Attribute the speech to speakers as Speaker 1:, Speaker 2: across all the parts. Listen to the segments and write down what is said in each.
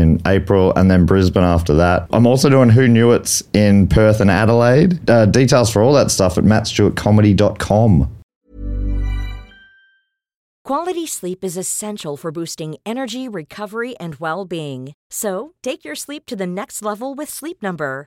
Speaker 1: in April, and then Brisbane after that. I'm also doing Who Knew It's in Perth and Adelaide. Uh, details for all that stuff at mattstewartcomedy.com.
Speaker 2: Quality sleep is essential for boosting energy, recovery, and well being. So, take your sleep to the next level with Sleep Number.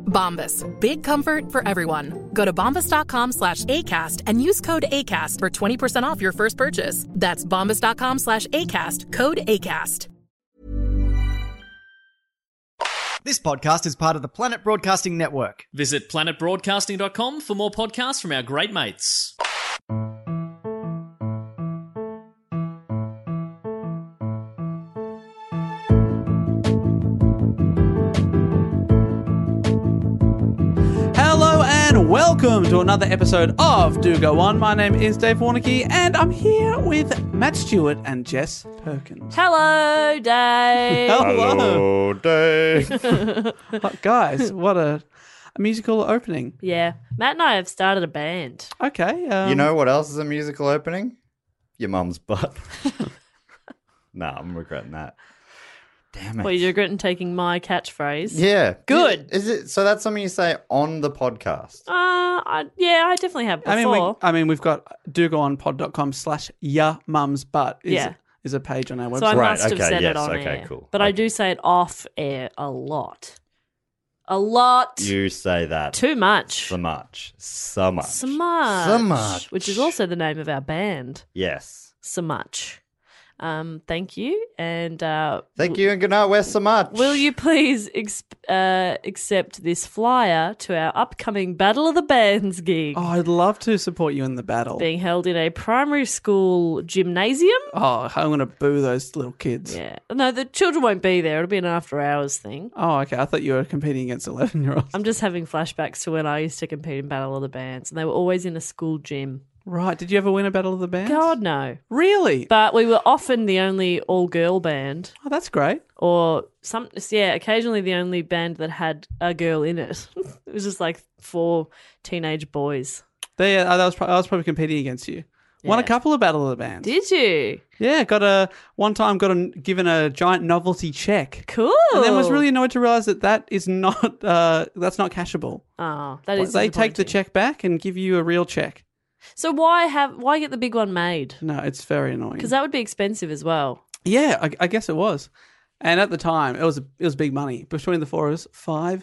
Speaker 3: Bombas. Big comfort for everyone. Go to bombas.com slash ACAST and use code ACAST for 20% off your first purchase. That's bombas.com slash ACAST. Code ACAST.
Speaker 4: This podcast is part of the Planet Broadcasting Network.
Speaker 5: Visit planetbroadcasting.com for more podcasts from our great mates.
Speaker 6: Hello and welcome to another episode of Do Go On. My name is Dave Warnicky and I'm here with Matt Stewart and Jess Perkins.
Speaker 7: Hello, Dave.
Speaker 1: Hello, Dave.
Speaker 6: Oh, guys, what a, a musical opening.
Speaker 7: Yeah, Matt and I have started a band.
Speaker 6: Okay. Um,
Speaker 1: you know what else is a musical opening? Your mum's butt. nah, I'm regretting that. Damn it.
Speaker 7: Well, you're regretting taking my catchphrase.
Speaker 1: yeah.
Speaker 7: Good.
Speaker 1: Is it so that's something you say on the podcast?
Speaker 7: Uh, I, yeah, I definitely have before.
Speaker 6: I mean, we, I mean, we've got do go on pod.com slash ya mum's butt is,
Speaker 7: Yeah.
Speaker 6: is a page on our website.
Speaker 7: so I
Speaker 1: Oh, Right,
Speaker 7: must have
Speaker 1: okay,
Speaker 7: said
Speaker 1: yes,
Speaker 7: it on
Speaker 1: okay,
Speaker 7: air.
Speaker 1: cool.
Speaker 7: But I do say it off air a lot. A lot.
Speaker 1: You say that
Speaker 7: Too much.
Speaker 1: so much. So much.
Speaker 7: Smudge,
Speaker 1: So much.
Speaker 7: Which is also the name of our band,
Speaker 1: Yes.
Speaker 7: Smudge. Um, thank you. And uh,
Speaker 1: Thank you and good night, Wes, so much.
Speaker 7: will you please ex- uh, accept this flyer to our upcoming Battle of the Bands gig
Speaker 6: oh, I'd love to support you in the battle.
Speaker 7: being held in a primary school gymnasium?
Speaker 6: Oh, I'm going to boo those little kids.
Speaker 7: Yeah. No, the children won't be there. It'll be an after hours thing.
Speaker 6: Oh, okay. I thought you were competing against 11 year olds.
Speaker 7: I'm just having flashbacks to when I used to compete in Battle of the Bands, and they were always in a school gym.
Speaker 6: Right. Did you ever win a battle of the bands?
Speaker 7: God, no.
Speaker 6: Really?
Speaker 7: But we were often the only all girl band.
Speaker 6: oh, that's great.
Speaker 7: or some yeah occasionally the only band that had a girl in it it was just like four teenage boys
Speaker 6: They, uh, that was pro- I was probably competing against you. Won a
Speaker 7: Yeah.
Speaker 6: couple of battle of the bands.
Speaker 7: did you
Speaker 6: Yeah, got a one time got a, given a giant novelty check.
Speaker 7: cool
Speaker 6: And then was
Speaker 7: Oh.
Speaker 6: really annoyed to realize that that is not uh, that's not cashable.
Speaker 7: oh that is
Speaker 6: they take the
Speaker 7: disappointing.
Speaker 6: check back and give you a real check.
Speaker 7: so why have why get the big one made
Speaker 6: No, it's very annoying.
Speaker 7: because that would be expensive as well
Speaker 6: yeah, I, I guess it was. And at the time, it was it was big money. Between the four of us, five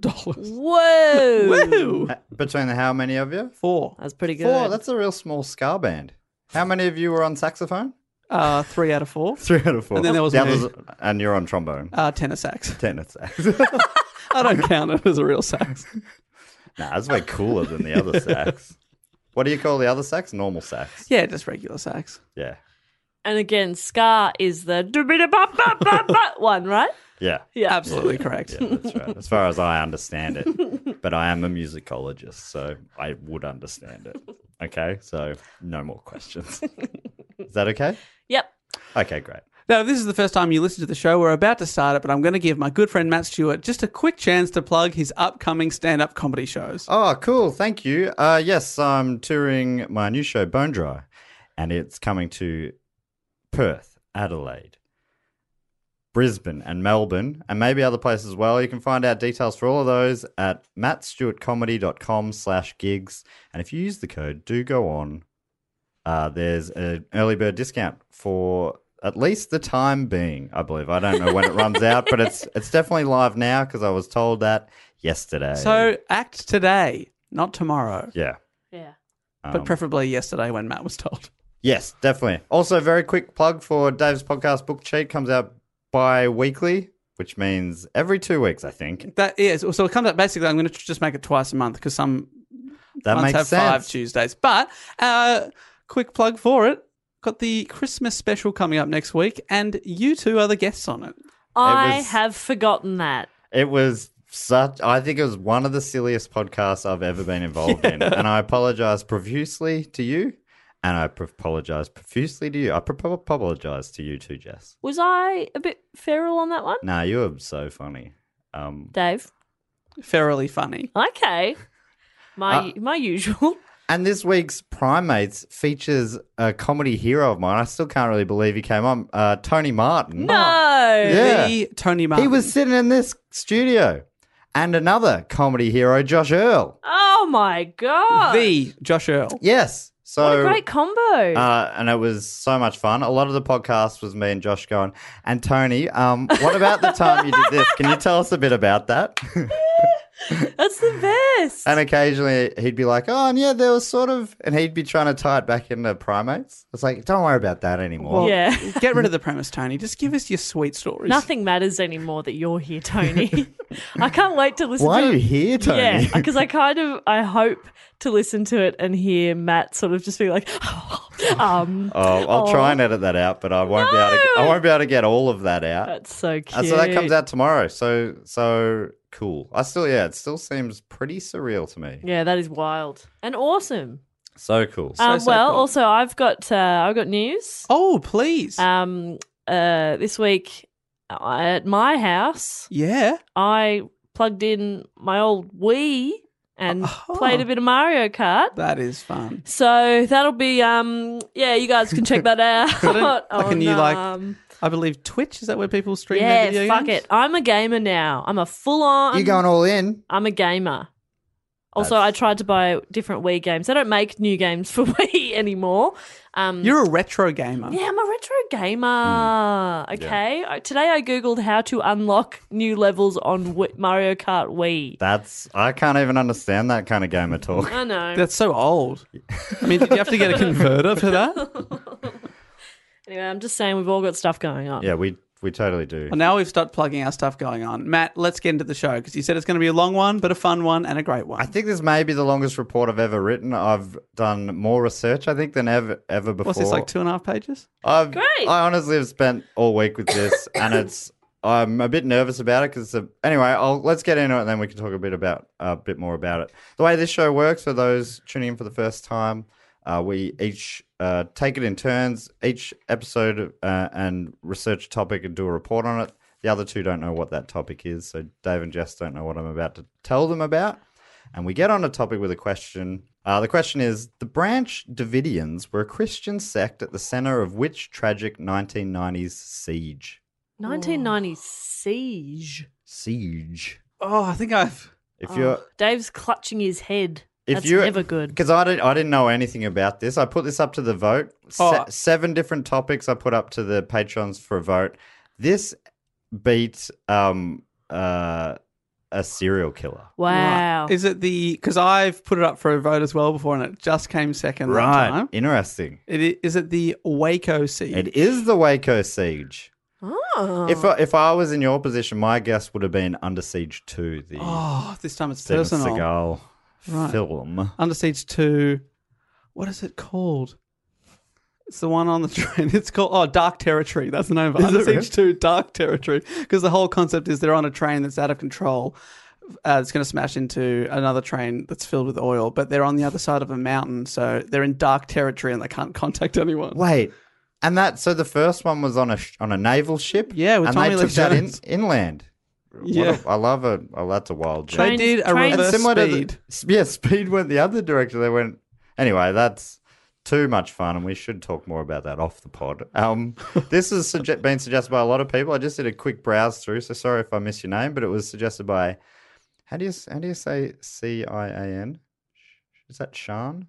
Speaker 6: dollars.
Speaker 7: whoa
Speaker 6: Woo!
Speaker 1: Uh, Between the how many of you?
Speaker 6: Four,
Speaker 7: that's pretty good
Speaker 1: Four. That's a real small scar band. How many of you were on saxophone?
Speaker 6: uh, three out of four.
Speaker 1: Three out of four.
Speaker 6: And then there was
Speaker 1: the
Speaker 6: me.
Speaker 1: others, and you're on trombone.
Speaker 7: Oh.
Speaker 6: Uh, tenor sax.
Speaker 1: Tenor sax.
Speaker 6: I don't count it as a real sax.
Speaker 1: nah, that's way cooler than the other sax. What do you call the other sax? Normal sax.
Speaker 6: Yeah, just regular sax.
Speaker 1: Yeah.
Speaker 7: and again scar is the do-be-da-ba-ba-ba-ba one right
Speaker 1: Yeah.
Speaker 7: yeah
Speaker 6: Absolutely correct.
Speaker 1: Yeah, that's right. As far as I understand it, but I am a musicologist, so I would understand it. Okay, so no more questions. Is that okay?
Speaker 7: yep
Speaker 1: Okay, great.
Speaker 6: Now, if this is the first time you listen to the show, we're about to start it, but I'm going to give my good friend Matt Stewart just a quick chance to plug his upcoming stand up comedy shows.
Speaker 1: Oh, cool. Thank you. Uh, yes, I'm touring my new show, Bone Dry, and it's coming to Perth, Adelaide, Brisbane, and Melbourne, and maybe other places as well. You can find out details for all of those at mattstewartcomedy.com slash gigs. And if you use the code do go on, uh, there's an early bird discount for at least the time being, I believe. I don't know when it runs out, but it's it's definitely live now because I was told that yesterday.
Speaker 6: So act today, not tomorrow,
Speaker 1: Yeah.
Speaker 7: Yeah.
Speaker 1: Um.
Speaker 6: but preferably yesterday when Matt was told.
Speaker 1: Yes, definitely. Also, very quick plug for Dave's podcast, Book Cheat, comes out bi weekly, which means every two weeks, I think.
Speaker 6: That is. So it comes up basically, I'm going to just make it twice a month because some
Speaker 1: That
Speaker 6: months
Speaker 1: makes
Speaker 6: have
Speaker 1: sense.
Speaker 6: five Tuesdays. But uh, quick plug for it. Got the Christmas special coming up next week, and you two are the guests on it.
Speaker 7: I
Speaker 1: was-
Speaker 7: have forgotten that.
Speaker 1: It was such, I think it was one of the silliest podcasts I've ever been involved in. And I apologize profusely to you. And I pro- apologize profusely to you. I pro- apologize to you too, Jess.
Speaker 7: Was I a bit feral on that one?
Speaker 1: Nah, you are so funny. Um,
Speaker 7: Dave.
Speaker 6: Ferally funny.
Speaker 7: Okay. My
Speaker 6: Uh,
Speaker 7: my usual.
Speaker 1: And this week's Primates features a comedy hero of mine. I still can't really believe he came on, uh, Tony Martin.
Speaker 6: oh.
Speaker 7: No.
Speaker 1: Yeah.
Speaker 6: The Tony Martin.
Speaker 1: He
Speaker 7: Um,
Speaker 1: was sitting in this studio. And another comedy hero, Josh Earl.
Speaker 7: Oh my god.
Speaker 6: the Oh. Josh Earl.
Speaker 1: Yes. So
Speaker 7: what a great combo.
Speaker 1: uh, and it was so much fun. A lot of the podcast was me and Josh going, and Tony, um, what about the time you did this? Can you tell us a bit about that?
Speaker 7: That's the best.
Speaker 1: and occasionally he'd be like, oh, and yeah, there was sort of, and he'd be trying to tie it back into primates. It's like, don't worry about that anymore.
Speaker 6: Well,
Speaker 7: Yeah.
Speaker 6: Get rid of the premise, Tony. Just give us your sweet stories.
Speaker 7: Nothing matters anymore that you're here, Tony. I can't wait to listen.
Speaker 1: Why
Speaker 7: to
Speaker 1: are you
Speaker 7: it.
Speaker 1: here, Tony?
Speaker 7: Yeah, because I kind of I hope to listen to it and hear Matt sort of just be like, um,
Speaker 1: Oh, I'll
Speaker 7: Aw.
Speaker 1: try and edit that out, but I won't be able to. Get, I won't be able to get all of that out.
Speaker 7: that's so cute.
Speaker 1: Uh, so that comes out tomorrow. So so cool. I still yeah, it still seems pretty surreal to me.
Speaker 7: Yeah, that is wild and awesome.
Speaker 1: So cool.
Speaker 7: um,
Speaker 6: so
Speaker 7: well,
Speaker 6: cool.
Speaker 7: also I've got uh, I've got news.
Speaker 6: Oh, please.
Speaker 7: Um, uh, this week uh, at my house,
Speaker 6: yeah.
Speaker 7: I plugged in my old Wii and
Speaker 1: Oh.
Speaker 7: played a bit of Mario Kart.
Speaker 6: That is fun.
Speaker 7: So that'll be um yeah, you guys can check that out.
Speaker 6: I don't- like, can you, like,
Speaker 7: um,
Speaker 6: I believe Twitch is that where people stream their
Speaker 7: yeah,
Speaker 6: video
Speaker 7: fuck
Speaker 6: games?
Speaker 7: it. I'm a gamer now. I'm a full on.
Speaker 1: You're going all in.
Speaker 7: I'm a gamer. Also, I tried to buy different Wii games. They don't make new games for Wii anymore. Um,
Speaker 6: You're a retro gamer.
Speaker 7: yeah, I'm a retro gamer.
Speaker 6: Hmm.
Speaker 7: Okay. Uh, Today I googled how to unlock new levels on Wi- Mario Kart Wii.
Speaker 1: That's I can't even understand that kind of gamer talk.
Speaker 7: I know.
Speaker 6: That's so old. I mean, did you have to get a converter for that? Well,
Speaker 7: anyway, I'm just saying we've all got stuff going on.
Speaker 1: Yeah, we we totally do.
Speaker 6: now we've stopped plugging our stuff going on. Matt, let's get into the show because you said it's going to be a long one, but a fun one and a great one.
Speaker 1: I think this may be the longest report I've ever written. I've done more research, I think, than ever ever before.
Speaker 6: What's this, like two and a half pages?
Speaker 1: I've,
Speaker 7: Great.
Speaker 1: I honestly have spent all week with this, and it's I'm a bit nervous about it because anyway, I'll let's get into it, and then we can talk a bit about uh, a bit more about it. The way this show works for those tuning in for the first time, uh, we each uh, take it in turns, each episode, uh, and research a topic and do a report on it. The other two don't know what that topic is, so Dave and Jess don't know what I'm about to tell them about and we get on a topic with a question. Uh, the question is The Branch Davidians were a Christian sect at the center of which tragic 1990s siege?
Speaker 7: 1990 Siege.
Speaker 1: Siege.
Speaker 6: Oh, I think I've.
Speaker 1: If you're.
Speaker 7: Oh, Dave's clutching his head.
Speaker 1: If
Speaker 7: That's
Speaker 1: you're,
Speaker 7: never good.
Speaker 1: Because I didn't, I didn't know anything about this. I put this up to the vote. Se-
Speaker 6: Oh.
Speaker 1: seven different topics I put up to the patrons for a vote. This beat um, uh, a serial killer.
Speaker 7: Wow.
Speaker 6: Right. Is it the. Because I've put it up for a vote as well before and it just came second that time.
Speaker 1: Interesting.
Speaker 6: It i- is it the Waco siege?
Speaker 1: It is the Waco siege.
Speaker 7: oh.
Speaker 1: If I, if I was in your position, my guess would have been Under Siege Two, the
Speaker 6: Oh, this time it's
Speaker 1: Steven
Speaker 6: personal.
Speaker 1: Seagal
Speaker 6: Right.
Speaker 1: film.
Speaker 6: Under Siege 2. What is it called? It's the one on the train. It's called oh Dark Territory. That's the name of it. Under
Speaker 1: it
Speaker 6: Siege
Speaker 1: really?
Speaker 6: Two Dark Territory. Because the whole concept is they're on a train that's out of control. Uh, it's going to smash into another train that's filled with oil, but they're on the other side of a mountain, so they're in dark territory and they can't contact anyone.
Speaker 1: Wait, And that so the first one was on a sh- on a naval ship.
Speaker 6: Yeah, with
Speaker 1: and
Speaker 6: Tommy
Speaker 1: they
Speaker 6: Lee
Speaker 1: took that in,
Speaker 6: Jones.
Speaker 1: inland. What
Speaker 6: Yeah.
Speaker 1: a- I love it. Oh, that's a wild
Speaker 7: Train-
Speaker 6: They
Speaker 1: joke.
Speaker 6: did a
Speaker 7: trains-
Speaker 1: And
Speaker 6: reverse
Speaker 1: similar
Speaker 6: speed.
Speaker 1: to the, yeah, speed went the other direction. They went anyway. That's too much fun, and we should talk more about that off the pod. Um, this has sugge- been suggested by a lot of people. I just did a quick browse through, so sorry if I miss your name, but it was suggested by how do you s- how do you say C I A N? Is that Sean?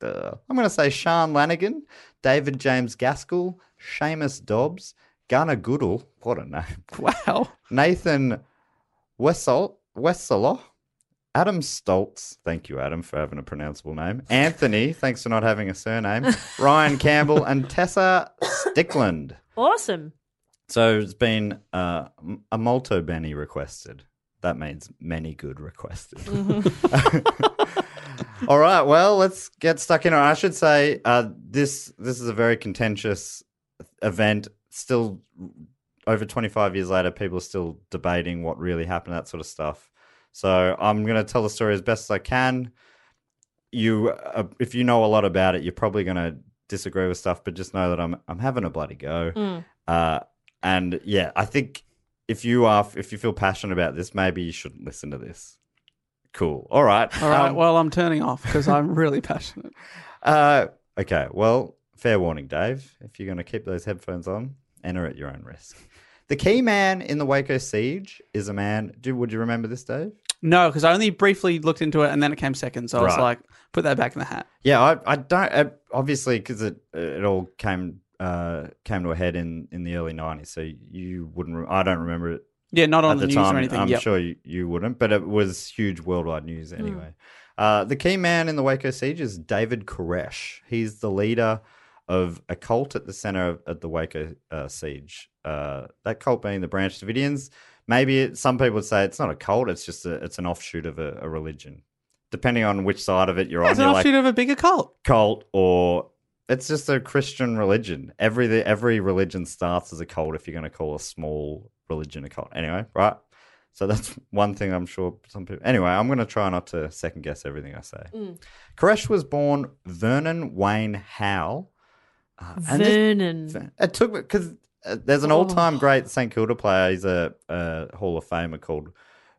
Speaker 1: Duh. I'm going to say Sean Lanigan, David James Gaskell, Seamus Dobbs, Gunnar Goodall. What a name.
Speaker 6: Wow.
Speaker 1: Nathan Wessel, Wesseler, Adam Stoltz. Thank you, Adam, for having a pronounceable name. Anthony, thanks for not having a surname. Ryan Campbell and Tessa Stickland.
Speaker 7: Awesome.
Speaker 1: So it's been uh, m- a Molto Benny requested. That means many good requested. All right, well, let's get stuck in. I should say uh, this this is a very contentious event. Still, over 25 years later, people are still debating what really happened, that sort of stuff. So I'm going to tell the story as best as I can. You, uh, if you know a lot about it, you're probably going to disagree with stuff, but just know that I'm I'm having a bloody go.
Speaker 7: Hmm.
Speaker 1: Uh, and yeah, I think if you are if you feel passionate about this, maybe you shouldn't listen to this. Cool. All right.
Speaker 6: All right.
Speaker 1: Um,
Speaker 6: well, I'm turning off because I'm really passionate.
Speaker 1: uh, okay. Well, fair warning, Dave. If you're going to keep those headphones on, enter at your own risk. The key man in the Waco siege is a man. Do would you remember this, Dave?
Speaker 6: No, because I only briefly looked into it and then it came second. So I was
Speaker 1: Right.
Speaker 6: like, put that back in the hat.
Speaker 1: Yeah, I, I don't I, obviously because it it all came uh came to a head in in the early '90s. So you wouldn't. Re- I don't remember it
Speaker 6: Yeah, not on the,
Speaker 1: at the,
Speaker 6: news
Speaker 1: time.
Speaker 6: or anything.
Speaker 1: I'm
Speaker 6: Yep. Hmm.
Speaker 1: sure you, you wouldn't, but it was huge worldwide news anyway. Uh, the key man in the Waco siege is David Koresh. He's the leader of a cult at the center of at the Waco uh, siege. Uh, that cult being the Branch Davidians. Maybe it, some people would say it's not a cult; it's just a, it's an offshoot of a, a religion. Depending on which side of it you're
Speaker 6: Yeah,
Speaker 1: on,
Speaker 6: it's an
Speaker 1: you're like
Speaker 6: offshoot of a bigger cult.
Speaker 1: cult or it's just a Christian religion. Every every religion starts as a cult if you're going to call a small religion a cult. Anyway, right? So that's one thing I'm sure some people. Anyway, I'm going to try not to second guess everything I say.
Speaker 7: Mm.
Speaker 1: Koresh was born Vernon Wayne Howe. Uh, and this-
Speaker 7: Vernon. Oh.
Speaker 1: it took because uh, there's an all-time great St Kilda player. He's a, a Hall of Famer called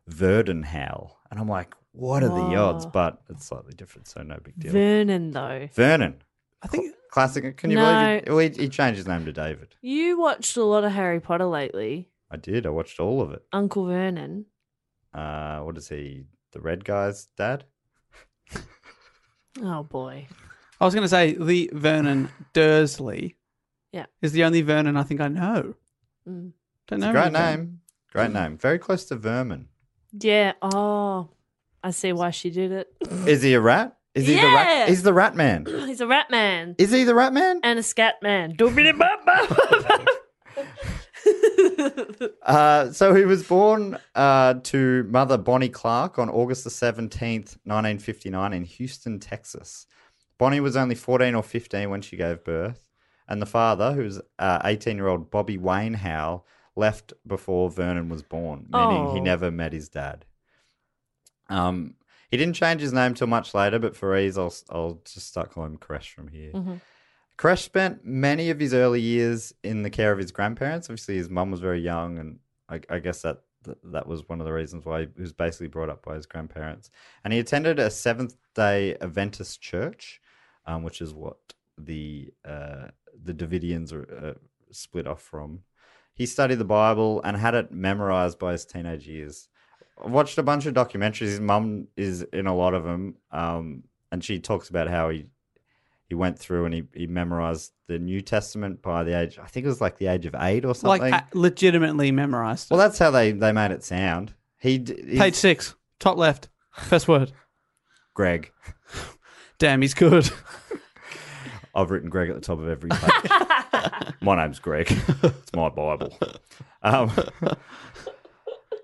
Speaker 1: Vernon Howe, and I'm like, what are the odds?
Speaker 7: Wow.
Speaker 1: But it's slightly different, so no big deal.
Speaker 7: Vernon, though.
Speaker 1: Vernon.
Speaker 6: I think
Speaker 1: Classic. Can you
Speaker 7: No.
Speaker 1: believe he, he changed his name to David?
Speaker 7: You watched a lot of Harry Potter lately.
Speaker 1: I did. I watched all of it.
Speaker 7: Uncle Vernon.
Speaker 1: Uh, what is he? The red guy's dad?
Speaker 7: Oh, boy.
Speaker 6: I was going to say the Vernon Dursley
Speaker 7: Yeah.
Speaker 6: is the only Vernon I think I know.
Speaker 7: Mm.
Speaker 6: Don't
Speaker 1: It's
Speaker 6: know.
Speaker 1: a
Speaker 6: many
Speaker 1: great
Speaker 6: Vernons.
Speaker 1: name. Great name. Very close to Vermin.
Speaker 7: Yeah. Oh, I see why she did it.
Speaker 1: Is he a rat? Is he the
Speaker 7: Yeah.
Speaker 1: rat? He's the rat man.
Speaker 7: He's a rat man
Speaker 1: Is he the rat man?
Speaker 7: and a scat man. Doobity-bop-bop.
Speaker 1: Uh, so he was born uh, to mother Bonnie Clark on August the 17th, 1959, in Houston, Texas. Bonnie was only 14 or 15 when she gave birth, and the father, who's 18 year old Bobby Wayne Howe, left before Vernon was born, meaning he
Speaker 7: Oh.
Speaker 1: never met his dad. Um, he didn't change his name till much later, but for ease, I'll, I'll just start calling him Koresh from here. Koresh spent many of his early years in the care of his grandparents. Obviously, his mum was very young, and I, I guess that that- that was one of the reasons why he was basically brought up by his grandparents. And he attended a Seventh Day Adventist church, um, which is what the uh, the Davidians are uh, split off from. He studied the Bible and had it memorized by his teenage years. I've watched a bunch of documentaries. His mum is in a lot of them, um, and she talks about how he he went through and he, he memorized the New Testament by the age. I think it was like the age of eight or
Speaker 6: Like
Speaker 1: something.
Speaker 6: a- legitimately memorized.
Speaker 1: well, that's how they they made it sound. He d- he's-
Speaker 6: Page six, top left, first word.
Speaker 1: Greg.
Speaker 6: Damn, he's good.
Speaker 1: I've written Greg at the top of every page. my name's Greg. It's my Bible. Um,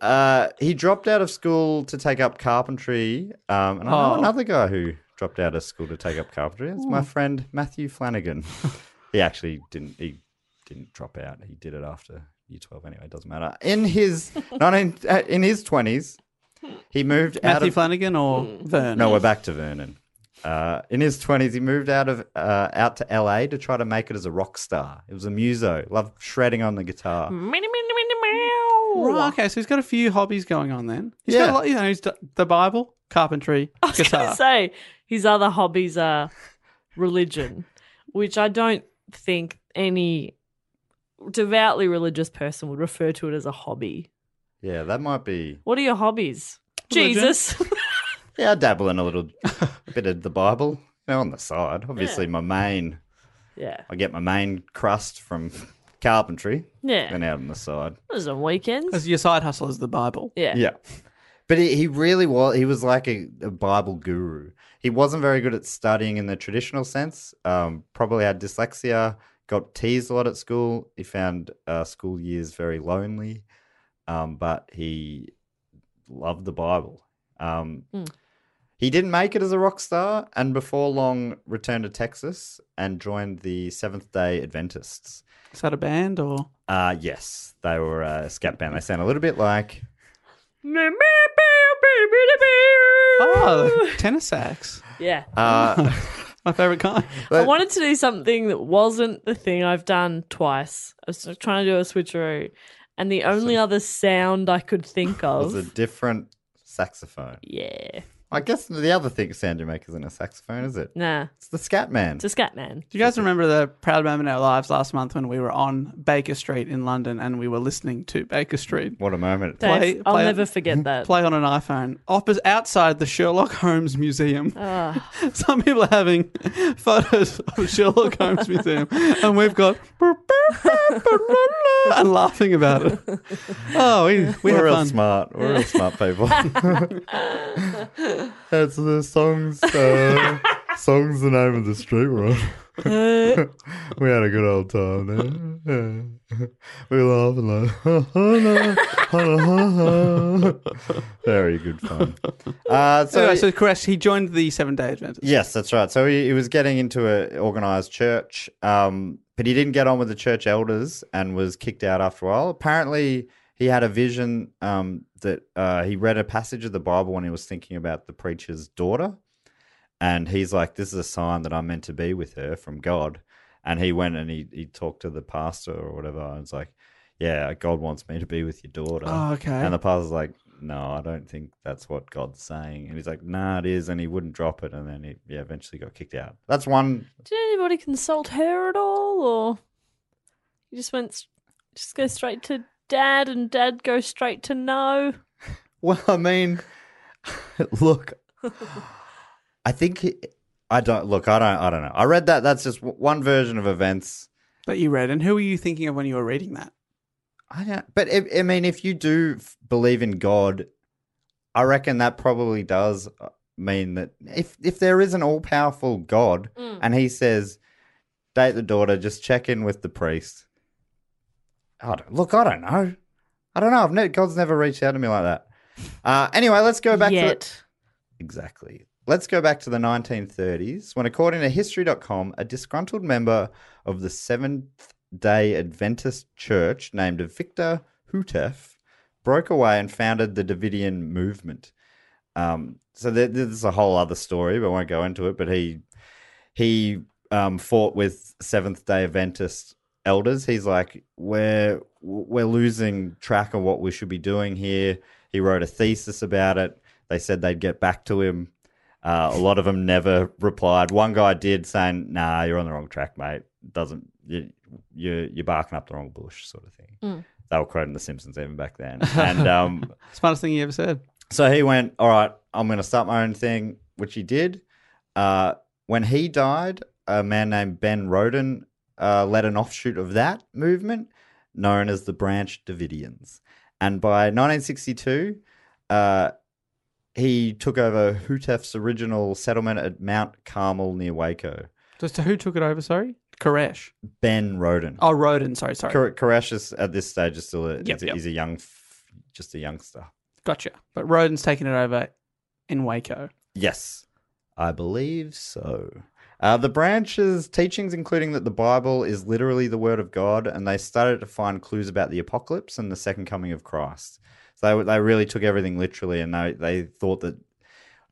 Speaker 1: uh, he dropped out of school to take up carpentry. Um, and I know
Speaker 6: Oh. Hmm.
Speaker 1: another guy who dropped out of school to take up carpentry. It's my friend Matthew Flanagan. he actually didn't. He didn't drop out. He did it after year twelve. Anyway, it doesn't matter. In his nineteen, uh, in his twenties, he moved out
Speaker 6: Matthew
Speaker 1: of.
Speaker 7: Mm.
Speaker 6: Flanagan or Vernon?
Speaker 1: No, we're back to Vernon. Uh, in his 20s, he moved out of uh, out to LA to try to make it as a rock star. It was a muso, loved shredding on the guitar.
Speaker 7: Hmm.
Speaker 6: Right, okay, so he's got a few hobbies going on then. He's got
Speaker 1: Yeah.
Speaker 6: a lot, you know, he's d- the Bible, carpentry,
Speaker 7: I was going
Speaker 6: guitar.
Speaker 7: to say his other hobbies are religion, which I don't think any devoutly religious person would refer to it as a hobby.
Speaker 1: Yeah, that might be.
Speaker 7: What are your hobbies?
Speaker 6: Religion.
Speaker 7: Jesus.
Speaker 1: Yeah, I dabble in a little bit of the Bible, you know, on the side. Obviously, my main,
Speaker 7: yeah.
Speaker 1: I get my main crust from carpentry,
Speaker 7: Yeah.
Speaker 1: then out on the side.
Speaker 7: It was on weekends.
Speaker 6: As your side hustle is the Bible.
Speaker 7: Yeah.
Speaker 1: Yeah. But he, he really was, he was like a, a Bible guru. He wasn't very good at studying in the traditional sense, um, probably had dyslexia, got teased a lot at school. He found uh, school years very lonely, um, but he loved the Bible. Um,
Speaker 7: Mm.
Speaker 1: He didn't make it as a rock star, and before long returned to Texas and joined the Seventh day Adventists.
Speaker 6: Is that a band or?
Speaker 1: Uh, yes, they were uh, a scat band. They sound a little bit like
Speaker 6: Oh, tenor sax.
Speaker 7: Yeah.
Speaker 1: Uh,
Speaker 6: My favorite kind.
Speaker 7: I
Speaker 1: but-
Speaker 7: wanted to do something that wasn't the thing I've done twice. I was trying to do a switcheroo, and the only other sound I could think
Speaker 1: was
Speaker 7: of.
Speaker 1: a different saxophone.
Speaker 7: yeah.
Speaker 1: I guess the other thing sound you make isn't a saxophone, is it?
Speaker 7: Nah.
Speaker 1: It's the scat man.
Speaker 7: It's a scat man.
Speaker 6: Do you guys remember the proud moment in our lives last month when we were on Baker Street in London and we were listening to Baker Street
Speaker 1: What a moment.
Speaker 7: Dave,
Speaker 6: Play-
Speaker 7: I'll
Speaker 6: play-
Speaker 7: never forget that.
Speaker 6: play on an iPhone oppos outside the Sherlock Holmes Museum?
Speaker 7: Ah.
Speaker 6: Some people are having photos of Sherlock Holmes Museum and we've got and laughing about it. Oh, we, we
Speaker 1: We're
Speaker 6: have
Speaker 1: real
Speaker 6: fun.
Speaker 1: smart. We're real smart people. That's the songs. Uh, songs the name of the street right? we had a good old time there. we laugh and laugh. Very good fun. Uh, so,
Speaker 6: Anyway, so correct, he joined the Seven Day Adventist.
Speaker 1: Yes, that's right. So he, he was getting into a organized church, um, but he didn't get on with the church elders and was kicked out after a while. Apparently, he had a vision um, that uh, he read a passage of the Bible when he was thinking about the preacher's daughter, and he's like, "This is a sign that I'm meant to be with her from God." And he went and he he talked to the pastor or whatever, and was like, "Yeah, God wants me to be with your daughter."
Speaker 6: Oh, okay.
Speaker 1: And uh, the pastor's like, no, I don't think that's what God's saying. And he's like, nah, it is. And he wouldn't drop it. And then he yeah, eventually got kicked out. That's one.
Speaker 7: Did anybody consult her at all, or you just went s- just go straight to dad, and dad go straight to no?
Speaker 1: Well, I mean, look, I think he- I don't look. I don't. I don't know. I read that. That's just w- one version of events.
Speaker 6: That you read. And who were you thinking of when you were reading that?
Speaker 1: I don't. But if, I mean, if you do f- believe in God, I reckon that probably does uh, mean that if if there is an all powerful God and He says, date the daughter, just check in with the priest. I don't, look, I don't know. I don't know. I've never, God's never reached out to me like that. Uh, anyway, let's go back to
Speaker 7: Yet.
Speaker 1: the, Exactly. Let's go back to the 1930s when, according to History.com, a disgruntled member of the Seventh day Adventist Church named Victor Hutef broke away and founded the Davidian movement. Um, so there, there's a whole other story, but I won't go into it. But he he um, fought with Seventh Day Adventist elders. He's like, we're we're losing track of what we should be doing here. He wrote a thesis about it. They said they'd get back to him. Uh, a lot of them never replied. One guy did, saying, "Nah, you're on the wrong track, mate. Doesn't you you you're barking up the wrong bush, sort of thing." They were quoting The Simpsons even back then, and um,
Speaker 6: Smartest thing you ever said.
Speaker 1: so he went, All right, I'm going to start my own thing, which he did. Uh, when he died, a man named Ben Roden uh, led an offshoot of that movement known as the Branch Davidians. And by 1962, uh, he took over Hutef's original settlement at Mount Carmel near Waco.
Speaker 6: Just who took it over, sorry? Koresh.
Speaker 1: Ben Roden.
Speaker 6: Oh, Roden, sorry, sorry.
Speaker 1: Kore- Koresh is at this stage is still a,
Speaker 6: Yep,
Speaker 1: he's, a
Speaker 6: yep.
Speaker 1: he's a young, f- just a youngster.
Speaker 6: Gotcha. But Roden's taking it over in Waco.
Speaker 1: Yes, I believe so. Uh, the branch's teachings, including that the Bible is literally the word of God, and they started to find clues about the apocalypse and the second coming of Christ. So they, they really took everything literally, and they, they thought that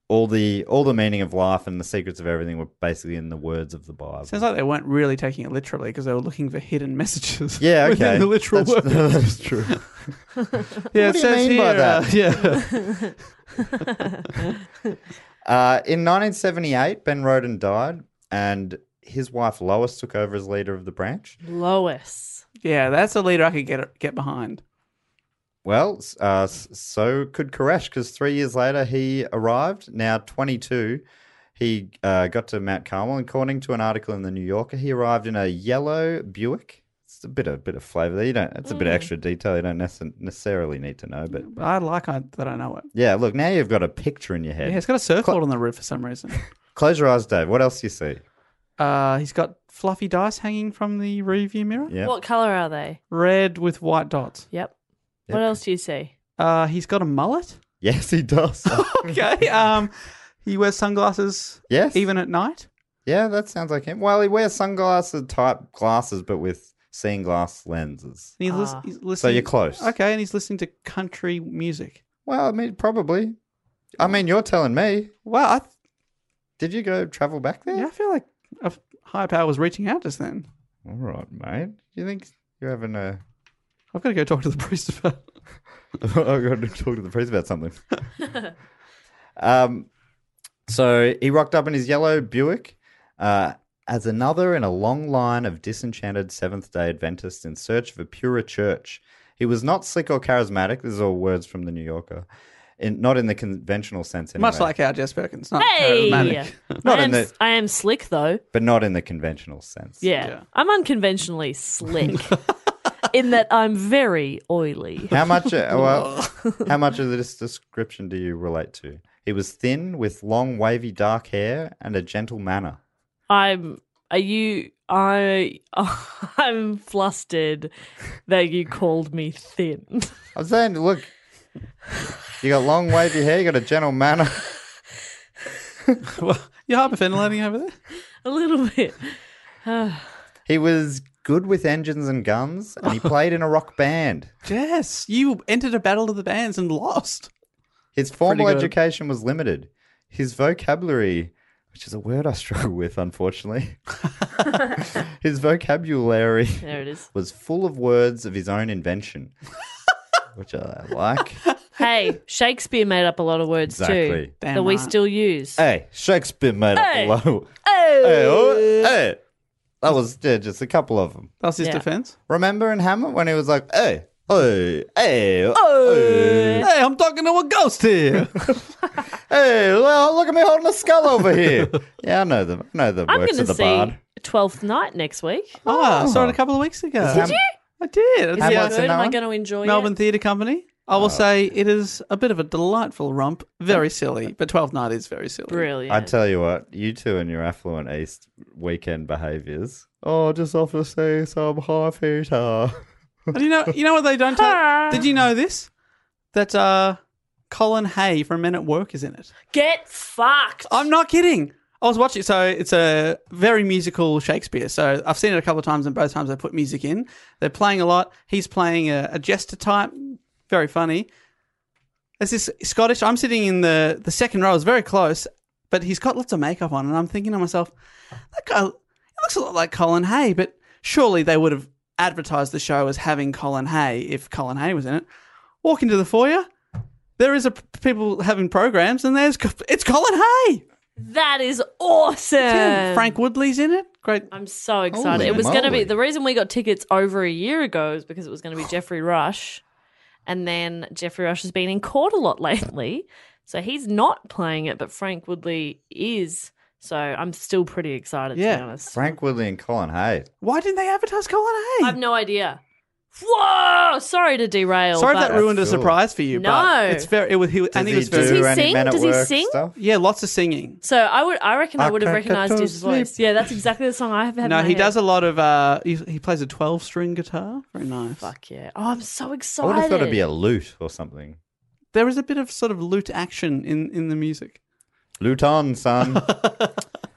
Speaker 1: all the all the meaning of life and the secrets of everything were basically in the words of the Bible.
Speaker 6: Sounds like they weren't really taking it literally because they were looking for hidden messages.
Speaker 1: yeah, okay.
Speaker 6: Within the literal
Speaker 1: that's,
Speaker 6: word.
Speaker 1: that's true.
Speaker 6: Yeah,
Speaker 1: What do you mean by that?
Speaker 6: yeah.
Speaker 1: Uh, in 1978, Ben Roden died, and his wife Lois took over as leader of the branch.
Speaker 7: Lois.
Speaker 6: yeah, that's a leader I could get get behind.
Speaker 1: Well, s- uh, s- so could Koresh, because three years later he arrived. Now 22, he uh, got to Mount Carmel. and According to an article in the New Yorker, he arrived in a yellow Buick. It's a bit of bit of flavor there. You don't. It's a bit of extra detail you don't nece- necessarily need to know, but
Speaker 6: But I like I, that I know it.
Speaker 1: yeah. Look, now you've got a picture in your head.
Speaker 6: Yeah, it's got a circle on the roof for some reason.
Speaker 1: Close your eyes, Dave. What else do you see?
Speaker 6: Uh, he's got fluffy dice hanging from the rearview mirror,
Speaker 1: Yeah.
Speaker 7: What color are they?
Speaker 6: red with white dots.
Speaker 7: Yep.
Speaker 1: Yep.
Speaker 7: What else do you see?
Speaker 6: Uh, he's got a mullet.
Speaker 1: Yes, he does.
Speaker 6: Okay. um, he wears sunglasses
Speaker 1: yes.
Speaker 6: even at night.
Speaker 1: Yeah, that sounds like him. Well, he wears sunglasses type glasses, but with seeing glass lenses.
Speaker 6: And he's, lis-
Speaker 7: Ah.
Speaker 6: he's listening.
Speaker 1: So you're close.
Speaker 6: Okay, and he's listening to country music.
Speaker 1: Well, I mean, probably. I mean, you're telling me.
Speaker 6: Wow. I th-
Speaker 1: Did you go travel back there?
Speaker 6: yeah, I feel like a f- higher power was reaching out just then.
Speaker 1: All right, mate. You think you're having a?
Speaker 6: I've got to go talk to the priest about.
Speaker 1: I got to talk to the priest about something. um, so he rocked up in his yellow Buick. Uh, as another in a long line of disenchanted Seventh day Adventists in search of a purer church. He was not slick or charismatic. This is all words from the New Yorker. In, not in the conventional sense, anyway.
Speaker 6: Much like our Jess Perkins, not
Speaker 7: Hey!
Speaker 6: charismatic.
Speaker 1: Not
Speaker 7: I,
Speaker 1: in
Speaker 7: am,
Speaker 1: the-
Speaker 7: s- I am slick though.
Speaker 1: but not in the conventional sense.
Speaker 7: Yeah.
Speaker 6: Yeah.
Speaker 7: I'm unconventionally slick in that I'm very oily.
Speaker 1: How much? uh, well, how much of this description do you relate to? He was thin, with long, wavy, dark hair and a gentle manner.
Speaker 7: I'm. Are you? I. I'm flustered that you called me thin.
Speaker 1: I'm saying, look, you got long, wavy hair, you got a gentle manner.
Speaker 6: well, you're hyperventilating over there.
Speaker 7: A little bit.
Speaker 1: He was good with engines and guns, and he played in a rock band.
Speaker 6: Jess, you entered a battle of the bands and lost.
Speaker 1: His formal
Speaker 6: good.
Speaker 1: education was limited. His vocabulary, which is a word I struggle with, unfortunately, his vocabulary
Speaker 7: There it is.
Speaker 1: was full of words of his own invention, which I like.
Speaker 7: Hey, Shakespeare made up a lot of words
Speaker 1: Exactly.
Speaker 7: too
Speaker 6: Damn
Speaker 7: that we
Speaker 6: right.
Speaker 7: still use.
Speaker 1: Hey, Shakespeare made
Speaker 7: Hey.
Speaker 1: up a lot. Hey,
Speaker 7: Oh,
Speaker 1: oh, hey. That was yeah, just a couple of them.
Speaker 6: That's his
Speaker 7: Yeah.
Speaker 6: defense.
Speaker 1: Remember in Hamlet when he was like, hey, hey, hey, oh,
Speaker 6: Hey, I'm talking to a ghost here.
Speaker 1: hey, well, look at me holding a skull over here. yeah, I know them. I know the
Speaker 7: I'm
Speaker 1: works
Speaker 7: going
Speaker 1: of
Speaker 7: to
Speaker 1: the
Speaker 7: see
Speaker 1: bard.
Speaker 7: Twelfth Night next week.
Speaker 6: oh, I saw it a couple of weeks ago.
Speaker 1: Is Ham-
Speaker 6: I did. It's
Speaker 7: Is
Speaker 1: How
Speaker 7: it
Speaker 1: much
Speaker 7: good?
Speaker 1: in that
Speaker 7: Am I
Speaker 1: one?
Speaker 7: going to enjoy
Speaker 6: Melbourne
Speaker 7: it?
Speaker 6: Theatre Company. I
Speaker 1: Oh.
Speaker 6: will say it is a bit of a delightful romp. Very silly, but Twelfth Night is very silly.
Speaker 7: Brilliant.
Speaker 1: I tell you what, you two and your affluent East weekend behaviours. Oh, just off to see some high feeder.
Speaker 6: And you know, you know what they don't tell. Did you know this? That uh, Colin Hay from Men at Work is in it.
Speaker 7: Get fucked.
Speaker 6: I'm not kidding. I was watching. So it's a very musical Shakespeare. So I've seen it a couple of times, and both times they put music in. They're playing a lot. He's playing a, a jester type, very funny. There's this Scottish. I'm sitting in the the second row. I was very close, but he's got lots of makeup on, and I'm thinking to myself, that guy. It looks a lot like Colin Hay, but surely they would have advertised the show as having Colin Hay if Colin Hay was in it. Walk into the foyer. There is a people having programs, and there's it's Colin Hay.
Speaker 7: That is awesome. Um,
Speaker 6: Yeah, Frank Woodley's in it. Great.
Speaker 7: I'm so excited.
Speaker 1: Holy
Speaker 7: it was going to be
Speaker 1: moly.
Speaker 7: the reason we got tickets over a year ago is because it was going to be Jeffrey Rush, and then Jeffrey Rush has been in court a lot lately, so he's not playing it, but Frank Woodley is. So I'm still pretty excited to
Speaker 6: Yeah.
Speaker 7: be honest.
Speaker 1: Frank Woodley and Colin Hay.
Speaker 6: Why didn't they advertise Colin Hay?
Speaker 7: I've no idea. Whoa! Sorry to derail.
Speaker 6: Sorry if
Speaker 7: but
Speaker 6: that ruined a
Speaker 1: That's cool.
Speaker 6: surprise for you.
Speaker 7: No.
Speaker 6: but it's very. It was he was-
Speaker 1: Does
Speaker 6: and he
Speaker 1: he
Speaker 6: was
Speaker 1: do
Speaker 6: very.
Speaker 7: he
Speaker 1: any
Speaker 7: sing?
Speaker 1: men at
Speaker 7: Does he
Speaker 1: work
Speaker 7: sing?
Speaker 1: stuff?
Speaker 6: Yeah, lots of singing.
Speaker 7: So I would, I reckon I,
Speaker 1: I
Speaker 7: would have
Speaker 1: can't get
Speaker 7: recognised
Speaker 1: to
Speaker 7: his
Speaker 1: sleep.
Speaker 7: voice. Yeah, that's exactly the song I have had. in
Speaker 6: No,
Speaker 7: my
Speaker 6: he
Speaker 7: head.
Speaker 6: does a lot of. Uh, he, he plays a twelve string guitar. Very nice.
Speaker 7: Fuck yeah! Oh, I'm so
Speaker 1: I
Speaker 7: excited.
Speaker 1: would have thought it'd be a lute or something.
Speaker 6: There is a bit of sort of lute action in in the music.
Speaker 1: Luton, son.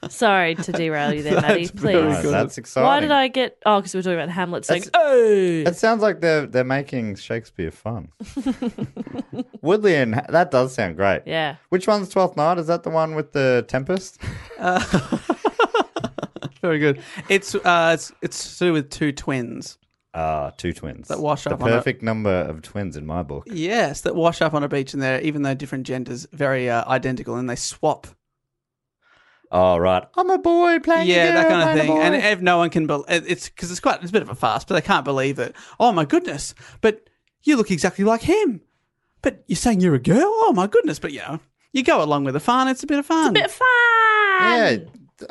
Speaker 7: Sorry to derail you there, Maddie.
Speaker 6: That's very
Speaker 7: Please.
Speaker 6: good.
Speaker 1: that's exciting.
Speaker 7: Why did I get? Oh, because we were talking about Hamlet saying,
Speaker 1: That's-
Speaker 7: "Oh,
Speaker 1: It sounds like they're they're making Shakespeare fun. Woodley and that does sound great.
Speaker 7: yeah."
Speaker 1: Which one's Twelfth Night? Is that the one with the Tempest?
Speaker 6: Very good. It's uh, it's it's to do with two twins.
Speaker 1: Ah, two twins.
Speaker 6: That wash
Speaker 1: the
Speaker 6: up on a-
Speaker 1: perfect number of twins in my book.
Speaker 6: Yes, that wash up on a beach and they're even though different genders, very uh, identical, and they swap.
Speaker 1: Oh right, I'm a boy playing.
Speaker 6: yeah,
Speaker 1: a girl,
Speaker 6: that kind of
Speaker 1: playing a
Speaker 6: thing. And
Speaker 1: boy.
Speaker 6: if no one can, bel it- it's because it's quite it's a bit of a farce, but they can't believe it. Oh my goodness! But you look exactly like him. But you're saying you're a girl. Oh my goodness! But you know, you go along with the fun. It's a bit of fun.
Speaker 7: Bit of fun.
Speaker 1: yeah,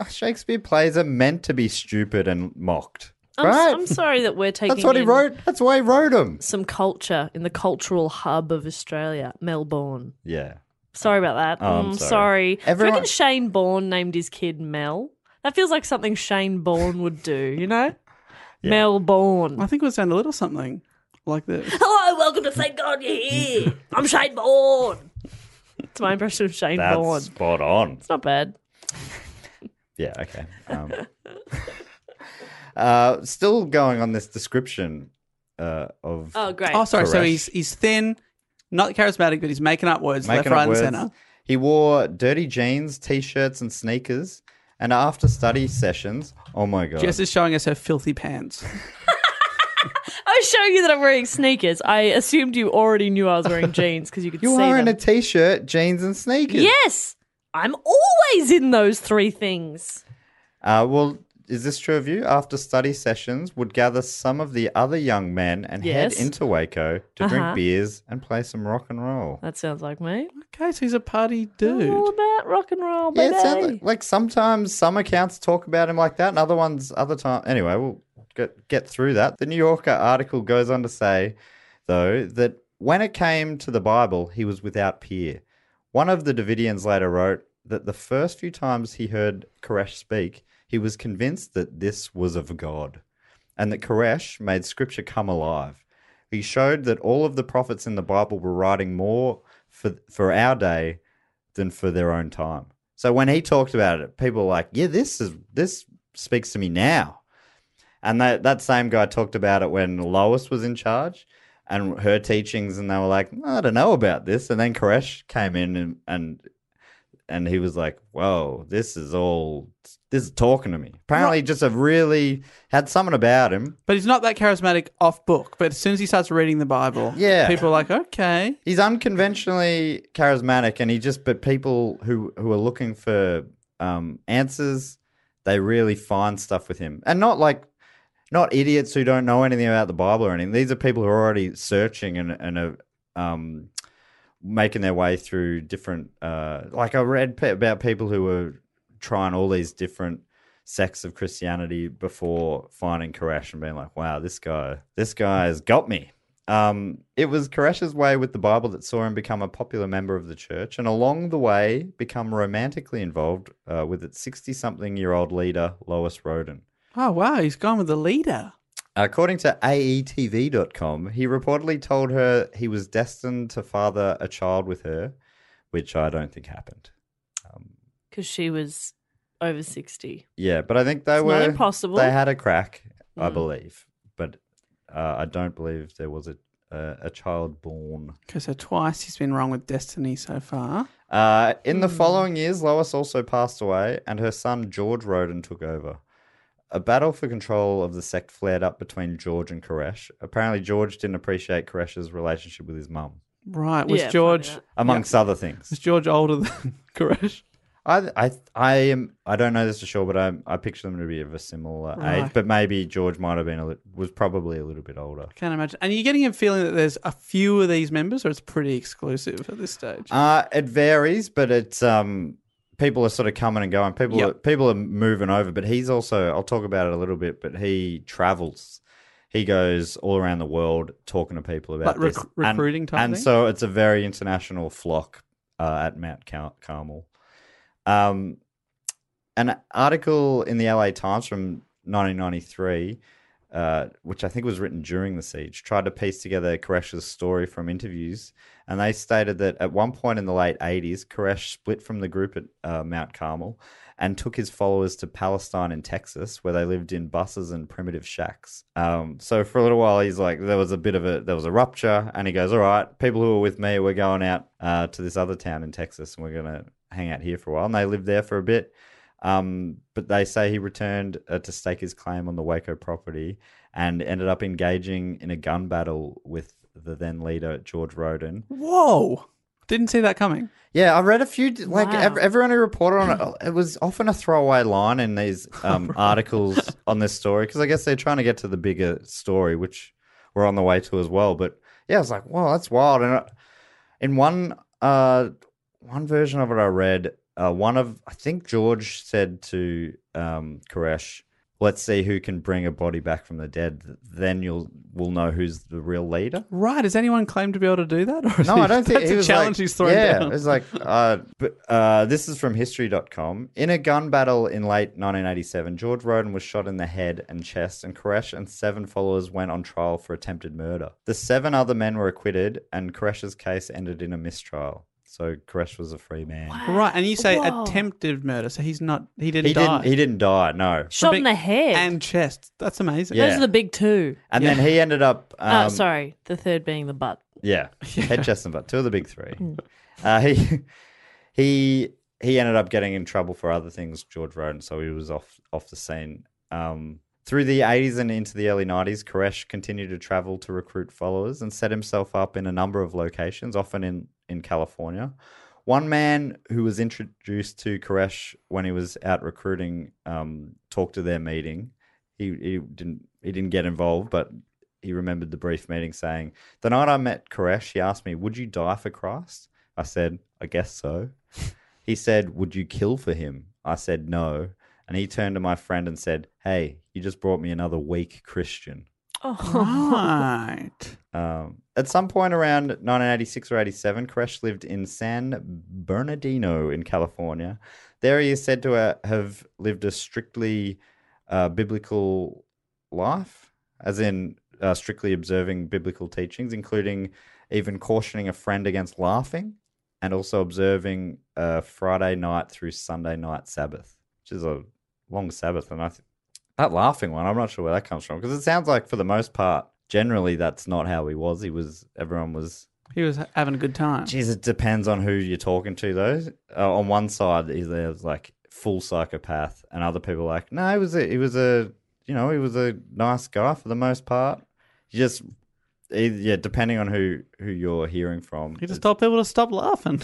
Speaker 1: Shakespeare plays are meant to be stupid and mocked.
Speaker 7: I'm, s-
Speaker 1: right?
Speaker 7: I'm sorry that we're taking.
Speaker 1: That's what he
Speaker 7: in
Speaker 1: wrote. That's why he wrote them.
Speaker 7: Some culture in the cultural hub of Australia, Melbourne.
Speaker 1: Yeah.
Speaker 7: Sorry about that.
Speaker 1: Oh, I'm
Speaker 7: Mm,
Speaker 1: sorry.
Speaker 7: sorry. Do you
Speaker 1: Everyone-
Speaker 7: reckon Shane Bourne named his kid Mel? That feels like something Shane Bourne would do, you know? Mel
Speaker 6: I
Speaker 7: Bourne.
Speaker 6: think it was down a little something like this.
Speaker 7: Hello, welcome to Thank God You're Here. I'm Shane Bourne. That's my impression of Shane
Speaker 1: That's
Speaker 7: Bourne. It's
Speaker 1: spot on.
Speaker 7: not bad.
Speaker 1: Yeah, okay. Um, uh, still going on this description uh, of
Speaker 7: Oh, great.
Speaker 6: Oh, sorry. So
Speaker 1: Koresh.
Speaker 6: he's he's thin, not charismatic, but he's making up words
Speaker 1: making
Speaker 6: left, right,
Speaker 1: up words.
Speaker 6: and center.
Speaker 1: He wore dirty jeans, t-shirts, and sneakers. And after study sessions, oh my god,
Speaker 6: Jess is showing us her filthy pants.
Speaker 7: I was showing you that I'm wearing sneakers. I assumed you already knew I was wearing jeans because you could
Speaker 1: you
Speaker 7: see
Speaker 1: are in a
Speaker 7: them.
Speaker 1: t-shirt, jeans, and sneakers.
Speaker 7: yes, I'm always in those three things.
Speaker 1: Uh, well, is this true of you? After study sessions, would gather some of the other young men and
Speaker 7: Yes.
Speaker 1: head into Waco to
Speaker 7: Uh-huh.
Speaker 1: drink beers and play some rock and roll.
Speaker 7: That sounds like me.
Speaker 6: Okay, so he's a party
Speaker 7: All
Speaker 6: dude.
Speaker 7: about rock and roll,
Speaker 1: Yeah,
Speaker 7: baby.
Speaker 1: it sounds like, like sometimes some accounts talk about him like that, and other ones other time. Anyway, we'll get get through that. The New Yorker article goes on to say, though, that when it came to the Bible, he was without peer. One of the Davidians later wrote that the first few times he heard Koresh speak, he was convinced that this was of God, and that Koresh made Scripture come alive. He showed that all of the prophets in the Bible were writing more for for our day than for their own time. So when he talked about it, people were like, "Yeah, this is this speaks to me now." And that that same guy talked about it when Lois was in charge and her teachings, and they were like, "I don't know about this." And then Koresh came in and and and he was like, "Whoa, this is all this is talking to me." Apparently, just a really had something about him.
Speaker 6: But he's not that charismatic off book. But as soon as he starts reading the Bible,
Speaker 1: Yeah.
Speaker 6: people are like, okay.
Speaker 1: He's unconventionally charismatic, and he just but people who who are looking for um, answers, they really find stuff with him, and not like not idiots who don't know anything about the Bible or anything. These are people who are already searching and and are um, making their way through different. Uh, like I read pe- about people who were trying all these different sects of Christianity before finding Koresh and being like, "Wow, this guy, this guy has got me." Um, it was Koresh's way with the Bible that saw him become a popular member of the church, and along the way become romantically involved uh, with its sixty-something-year-old leader Lois Roden.
Speaker 6: Oh, wow, he's gone with the leader.
Speaker 1: According to E AETV.com, he reportedly told her he was destined to father a child with her, which I don't think happened.
Speaker 7: Because she was over 60.
Speaker 1: Yeah, but I think they
Speaker 7: It's not
Speaker 1: were
Speaker 7: impossible. Hmm.
Speaker 1: They had a crack, I believe, but uh, I don't believe there was a a, a child born.
Speaker 6: Okay, so twice he's been wrong with destiny so far.
Speaker 1: Uh, in the following years, Lois also passed away, and her son George Roden took over. A battle for control of the sect flared up between George and Koresh. Apparently, George didn't appreciate Koresh's relationship with his mum,
Speaker 6: Right, was
Speaker 7: Yeah,
Speaker 6: George
Speaker 7: funny
Speaker 1: amongst other things.
Speaker 6: was George older than Koresh?
Speaker 1: I, I, I am. I don't know this for sure, but I, I picture them to be of a similar
Speaker 6: Right.
Speaker 1: age. But maybe George might have been a, lit- was probably a little bit older.
Speaker 6: Can't imagine. And you're getting a feeling that there's a few of these members, or it's pretty exclusive at this stage.
Speaker 1: Uh, it varies, but it's um, people are sort of coming and going. People
Speaker 6: Yep.
Speaker 1: are, people are moving over, but he's also. I'll talk about it a little bit, but he travels. He goes all around the world talking to people about
Speaker 6: Like
Speaker 1: this.
Speaker 6: rec- recruiting
Speaker 1: and,
Speaker 6: type
Speaker 1: and
Speaker 6: thing?
Speaker 1: so it's a very international flock uh, at Mount Car- Carmel. Um, an article in the LA Times from 1993, uh, which I think was written during the siege, tried to piece together Koresh's story from interviews. And they stated that at one point in the late 80s, Koresh split from the group at uh, Mount Carmel and took his followers to Palestine and Texas, where they lived in buses and primitive shacks. Um, so for a little while, he's like, there was a bit of a there was a rupture, and he goes, "All right, people who are with me, we're going out uh, to this other town in Texas, and we're gonna hang out here for a while." And they lived there for a bit. Um, but they say he returned uh, to stake his claim on the Waco property and ended up engaging in a gun battle with the then leader George Roden.
Speaker 6: Whoa. Didn't see that coming.
Speaker 1: Yeah, I read a few. Like
Speaker 7: Wow.
Speaker 1: ev- everyone who reported on it, it was often a throwaway line in these um, articles on this story because I guess they're trying to get to the bigger story, which we're on the way to as well. But yeah, I was like, wow, that's wild. And uh, in one uh, one version of it, I read uh, one of I think George said to um, Koresh, "Let's see who can bring a body back from the dead. Then you'll we'll know who's the real leader."
Speaker 6: Right. Does anyone claim to be able to do that? Or is
Speaker 1: No,
Speaker 6: he-
Speaker 1: I don't think
Speaker 6: that's
Speaker 1: he
Speaker 6: a
Speaker 1: was
Speaker 6: challenge
Speaker 1: like,
Speaker 6: he's thrown
Speaker 1: yeah,
Speaker 6: down.
Speaker 1: it's like uh, but, uh, this is from history.com. In a gun battle in late 1987, George Roden was shot in the head and chest, and Koresh and seven followers went on trial for attempted murder. The seven other men were acquitted, and Koresh's case ended in a mistrial. So Koresh was a free man.
Speaker 6: Right, and you say
Speaker 7: Whoa.
Speaker 6: attempted murder, so he's not. He didn't
Speaker 1: He
Speaker 6: die.
Speaker 1: didn't. He didn't die. No.
Speaker 7: Shot
Speaker 6: Big-
Speaker 7: in the head.
Speaker 6: And chest. That's amazing.
Speaker 1: Yeah.
Speaker 7: Those are the big two.
Speaker 1: And then he ended up. Um,
Speaker 7: oh, sorry. The third being the butt.
Speaker 1: Yeah, head, chest, and butt. Two of the big three. Uh, he he he ended up getting in trouble for other things, George Roden, so he was off off the scene. Um, through the 80s and into the early 90s, Koresh continued to travel to recruit followers and set himself up in a number of locations, often in, in California. One man who was introduced to Koresh when he was out recruiting um, talked to their meeting. He, he didn't he didn't get involved, but he remembered the brief meeting saying, The night I met Koresh, he asked me, Would you die for Christ? I said, I guess so. He said, Would you kill for him? I said, No. And he turned to my friend and said, Hey, you just brought me another weak Christian.
Speaker 7: Oh.
Speaker 6: Right.
Speaker 1: Um, at some point around 1986 or 87, Koresh lived in San Bernardino in California. There he is said to uh, have lived a strictly uh, biblical life, as in uh, strictly observing biblical teachings, including even cautioning a friend against laughing and also observing uh, Friday night through Sunday night Sabbath, which is a long Sabbath. And I th- that laughing one, I'm not sure where that comes from because it sounds like for the most part, generally that's not how he was. He was everyone was.
Speaker 6: He was having a good time.
Speaker 1: Geez, it depends on who you're talking to though. Uh, on one side, he was like full psychopath, and other people are like, no, he was a, he was a, you know, he was a nice guy for the most part. He just. eh, Yeah, depending on who who you're hearing from,
Speaker 6: He just told people to stop laughing.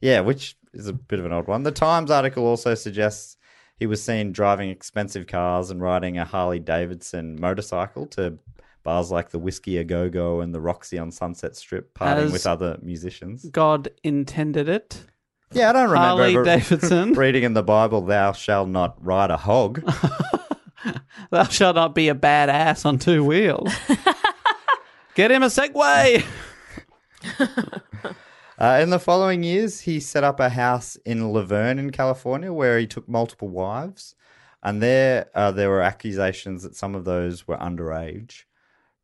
Speaker 1: yeah, which is a bit of an odd one. The Times article also suggests he was seen driving expensive cars and riding a Harley Davidson motorcycle to bars like the Whiskey A Go Go and the Roxy on Sunset Strip, partying
Speaker 6: As-
Speaker 1: with other musicians.
Speaker 6: God intended it.
Speaker 1: Yeah, I don't remember
Speaker 6: Harley
Speaker 1: ever
Speaker 6: Davidson.
Speaker 1: reading in the Bible, "Thou shalt not ride a hog."
Speaker 6: Thou shalt not be a badass on two wheels. Get him a Segway.
Speaker 1: Uh, in the following years, he set up a house in Laverne in California where he took multiple wives. And there, uh, there were accusations that some of those were underage.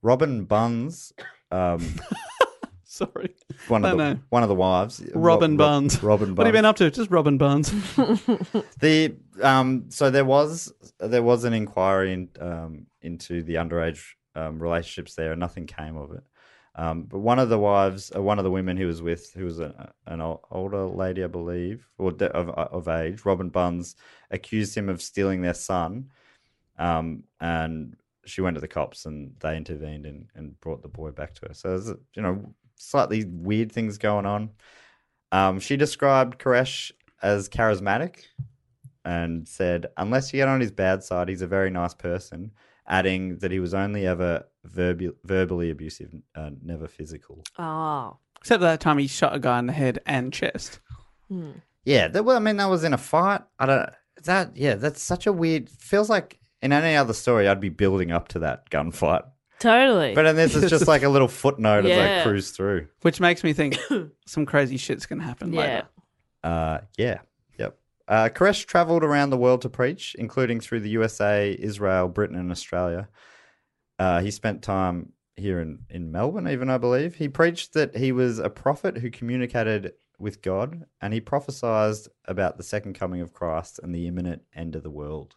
Speaker 1: Robin Buns, um,
Speaker 6: Sorry.
Speaker 1: one of
Speaker 6: I
Speaker 1: the
Speaker 6: know.
Speaker 1: one of the wives,
Speaker 6: Robin
Speaker 1: Ro- Ro-
Speaker 6: Buns.
Speaker 1: Robin Buns.
Speaker 6: What have you been up to? Just Robin Buns.
Speaker 1: The um, so there was there was an inquiry in, um, into the underage um, relationships there, and nothing came of it. Um, but one of the wives, uh, one of the women who was with, who was a, an ol- older lady, I believe, or de- of, of age, Robin Buns, accused him of stealing their son, um, and she went to the cops, and they intervened and, and brought the boy back to her. So there's you know slightly weird things going on. Um, she described Koresh as charismatic and said, unless you get on his bad side, he's a very nice person, adding that he was only ever verbi- verbally abusive, uh, never physical.
Speaker 7: oh.
Speaker 6: Except that time he shot a guy in the head and chest.
Speaker 1: Yeah, that, well, I mean, that was in a fight. I don't, that, yeah, that's such a weird, feels like in any other story, I'd be building up to that gunfight.
Speaker 7: Totally.
Speaker 1: But in this, it's just like a little footnote as I
Speaker 7: Yeah.
Speaker 1: cruise through.
Speaker 6: Which makes me think some crazy shit's going to happen
Speaker 7: Yeah.
Speaker 6: later.
Speaker 1: Uh, yeah. Yep. Uh, Koresh traveled around the world to preach, including through the USA, Israel, Britain, and Australia. Uh, he spent time here in, in Melbourne, even, I believe. He preached that he was a prophet who communicated with God, and he prophesied about the second coming of Christ and the imminent end of the world.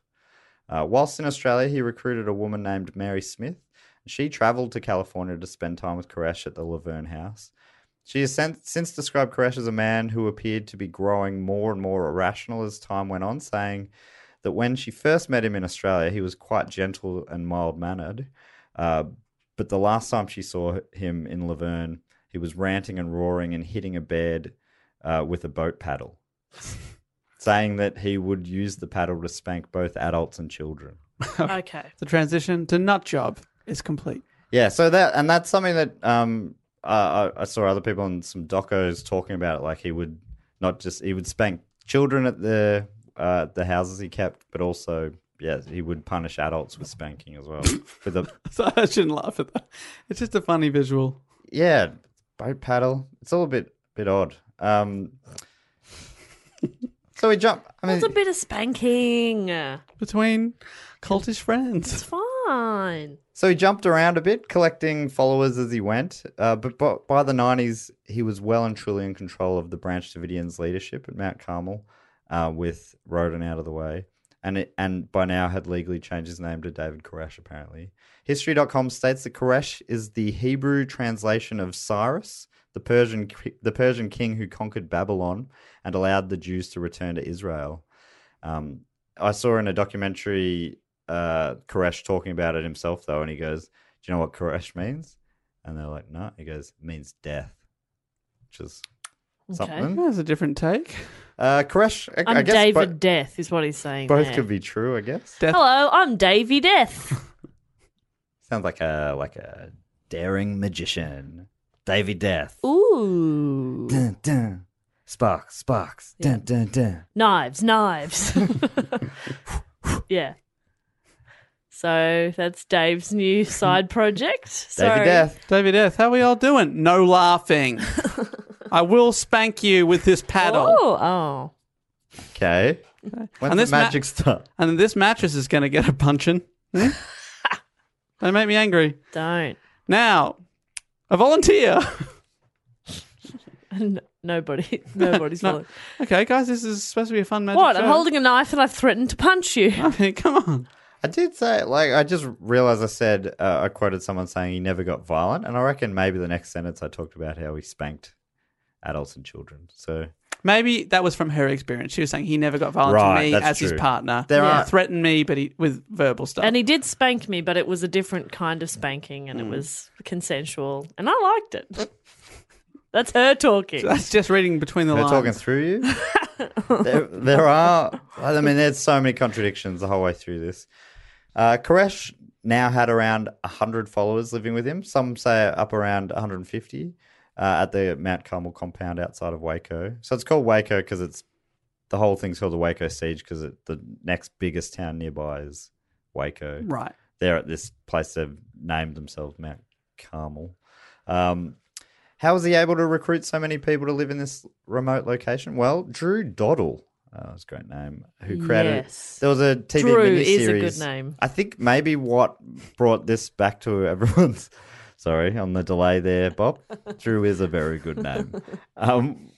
Speaker 1: Uh, whilst in Australia, he recruited a woman named Mary Smith. She traveled to California to spend time with Koresh at the Laverne House. She has sen- since described Koresh as a man who appeared to be growing more and more irrational as time went on, saying that when she first met him in Australia, he was quite gentle and mild mannered. Uh, but the last time she saw him in Laverne, he was ranting and roaring and hitting a bed uh, with a boat paddle, saying that he would use the paddle to spank both adults and children.
Speaker 7: Okay.
Speaker 6: The transition to nut job is complete.
Speaker 1: Yeah, so that and that's something that um uh, I, I saw other people in some docos talking about it. Like he would not just he would spank children at the uh, the houses he kept, but also yeah he would punish adults with spanking as well. with a
Speaker 6: So I shouldn't laugh at that. It's just a funny visual.
Speaker 1: yeah boat paddle. It's all a bit bit odd. Um, so we jump. I mean,
Speaker 7: It's a bit of spanking. It's
Speaker 6: Between cultish friends.
Speaker 7: fine.
Speaker 1: So he jumped around a bit, collecting followers as he went. Uh, but by, by the 90s, he was well and truly in control of the Branch Davidians' leadership at Mount Carmel, uh, with Roden out of the way. And, it, and by now had legally changed his name to David Koresh, apparently. History.com states that Koresh is the Hebrew translation of Cyrus, the Persian, the Persian king who conquered Babylon and allowed the Jews to return to Israel. Um, I saw in a documentary uh, Koresh talking about it himself, though, and he goes, Do you know what Koresh means? And they're like, No. He goes, It means death, which is something.
Speaker 6: That's a different take.
Speaker 1: Uh, Koresh, I, I
Speaker 7: I'm
Speaker 1: guess
Speaker 7: David
Speaker 1: bo-
Speaker 7: Death is what he's saying.
Speaker 1: both
Speaker 7: there.
Speaker 1: could be true, I guess.
Speaker 6: Death.
Speaker 7: Hello, I'm Davy Death.
Speaker 1: Sounds like a like a daring magician, Davy Death.
Speaker 7: Ooh.
Speaker 1: Dun, dun. Sparks, sparks. Dun, dun, dun.
Speaker 7: knives, knives. yeah. So that's Dave's new side project.
Speaker 1: Davy
Speaker 7: Sorry.
Speaker 1: Death.
Speaker 6: David F, how we all doing? No laughing. I will spank you with this paddle.
Speaker 7: Oh, oh.
Speaker 1: Okay. When's
Speaker 6: And
Speaker 1: the
Speaker 6: this ma-
Speaker 1: magic start?
Speaker 6: And then this mattress is going to get a punching. Hmm? they make me angry.
Speaker 7: Don't.
Speaker 6: Now, a volunteer.
Speaker 7: N- Nobody. Nobody's
Speaker 6: No.
Speaker 7: following.
Speaker 6: okay, guys, this is supposed to be a fun magic.
Speaker 7: What? I'm
Speaker 6: show.
Speaker 7: holding a knife and I've threatened to punch you.
Speaker 6: I mean, come on.
Speaker 1: I did say, like, I just realized I said, uh, I quoted someone saying he never got violent. And I reckon maybe the next sentence I talked about how he spanked adults and children. So
Speaker 6: Maybe that was from her experience. She was saying he never got violent
Speaker 1: Right,
Speaker 6: to me
Speaker 1: that's
Speaker 6: as his
Speaker 1: true.
Speaker 6: partner.
Speaker 1: There
Speaker 6: He
Speaker 1: are-
Speaker 6: threatened me, but he with verbal stuff.
Speaker 7: And he did spank me, but it was a different kind of spanking and it was consensual. And I liked it. That's her talking.
Speaker 6: that's just reading between the
Speaker 1: they're
Speaker 6: lines.
Speaker 1: talking through you. there, there are, I mean, there's so many contradictions the whole way through this. Uh, Koresh now had around 100 followers living with him. Some say up around 150 uh, at the Mount Carmel compound outside of Waco. So it's called Waco because it's the whole thing's called the Waco Siege because the next biggest town nearby is Waco.
Speaker 6: right.
Speaker 1: they're at this place they've named themselves Mount Carmel. Um, how was he able to recruit so many people to live in this remote location? Well, Drew Doddle, uh, that's a great name, who created.
Speaker 7: Yes.
Speaker 1: There was a TV
Speaker 7: Drew
Speaker 1: miniseries.
Speaker 7: is a good name.
Speaker 1: I think maybe what brought this back to everyone's. Sorry on the delay there, Bob. Drew is a very good name. Um,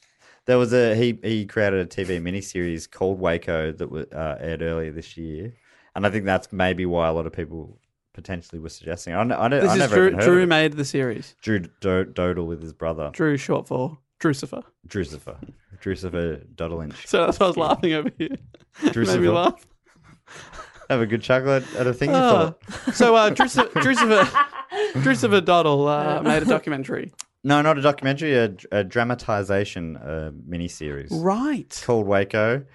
Speaker 1: there was a he he created a TV miniseries called Waco that was uh, aired earlier this year, and I think that's maybe why a lot of people potentially were suggesting. I, n- I, don't-
Speaker 6: This
Speaker 1: I
Speaker 6: is
Speaker 1: never
Speaker 6: Drew,
Speaker 1: even heard
Speaker 6: Drew
Speaker 1: of it.
Speaker 6: made the series.
Speaker 1: Drew Do- Dodle with his brother
Speaker 6: Drew, short for Drucifer.
Speaker 1: Drucifer, Drucifer Doddlinch.
Speaker 6: So that's why I was laughing over here. Made me
Speaker 1: Drucifer.
Speaker 6: laugh.
Speaker 1: Have a good chuckle at, at a thing you
Speaker 6: Oh.
Speaker 1: thought.
Speaker 6: So uh, Drucifer, Drucifer, Drucifer Doddle uh, made a documentary.
Speaker 1: No, not a documentary, a, a dramatization uh, miniseries
Speaker 6: Right.
Speaker 1: called Waco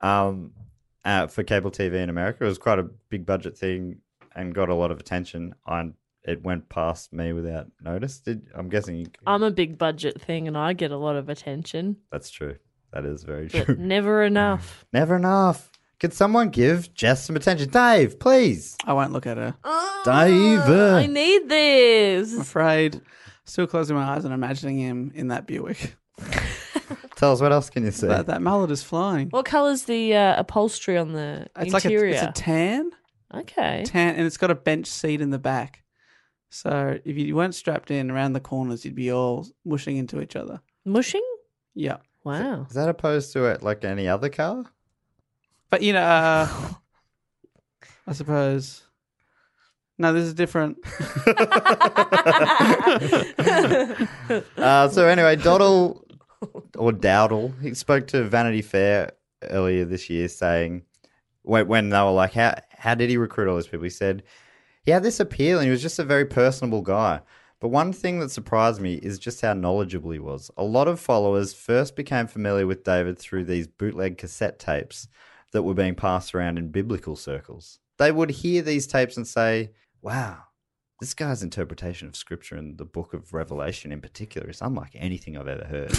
Speaker 1: um, uh, for cable TV in America. It was quite a big budget thing and got a lot of attention. I, it went past me without notice. Did, I'm guessing you,
Speaker 6: Uh.
Speaker 7: I'm a big budget thing and I get a lot of attention,
Speaker 1: that's true. That is very
Speaker 7: but
Speaker 1: true.
Speaker 7: never enough.
Speaker 1: Never enough. Could someone give Jess some attention? Dave, please.
Speaker 6: I won't look at her. I'm
Speaker 1: Dave.
Speaker 7: I need this.
Speaker 6: afraid. Still closing my eyes and imagining him in that Buick.
Speaker 1: Tell us what else can you see?
Speaker 6: That, that mullet is flying.
Speaker 7: What colour's the uh, upholstery on the
Speaker 6: It's like a,
Speaker 7: interior?
Speaker 6: it's a tan,
Speaker 7: okay.
Speaker 6: tan, and it's got a bench seat in the back. So if you weren't strapped in around the corners, you'd be all mushing into each other.
Speaker 7: Mushing?
Speaker 6: Yeah.
Speaker 7: Wow.
Speaker 1: Is that opposed to it like any other car?
Speaker 6: But you know, uh, I suppose. No, this is different.
Speaker 1: Uh, so anyway, Doddle or Dowdle, he spoke to Vanity Fair earlier this year, saying when, when they were like, "How how did he recruit all these people?" He said, "He had this appeal, and he was just a very personable guy." But one thing that surprised me is just how knowledgeable he was. A lot of followers first became familiar with David through these bootleg cassette tapes that were being passed around in biblical circles. They would hear these tapes and say, "Wow, this guy's interpretation of scripture and the book of Revelation in particular is unlike anything I've ever heard.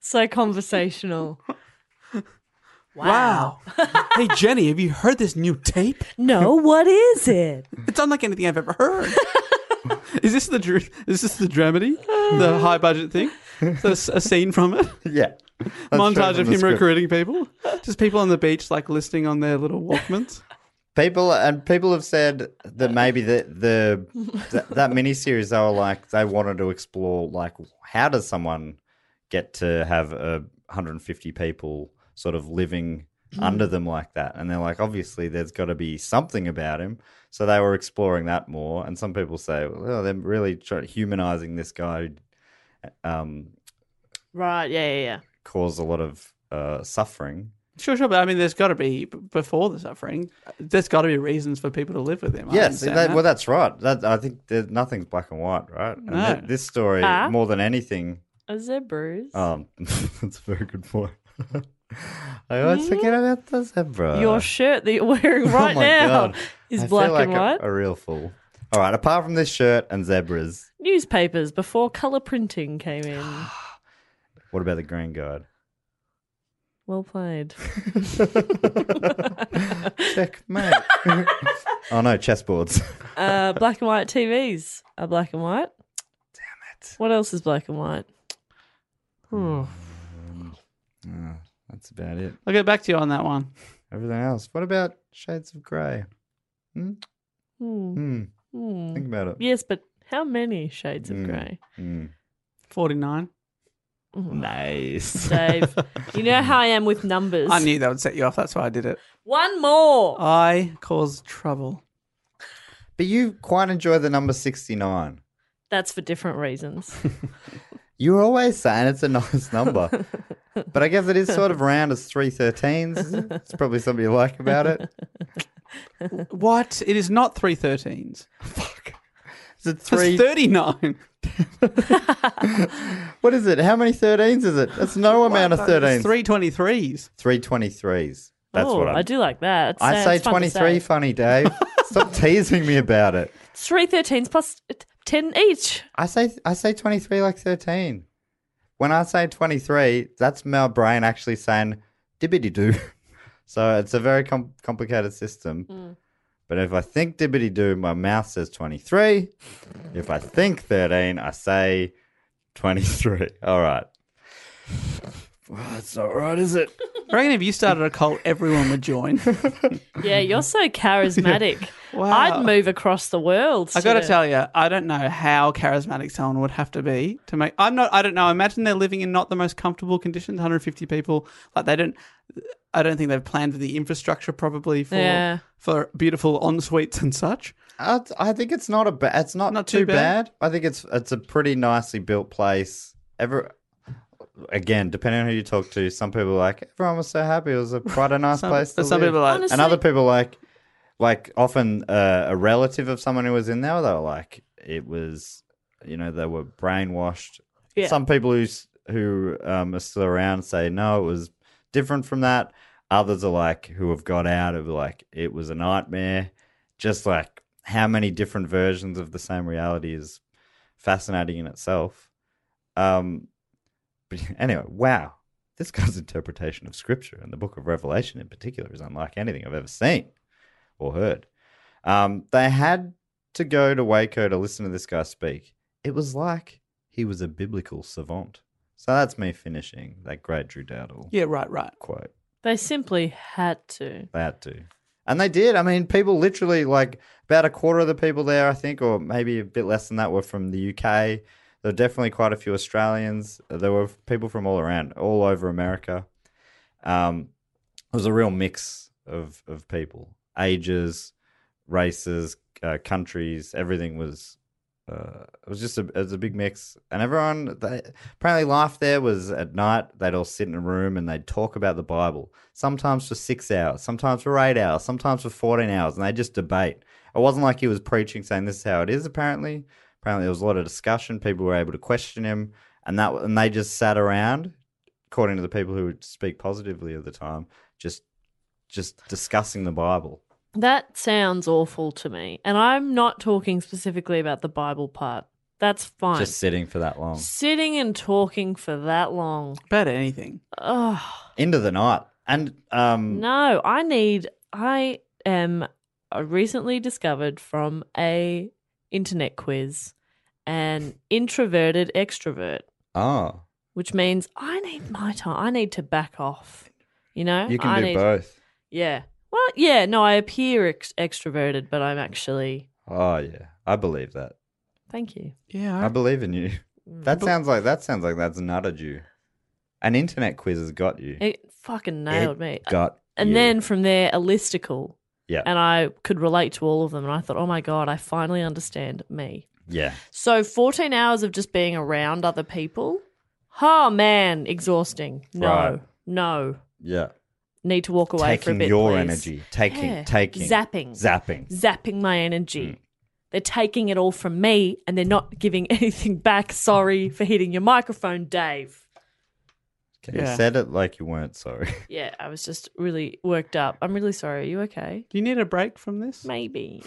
Speaker 7: So conversational.
Speaker 6: Wow. hey Jenny, have you heard this new tape?
Speaker 7: no, what is it?
Speaker 6: It's unlike anything I've ever heard. is this the dr- is this the dramedy, the high budget thing? So it's a scene from it,
Speaker 1: yeah.
Speaker 6: montage of him
Speaker 1: humor.
Speaker 6: recruiting people, just people on the beach like listening on their little Walkmans.
Speaker 1: People and people have said that maybe the the that, that miniseries they were like they wanted to explore like how does someone get to have a 150 people sort of living under them like that and they're like obviously there's got to be something about him so they were exploring that more and some people say well they're really try- humanizing this guy who um,
Speaker 7: Right, yeah, yeah, yeah.
Speaker 1: caused a lot of uh, suffering
Speaker 6: Sure, sure, but I mean, there's got to be b- before the suffering. There's got to be reasons for people to live with him. I
Speaker 1: Yes,
Speaker 6: understand
Speaker 1: that-
Speaker 6: that.
Speaker 1: well, that's right. That, I think that nothing's black and white, right? And
Speaker 6: No.
Speaker 1: thi- this story,
Speaker 7: Ah.
Speaker 1: more than anything,
Speaker 7: Is there bruise?
Speaker 1: um, that's a very good point. I always forget about the zebra.
Speaker 7: Hmm? Your shirt that you're wearing right
Speaker 1: oh my
Speaker 7: now
Speaker 1: God.
Speaker 7: is
Speaker 1: I feel
Speaker 7: black
Speaker 1: like
Speaker 7: and
Speaker 1: a-
Speaker 7: white.
Speaker 1: A, real fool. All right, apart from this shirt and zebras,
Speaker 7: Newspapers before colour printing came in.
Speaker 1: what about the green guide?
Speaker 7: Well played.
Speaker 1: Checkmate. oh no, chessboards.
Speaker 7: Uh, black and white TVs are black and white. Damn it. What else is black and white?
Speaker 1: that's about it.
Speaker 6: I'll get back to you on that one.
Speaker 1: Everything else. What about shades of grey?
Speaker 7: Hmm.
Speaker 1: Hmm.
Speaker 7: Hmm.
Speaker 1: Think about it.
Speaker 7: Yes, but how many shades of grey?
Speaker 1: Hmm.
Speaker 6: Forty nine.
Speaker 1: Nice.
Speaker 7: Dave, you know how I am with numbers.
Speaker 6: I knew that would set you off. That's why I did it.
Speaker 7: One more.
Speaker 6: I cause trouble.
Speaker 1: But you quite enjoy the number 69.
Speaker 7: That's for different reasons.
Speaker 1: You're always saying it's a nice number. but I guess it is sort of round as 313s. isn't it? It's probably something you like about it.
Speaker 6: What? It is not three thirteens. Fuck.
Speaker 1: Is it three?
Speaker 6: It's thirty nine.
Speaker 1: what is it? How many 13s is it? That's no amount of 13s.
Speaker 6: Three twenty threes.
Speaker 1: 323s. That's
Speaker 7: oh,
Speaker 1: what I'm,
Speaker 7: I do like that. It's,
Speaker 1: I
Speaker 7: uh,
Speaker 1: say
Speaker 7: it's fun to
Speaker 1: 23 funny, Dave. Stop teasing me about it.
Speaker 7: It's three thirteens plus ten each.
Speaker 1: I say I say 23 like 13. When I say 23, that's my brain actually saying dibbity doo. So it's a very com- complicated system.
Speaker 6: Hmm.
Speaker 1: But if I think dibbity doo, my mouth says 23. If I think 13, I say 23. All right. Well, that's not right, is it?
Speaker 6: I reckon if you started a cult, everyone would join.
Speaker 7: Yeah, you're so charismatic.
Speaker 6: Wow.
Speaker 7: I'd move across the world.
Speaker 6: I got to
Speaker 7: to-
Speaker 6: tell you, I don't know how charismatic someone would have to be to make. I'm not. I don't know. I imagine they're living in not the most comfortable conditions. 150 people. Like they don't. I don't think they've planned for the infrastructure probably for
Speaker 7: Yeah.
Speaker 6: for beautiful en suites and such.
Speaker 1: I, I think it's not a ba- it's not,
Speaker 6: Not
Speaker 1: too,
Speaker 6: too
Speaker 1: bad.
Speaker 6: bad.
Speaker 1: I think it's it's a pretty nicely built place. Ever again, depending on who you talk to, some people are like everyone was so happy. It was a quite a nice
Speaker 6: Some,
Speaker 1: place. To
Speaker 6: some
Speaker 1: live.
Speaker 6: people are like.
Speaker 7: Honest-
Speaker 1: and other people like like often uh, a relative of someone who was in there. They were like it was you know they were brainwashed.
Speaker 7: Yeah.
Speaker 1: Some people who s- who um, are still around say no, it was different from that. Others are like who have got out of like it was a nightmare. Just like how many different versions of the same reality is fascinating in itself. Um, but anyway, wow. This guy's interpretation of scripture and the book of Revelation in particular is unlike anything I've ever seen or heard. Um, they had to go to Waco to listen to this guy speak. It was like he was a biblical savant. So that's me finishing that great Drew Dowdle
Speaker 6: yeah. Right. Right.
Speaker 1: quote.
Speaker 7: They simply had to.
Speaker 1: They had to. And they did. I mean, people literally, like, about a quarter of the people there, I think, or maybe a bit less than that, were from the UK. There There were definitely quite a few Australians. There were people from all around, all over America. Um, it was a real mix of of people, ages, races, uh, countries. Everything was. Uh, it was just a it was a big mix, and everyone they, apparently life there was at night. They'd all sit in a room and they'd talk about the Bible. Sometimes for six hours, sometimes for eight hours, sometimes for fourteen hours, and they just debate. It wasn't like he was preaching saying this is how it is. Apparently, apparently there was a lot of discussion. People were able to question him, and that and they just sat around, according to the people who would speak positively at the time, just just discussing the Bible.
Speaker 7: That sounds awful to me. And I'm not talking specifically about the Bible part. That's fine.
Speaker 1: Just sitting for that long.
Speaker 7: Sitting and talking for that long.
Speaker 6: About anything.
Speaker 7: Oh,
Speaker 1: Into the night. And um
Speaker 7: no. I need, I am uh, recently discovered from a internet quiz an introverted extrovert,
Speaker 1: oh,
Speaker 7: which means I need my time. I need to back off. You know?
Speaker 1: you can
Speaker 7: I
Speaker 1: do
Speaker 7: need-
Speaker 1: both.
Speaker 7: Yeah. Well, yeah, no, I appear ex- extroverted, but I'm actually.
Speaker 1: Oh yeah. I believe that.
Speaker 7: Thank you.
Speaker 6: Yeah.
Speaker 1: I believe in you.
Speaker 7: Mm.
Speaker 1: That sounds like that sounds like that's nutted you. An internet quiz has got you.
Speaker 7: It fucking nailed
Speaker 1: It
Speaker 7: me.
Speaker 1: Got
Speaker 7: and
Speaker 1: you.
Speaker 7: then from there, a listicle.
Speaker 1: yeah,
Speaker 7: And I could relate to all of them. And I thought, oh my God, I finally understand me.
Speaker 1: yeah.
Speaker 7: So 14 hours of just being around other people. Oh man, exhausting. No,
Speaker 1: Right.
Speaker 7: no.
Speaker 1: Yeah.
Speaker 7: Need to walk away for a
Speaker 1: taking
Speaker 7: bit.
Speaker 1: your
Speaker 7: please.
Speaker 1: energy, taking,
Speaker 7: Yeah.
Speaker 1: taking, Mm.
Speaker 7: Zapping.
Speaker 1: zapping.
Speaker 7: Zapping my energy. They're taking it all from me and they're not giving anything back. Sorry for hitting your microphone, Dave.
Speaker 1: You
Speaker 6: Yeah.
Speaker 1: said it like you weren't sorry.
Speaker 7: Yeah, I was just really worked up. I'm really sorry. Are you okay?
Speaker 6: Do you need a break from this?
Speaker 7: Maybe.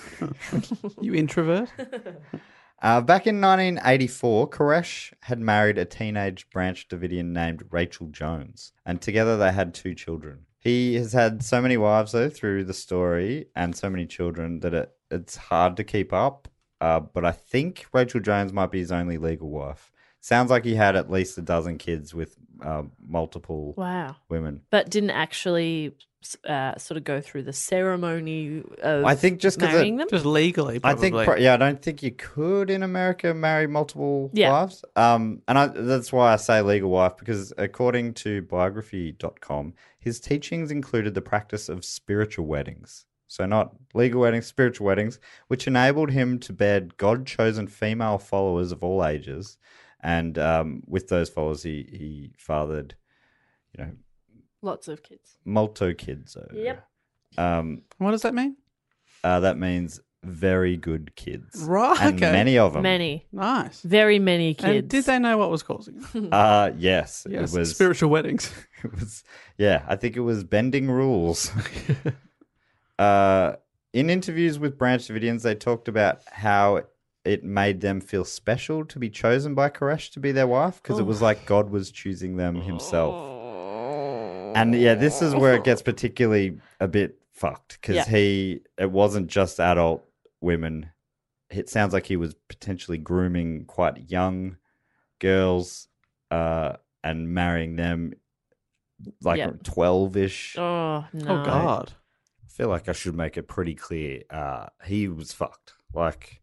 Speaker 6: You introvert.
Speaker 1: Uh, back in 1984, Koresh had married a teenage Branch Davidian named Rachel Jones, and together they had two children. He has had so many wives, though, through the story and so many children that it, it's hard to keep up. Uh, but I think Rachel Jones might be his only legal wife. Sounds like he had at least a dozen kids with uh, multiple
Speaker 7: Wow.
Speaker 1: women.
Speaker 7: but didn't actually uh, sort of go through the ceremony of
Speaker 1: I think just because
Speaker 7: marrying them.
Speaker 6: Just legally,
Speaker 1: I
Speaker 6: probably.
Speaker 1: think, pro- yeah, I don't think you could in America marry multiple
Speaker 7: Yeah.
Speaker 1: wives. Um, and I, that's why I say legal wife, because according to biography.com, his teachings included the practice of spiritual weddings. So, not legal weddings, spiritual weddings, which enabled him to bed God chosen female followers of all ages. And um, with those followers, he, he fathered, you know,
Speaker 7: Lots of kids.
Speaker 1: multo kids.
Speaker 7: Yep.
Speaker 1: Um,
Speaker 6: What does that mean?
Speaker 1: uh, that means very good kids.
Speaker 6: Right,
Speaker 1: And
Speaker 6: okay.
Speaker 1: many of them.
Speaker 7: Many,
Speaker 6: Nice.
Speaker 7: very many kids.
Speaker 6: And did they know what was causing it?
Speaker 1: Uh yes,
Speaker 6: Yes,
Speaker 1: it was
Speaker 6: spiritual weddings.
Speaker 1: It was yeah, I think it was bending rules. uh in interviews with Branch Davidians, they talked about how it made them feel special to be chosen by Koresh to be their wife because it was like God was choosing them
Speaker 7: Oh.
Speaker 1: himself. And yeah, this is where it gets particularly a bit fucked because
Speaker 7: Yeah.
Speaker 1: he it wasn't just adult women. It sounds like he was potentially grooming quite young girls uh, and marrying them like
Speaker 7: Yeah.
Speaker 1: 12 ish. I
Speaker 7: Oh no!
Speaker 6: Oh God.
Speaker 1: feel like I should make it pretty clear. Uh, he was fucked. Like,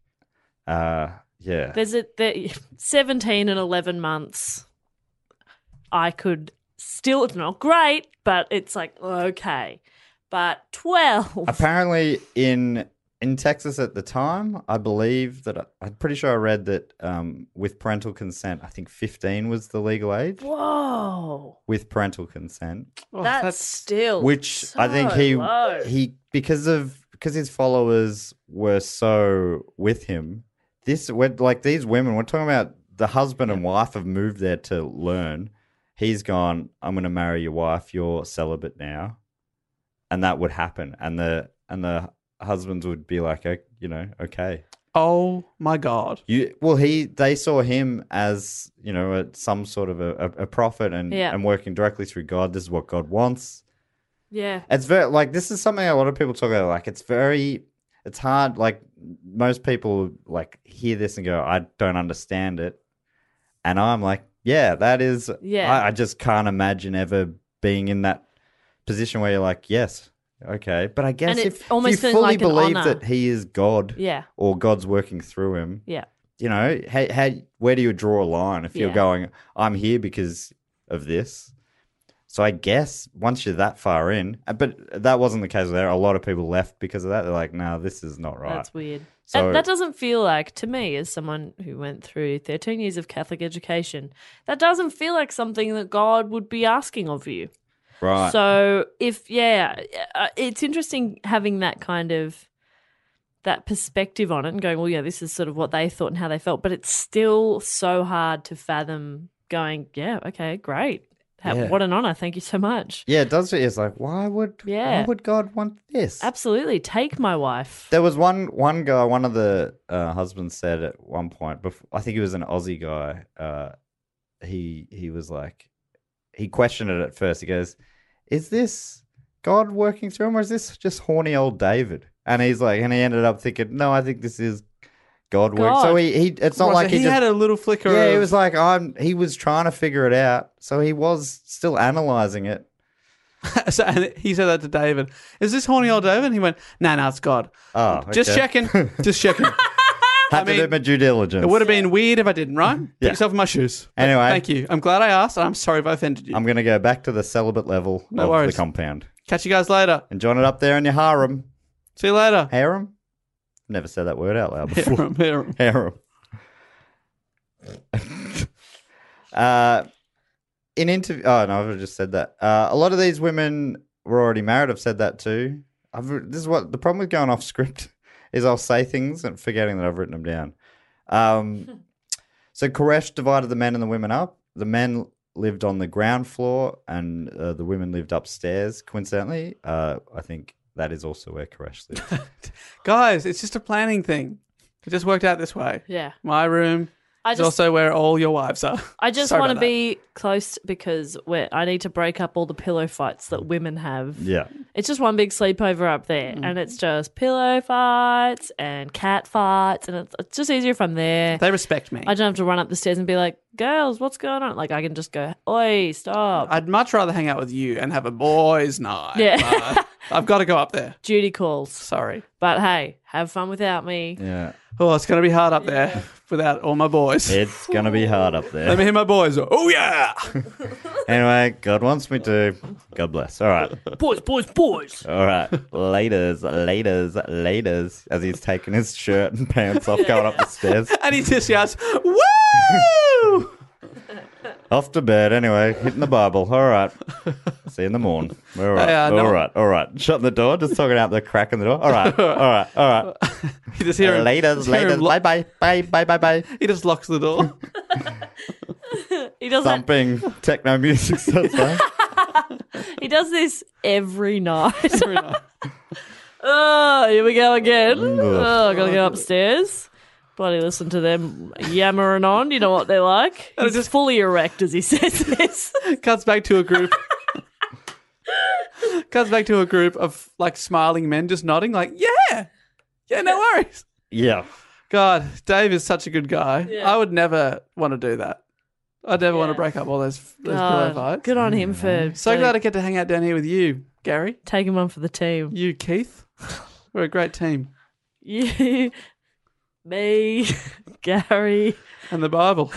Speaker 1: uh, yeah.
Speaker 7: There's a there, seventeen and eleven months. I could still. It's not great, but it's like okay. But twelve.
Speaker 1: Apparently, in in Texas at the time, I believe that I, I'm pretty sure I read that um, with parental consent, I think 15 was the legal age.
Speaker 7: Whoa!
Speaker 1: With parental consent,
Speaker 6: Oh,
Speaker 7: that's, still
Speaker 1: which I think
Speaker 7: so
Speaker 1: he
Speaker 7: low.
Speaker 1: he because of because his followers were so with him. This we're, like these women. We're talking about the husband and wife have moved there to learn. He's gone. I'm going to marry your wife. You're celibate now, and that would happen. And the and the husbands would be like, "Ok- you know, okay.
Speaker 6: Oh my God.
Speaker 1: You well, he they saw him as you know a, some sort of a, a, a prophet and
Speaker 7: Yeah.
Speaker 1: and working directly through God. This is what God wants.
Speaker 7: yeah.
Speaker 1: It's very like this is something a lot of people talk about. Like it's very, it's hard. Like most people like hear this and go, I don't understand it, and I'm like, yeah, that is.
Speaker 7: Yeah.
Speaker 1: I, I just can't imagine ever being in that position where you're like, yes, okay, but I guess
Speaker 7: it
Speaker 1: if
Speaker 7: almost
Speaker 1: you
Speaker 7: feeling
Speaker 1: fully
Speaker 7: like an
Speaker 1: believe
Speaker 7: honor.
Speaker 1: that he is God,
Speaker 7: Yeah.
Speaker 1: or God's working through him,
Speaker 7: Yeah.
Speaker 1: you know, how, how, where do you draw a line if you're
Speaker 7: Yeah.
Speaker 1: going, I'm here because of this? So I guess once you're that far in, uh, but that wasn't the case there. A lot of people left because of that. They're like, no, this is not right.
Speaker 7: That's weird.
Speaker 1: So-
Speaker 7: that, that doesn't feel like, to me, as someone who went through 13 years of Catholic education, that doesn't feel like something that God would be asking of you.
Speaker 1: Right.
Speaker 7: So, if, yeah, uh, it's interesting having that kind of that perspective on it and going, well, yeah, this is sort of what they thought and how they felt, but it's still so hard to fathom going, yeah, okay, great. Ha-
Speaker 1: Yeah.
Speaker 7: What an honor. Thank you so much.
Speaker 1: yeah, it does. It's like, why would,
Speaker 7: Yeah.
Speaker 1: why would God want this?
Speaker 7: Absolutely. Take my wife.
Speaker 1: There was one one guy, one of the uh, husbands said at one point. Before, I think he was an Aussie guy. Uh, he he was like, he questioned it at first. He goes, "Is this God working through him, or is this just horny old David?" And he's like, and he ended up thinking, "No, I think this is God, working." So
Speaker 7: God.
Speaker 1: he, he it's not
Speaker 6: Right, so
Speaker 1: like
Speaker 6: he,
Speaker 1: he, just,
Speaker 6: had a little flicker.
Speaker 1: yeah,
Speaker 6: of,
Speaker 1: he was like, I'm. He was trying to figure it out, so he was still analyzing it.
Speaker 6: so, and he said that to David. Is this horny old David? And he went, No, no, it's God.
Speaker 1: Oh,
Speaker 6: Just
Speaker 1: okay.
Speaker 6: checking. Just checking.
Speaker 1: Had to
Speaker 6: mean,
Speaker 1: do my due diligence.
Speaker 6: it would have been weird if I didn't, right? Put
Speaker 1: Yeah.
Speaker 6: yourself in my shoes. But
Speaker 1: Anyway.
Speaker 6: Thank you. I'm glad I asked, and I'm sorry if I offended you.
Speaker 1: I'm going to go back to the celibate level
Speaker 6: No
Speaker 1: of
Speaker 6: worries.
Speaker 1: the compound.
Speaker 6: Catch you guys later.
Speaker 1: and join it up there in your harem.
Speaker 6: See you later.
Speaker 1: Harem? Never said that word out loud before.
Speaker 6: Hiram, Hiram.
Speaker 1: harem. uh, in interview, oh no, I've just said that. Uh, a lot of these women were already married. I've said that too. I've, this is what the problem with going off script is. I'll say things and forgetting that I've written them down. Um, so Koresh divided the men and the women up. The men lived on the ground floor, and uh, the women lived upstairs. Coincidentally, uh, I think that is also where Koresh lived.
Speaker 6: Guys, it's just a planning thing. It just worked out this way.
Speaker 7: Yeah.
Speaker 6: My room
Speaker 7: I
Speaker 6: is
Speaker 7: just
Speaker 6: also where all your wives are.
Speaker 7: I just
Speaker 6: Sorry
Speaker 7: want to
Speaker 6: about that.
Speaker 7: be close because we're, I need to break up all the pillow fights that women have.
Speaker 1: yeah.
Speaker 7: It's just one big sleepover up there,
Speaker 6: Mm.
Speaker 7: and it's just pillow fights and cat fights, and it's, it's just easier if I'm there.
Speaker 6: They respect me.
Speaker 7: I don't have to run up the stairs and be like, "Girls, what's going on?" Like I can just go, "Oi, stop!"
Speaker 6: I'd much rather hang out with you and have a boys' night.
Speaker 7: Yeah.
Speaker 6: but I've got to go up there.
Speaker 7: Duty calls.
Speaker 6: Sorry.
Speaker 7: But hey, have fun without me.
Speaker 1: Yeah.
Speaker 6: Oh, it's going to be hard up there without all my boys.
Speaker 1: It's going to be hard up there.
Speaker 6: Let me hear my boys. Oh, yeah.
Speaker 1: Anyway, God wants me to. God bless. All right.
Speaker 5: Boys, boys, boys.
Speaker 1: All right. Laters, laters, laters. As he's taking his shirt and pants off, going up the stairs.
Speaker 6: and he just yells, woo!
Speaker 1: Off to bed, anyway. Hitting the Bible. All right. See you in the morning. All right.
Speaker 6: uh, no-
Speaker 1: all right. All right. Shutting the door. Just talking out the crack in the door. All right. All right. All right.
Speaker 6: You just hear him.
Speaker 1: Laters,
Speaker 6: just hear
Speaker 1: laters.
Speaker 6: him lo-
Speaker 1: Bye bye. Bye bye bye bye.
Speaker 6: He just locks the door.
Speaker 7: He does that,
Speaker 1: Thumping techno music. That's right.
Speaker 7: He does this every night. Oh, here we go again. Oh, gotta go upstairs. Bloody listen to them yammering on. You know what they're like. He's just fully erect as he says this.
Speaker 6: Cuts back to a group. Cuts back to a group of like smiling men just nodding, like, yeah, yeah, no worries.
Speaker 1: Yeah.
Speaker 6: God, Dave is such a good guy. I would never want to do that. I'd never want to break up all those, those pillow
Speaker 7: God,
Speaker 6: fights.
Speaker 7: Oh, good on him for
Speaker 6: So glad I
Speaker 7: I
Speaker 6: get to hang out down here with you, Gary.
Speaker 7: take him on for the team.
Speaker 6: You, Keith. We're a great team.
Speaker 7: You, me, Gary.
Speaker 6: And the Bible.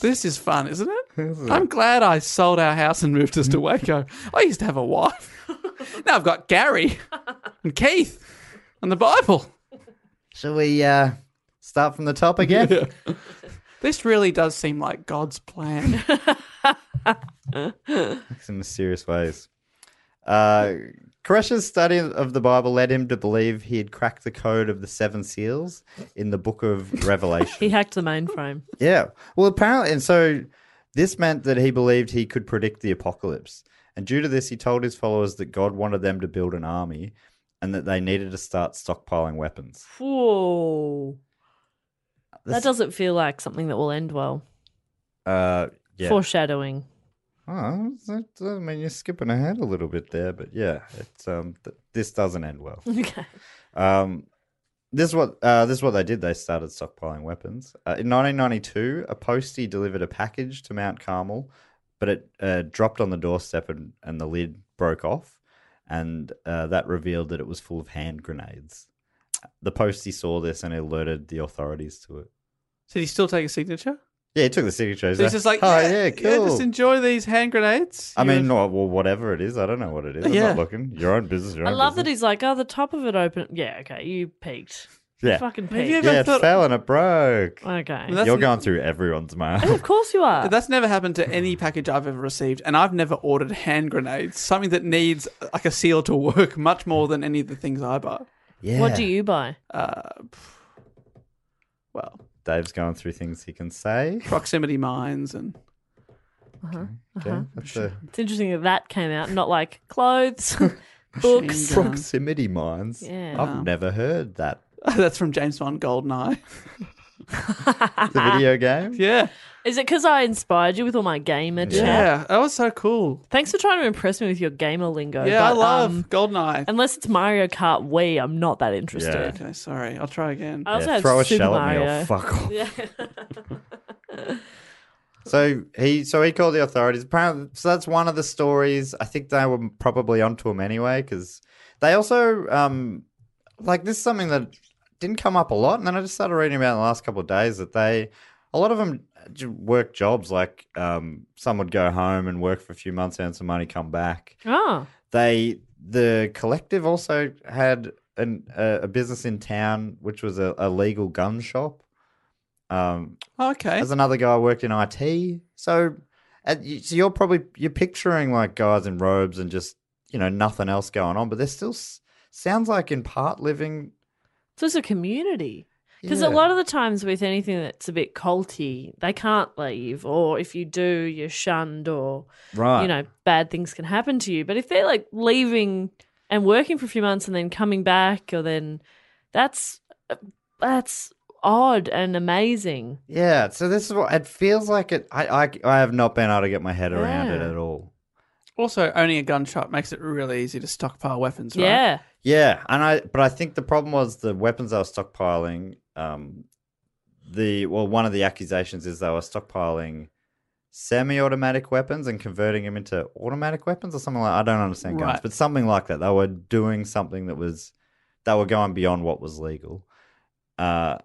Speaker 6: this is fun, isn't it? I'm glad I sold our house and moved us to Waco. I used to have a wife. now I've got Gary and Keith and the Bible.
Speaker 1: Shall we uh, start from the top again?
Speaker 6: This really does seem like God's plan.
Speaker 1: in mysterious ways. Uh, Koresh's study of the Bible led him to believe he had cracked the code of the seven seals in the book of
Speaker 7: He
Speaker 1: Revelation.
Speaker 7: hacked the mainframe.
Speaker 1: yeah. Well, apparently, and so this meant that he believed he could predict the apocalypse. And due to this, he told his followers that God wanted them to build an army and that they needed to start stockpiling weapons.
Speaker 7: Whoa.
Speaker 1: This-
Speaker 7: That doesn't feel like something that will end well.
Speaker 1: Uh, yeah.
Speaker 7: Foreshadowing.
Speaker 1: Oh, that- I mean, you're skipping ahead a little bit there, but yeah, it's um, th- this doesn't end well.
Speaker 7: Okay.
Speaker 1: Um, this is what uh, this is what they did. They started stockpiling weapons. Uh, in 1992, a postie delivered a package to Mount Carmel, but it uh, dropped on the doorstep and, and the lid broke off, and uh, that revealed that it was full of hand grenades. The postie saw this and alerted the authorities to it.
Speaker 6: Did he still take a signature?
Speaker 1: Yeah, he took the signatures.
Speaker 6: So he's just like,
Speaker 1: oh
Speaker 6: yeah,
Speaker 1: yeah, cool.
Speaker 6: just enjoy these hand grenades.
Speaker 1: I
Speaker 6: You're-
Speaker 1: mean, no, well, whatever it is, I don't know what it is. I'm
Speaker 6: Yeah.
Speaker 1: not looking. Your own business. Your
Speaker 7: I
Speaker 1: own
Speaker 7: love that
Speaker 1: business.
Speaker 7: he's like, oh, the top of it open. Yeah, okay, you peaked.
Speaker 1: Yeah.
Speaker 7: Fucking
Speaker 6: Have
Speaker 7: peaked.
Speaker 6: you ever
Speaker 1: Yeah, it
Speaker 6: thought-
Speaker 1: fell and it broke.
Speaker 7: Okay.
Speaker 6: Well, that's
Speaker 1: You're
Speaker 6: n-
Speaker 1: going through everyone's mail.
Speaker 7: Oh, of course you are.
Speaker 6: That's never happened to any package I've ever received, and I've never ordered hand grenades. Something that needs uh, like a seal to work much more than any of the things I buy.
Speaker 1: yeah.
Speaker 7: What do you buy?
Speaker 6: Well,
Speaker 1: Dave's going through things he can say.
Speaker 6: proximity mines and
Speaker 1: Okay, that's a
Speaker 7: It's interesting that that came out, not like clothes, books.
Speaker 6: Machine gun.
Speaker 1: proximity mines.
Speaker 7: Yeah.
Speaker 1: I've never heard that.
Speaker 6: that's from James Bond Goldeneye.
Speaker 1: The video game.
Speaker 6: Yeah,
Speaker 7: Is it because I inspired you with all my gamer
Speaker 6: yeah,
Speaker 7: chat?
Speaker 6: that was so cool.
Speaker 7: Thanks for trying to impress me with your gamer lingo.
Speaker 6: Yeah, I
Speaker 7: but,
Speaker 6: love
Speaker 7: um,
Speaker 6: Goldeneye.
Speaker 7: unless it's Mario Kart Wii, I'm not that interested.
Speaker 6: okay, sorry, I'll try again.
Speaker 7: I also
Speaker 1: Yeah,
Speaker 7: had
Speaker 1: throw a
Speaker 7: Super
Speaker 1: shell
Speaker 7: Mario.
Speaker 1: at me or fuck off.
Speaker 7: Yeah.
Speaker 1: So he so he called the authorities. Apparently, so that's one of the stories. I think they were probably onto him anyway because they also um like this is something that didn't come up a lot, and then I just started reading about it in the last couple of days that they a lot of them j- work jobs like um some would go home and work for a few months, earn some money, come back.
Speaker 7: oh,
Speaker 1: They the collective also had an a, a business in town which was a, a legal gun shop. Um,
Speaker 6: Okay,
Speaker 7: Eh?
Speaker 1: as another guy worked in IT. So, and you- so you're probably you're picturing like guys in robes and just you know nothing else going on, but they're still s- sounds like in part living.
Speaker 7: so it's a community. Because
Speaker 1: Yeah.
Speaker 7: a lot of the times with anything that's a bit culty, they can't leave, or if you do, you're shunned, or
Speaker 1: Right.
Speaker 7: you know, bad things can happen to you. But if they're like leaving and working for a few months and then coming back, or then that's that's odd and amazing.
Speaker 1: Yeah. So this is what it feels like. It I I, I have not been able to get my head around it
Speaker 7: Yeah.
Speaker 1: at all.
Speaker 6: also owning a gun shop makes it really easy to stockpile weapons. Right?
Speaker 7: Yeah,
Speaker 1: Yeah, and I but I think the problem was the weapons they were stockpiling. Um, the well, one of the accusations is they were stockpiling semi-automatic weapons and converting them into automatic weapons or something like. I don't understand guns,
Speaker 6: Right.
Speaker 1: but something like that. They were doing something that was they were going beyond what was legal. Uh,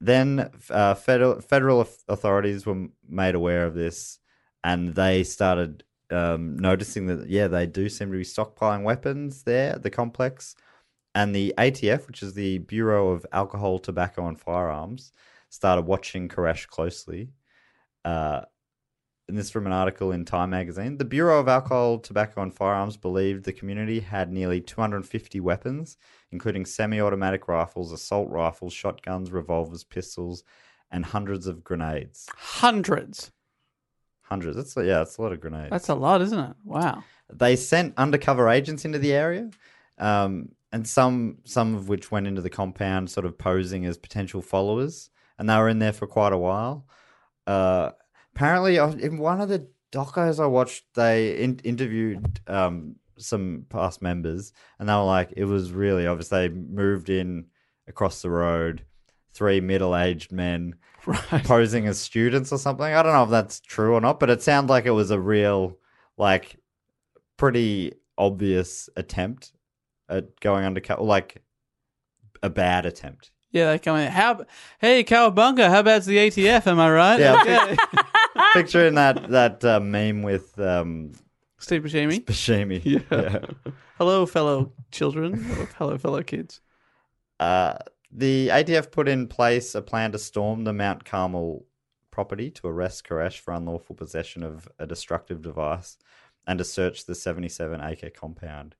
Speaker 1: then uh, federal federal au- authorities were made aware of this, and they started um, noticing that yeah, they do seem to be stockpiling weapons there at the complex, and the ATF, which is the Bureau of Alcohol, Tobacco, and Firearms, started watching Koresh closely. Uh, and this is from an article in Time magazine. The Bureau of Alcohol, Tobacco and Firearms believed the community had nearly 250 weapons, including semi automatic rifles, assault rifles, shotguns, revolvers, pistols, and hundreds of grenades.
Speaker 6: hundreds.
Speaker 1: Hundreds. That's yeah, that's a lot of grenades.
Speaker 6: That's a lot, isn't it? Wow.
Speaker 1: they sent undercover agents into the area, um, and some some of which went into the compound, sort of posing as potential followers, and they were in there for quite a while. Uh, apparently, I- in one of the docos I watched, they in- interviewed um, some past members, and they were like, it was really obvious. They moved in across the road, three middle aged men posing as students or something. I don't know if that's true or not, but it sounded like it was a real, like, pretty obvious attempt at going undercover, like a bad attempt.
Speaker 6: Yeah, they come in. How? Hey, Cowabunga, how bad's the ATF? Am I right?
Speaker 1: Yeah.
Speaker 6: Okay.
Speaker 1: Picturing that that uh, meme with um,
Speaker 6: Steve Buscemi.
Speaker 1: Bashimi.
Speaker 6: Yeah. Hello, fellow children. Hello, fellow kids.
Speaker 1: Uh, the ATF put in place a plan to storm the Mount Carmel property to arrest Koresh for unlawful possession of a destructive device and to search the 77 acre compound.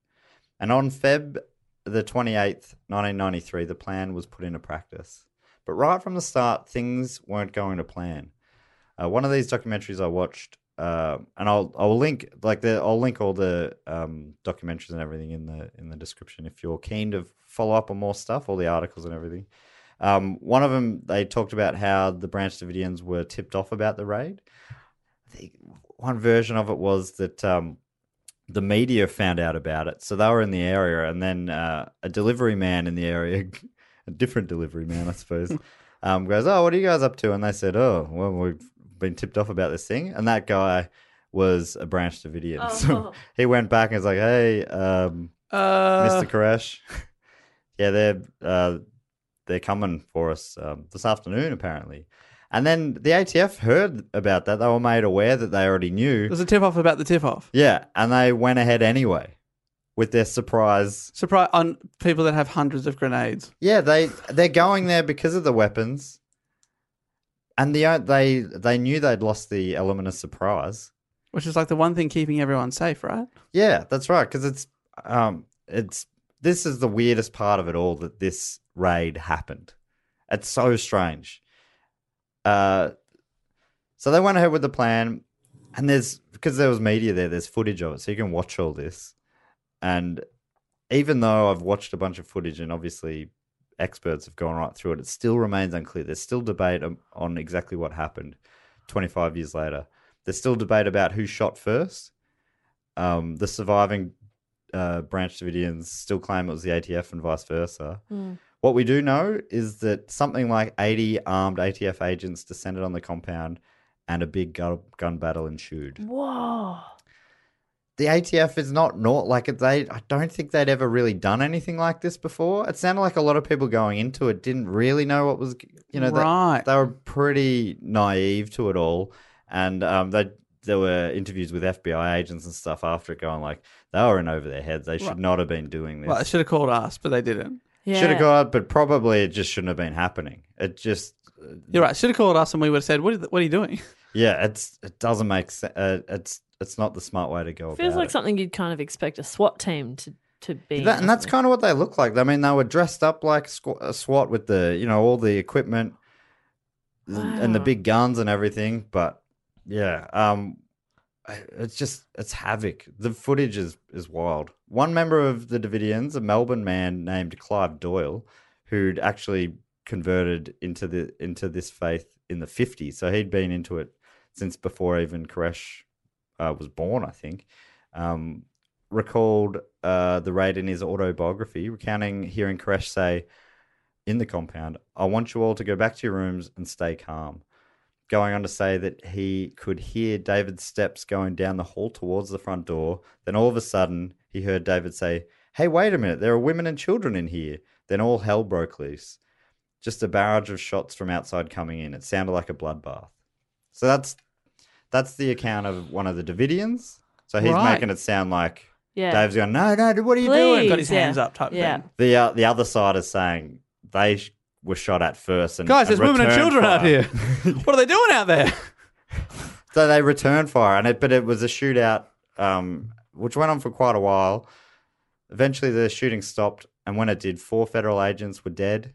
Speaker 1: And on Feb the 28th, 1993, the plan was put into practice. But right from the start, things weren't going to plan. Uh, one of these documentaries I watched, uh, and I'll I'll link like the I'll link all the um, documentaries and everything in the in the description if you're keen to follow up on more stuff, all the articles and everything. Um, one of them they talked about how the Branch Davidians were tipped off about the raid. I think one version of it was that um, the media found out about it, so they were in the area, and then uh, a delivery man in the area, a different delivery man, I suppose, um, goes, "Oh, what are you guys up to?" And they said, "Oh, well, we've been tipped off about this thing," and that guy was a Branch Davidian, so he went back and was like, "Hey, um,
Speaker 6: Uh,
Speaker 1: Mr. Koresh. yeah, they're uh, they're coming for us um, this afternoon, apparently. And then the ATF heard about that. They were made aware that they already knew.
Speaker 6: There's a tip off about the tip off.
Speaker 1: Yeah, and they went ahead anyway with their surprise.
Speaker 6: Surprise on people that have hundreds of grenades.
Speaker 1: Yeah, they they're going there because of the weapons, and the o- they they knew they'd lost the element of surprise.
Speaker 6: Which is like the one thing keeping everyone safe, right?
Speaker 1: Yeah, that's right. Because it's um, it's this is the weirdest part of it all that this raid happened. It's so strange. Uh, so they went ahead with the plan, and there's because there was media there. There's footage of it, so you can watch all this. And even though I've watched a bunch of footage, and obviously experts have gone right through it, it still remains unclear. There's still debate on- on exactly what happened 25 years later. There's still debate about who shot first um, the surviving uh, branch Davidians still claim it was the ATF and vice versa. What we do know is that something like 80 armed ATF agents descended on the compound and a big gun, gun battle ensued.
Speaker 7: Whoa.
Speaker 1: The ATF is not not like it. They, I don't think they'd ever really done anything like this before. It sounded like a lot of people going into it didn't really know what was, you know, they-
Speaker 6: Right.
Speaker 1: they, were pretty naive to it all, and um, they there were interviews with FBI agents and stuff after it, going like they were in over their heads. They should not have been doing this.
Speaker 6: Well, they should have called us, but they didn't.
Speaker 7: Yeah.
Speaker 1: Should have got, but probably it just shouldn't have been happening. It just,
Speaker 6: You're right. Should have called us, and we would have said, "What are, what are you doing?"
Speaker 1: Mm. yeah, it's it doesn't make sense. Uh, it's it's not the smart way to go.
Speaker 7: Feels
Speaker 1: about
Speaker 7: like
Speaker 1: it.
Speaker 7: something you'd kind of expect a SWAT team to, to be.
Speaker 1: That, and that's
Speaker 7: doesn't
Speaker 1: kind of what they look like. I mean, they were dressed up like squ- a SWAT with the, you know, all the equipment th- and the
Speaker 7: Wow.
Speaker 1: big guns and everything. But yeah, um, I- it's just it's havoc. The footage is is wild. One member of the Davidians, a Melbourne man named Clive Doyle, who'd actually converted into the into this faith in the 50s. So he'd been into it since before even Koresh uh, was born, I think. Um, recalled uh, the raid in his autobiography, recounting hearing Koresh say in the compound, I want you all to go back to your rooms and stay calm. Going on to say that he could hear David's steps going down the hall towards the front door. Then all of a sudden, he heard David say, Hey, wait a minute, there are women and children in here. Then all hell broke loose. Just a barrage of shots from outside coming in. It sounded like a bloodbath. So that's that's the account of one of the Davidians. So he's
Speaker 6: Right.
Speaker 1: making it sound like
Speaker 7: Yeah.
Speaker 1: Dave's going, No, no, what are you doing?
Speaker 7: Please,
Speaker 6: Got his hands
Speaker 7: yeah.
Speaker 6: up type
Speaker 7: yeah.
Speaker 6: thing.
Speaker 1: The uh, the other side is saying they sh- were shot at first, and
Speaker 6: Guys, there's women and
Speaker 1: returned
Speaker 6: children out
Speaker 1: fire.
Speaker 6: here. what are they doing out there?
Speaker 1: So they returned fire, and it but it was a shootout, um, which went on for quite a while. Eventually, the shooting stopped, and when it did, four federal agents were dead,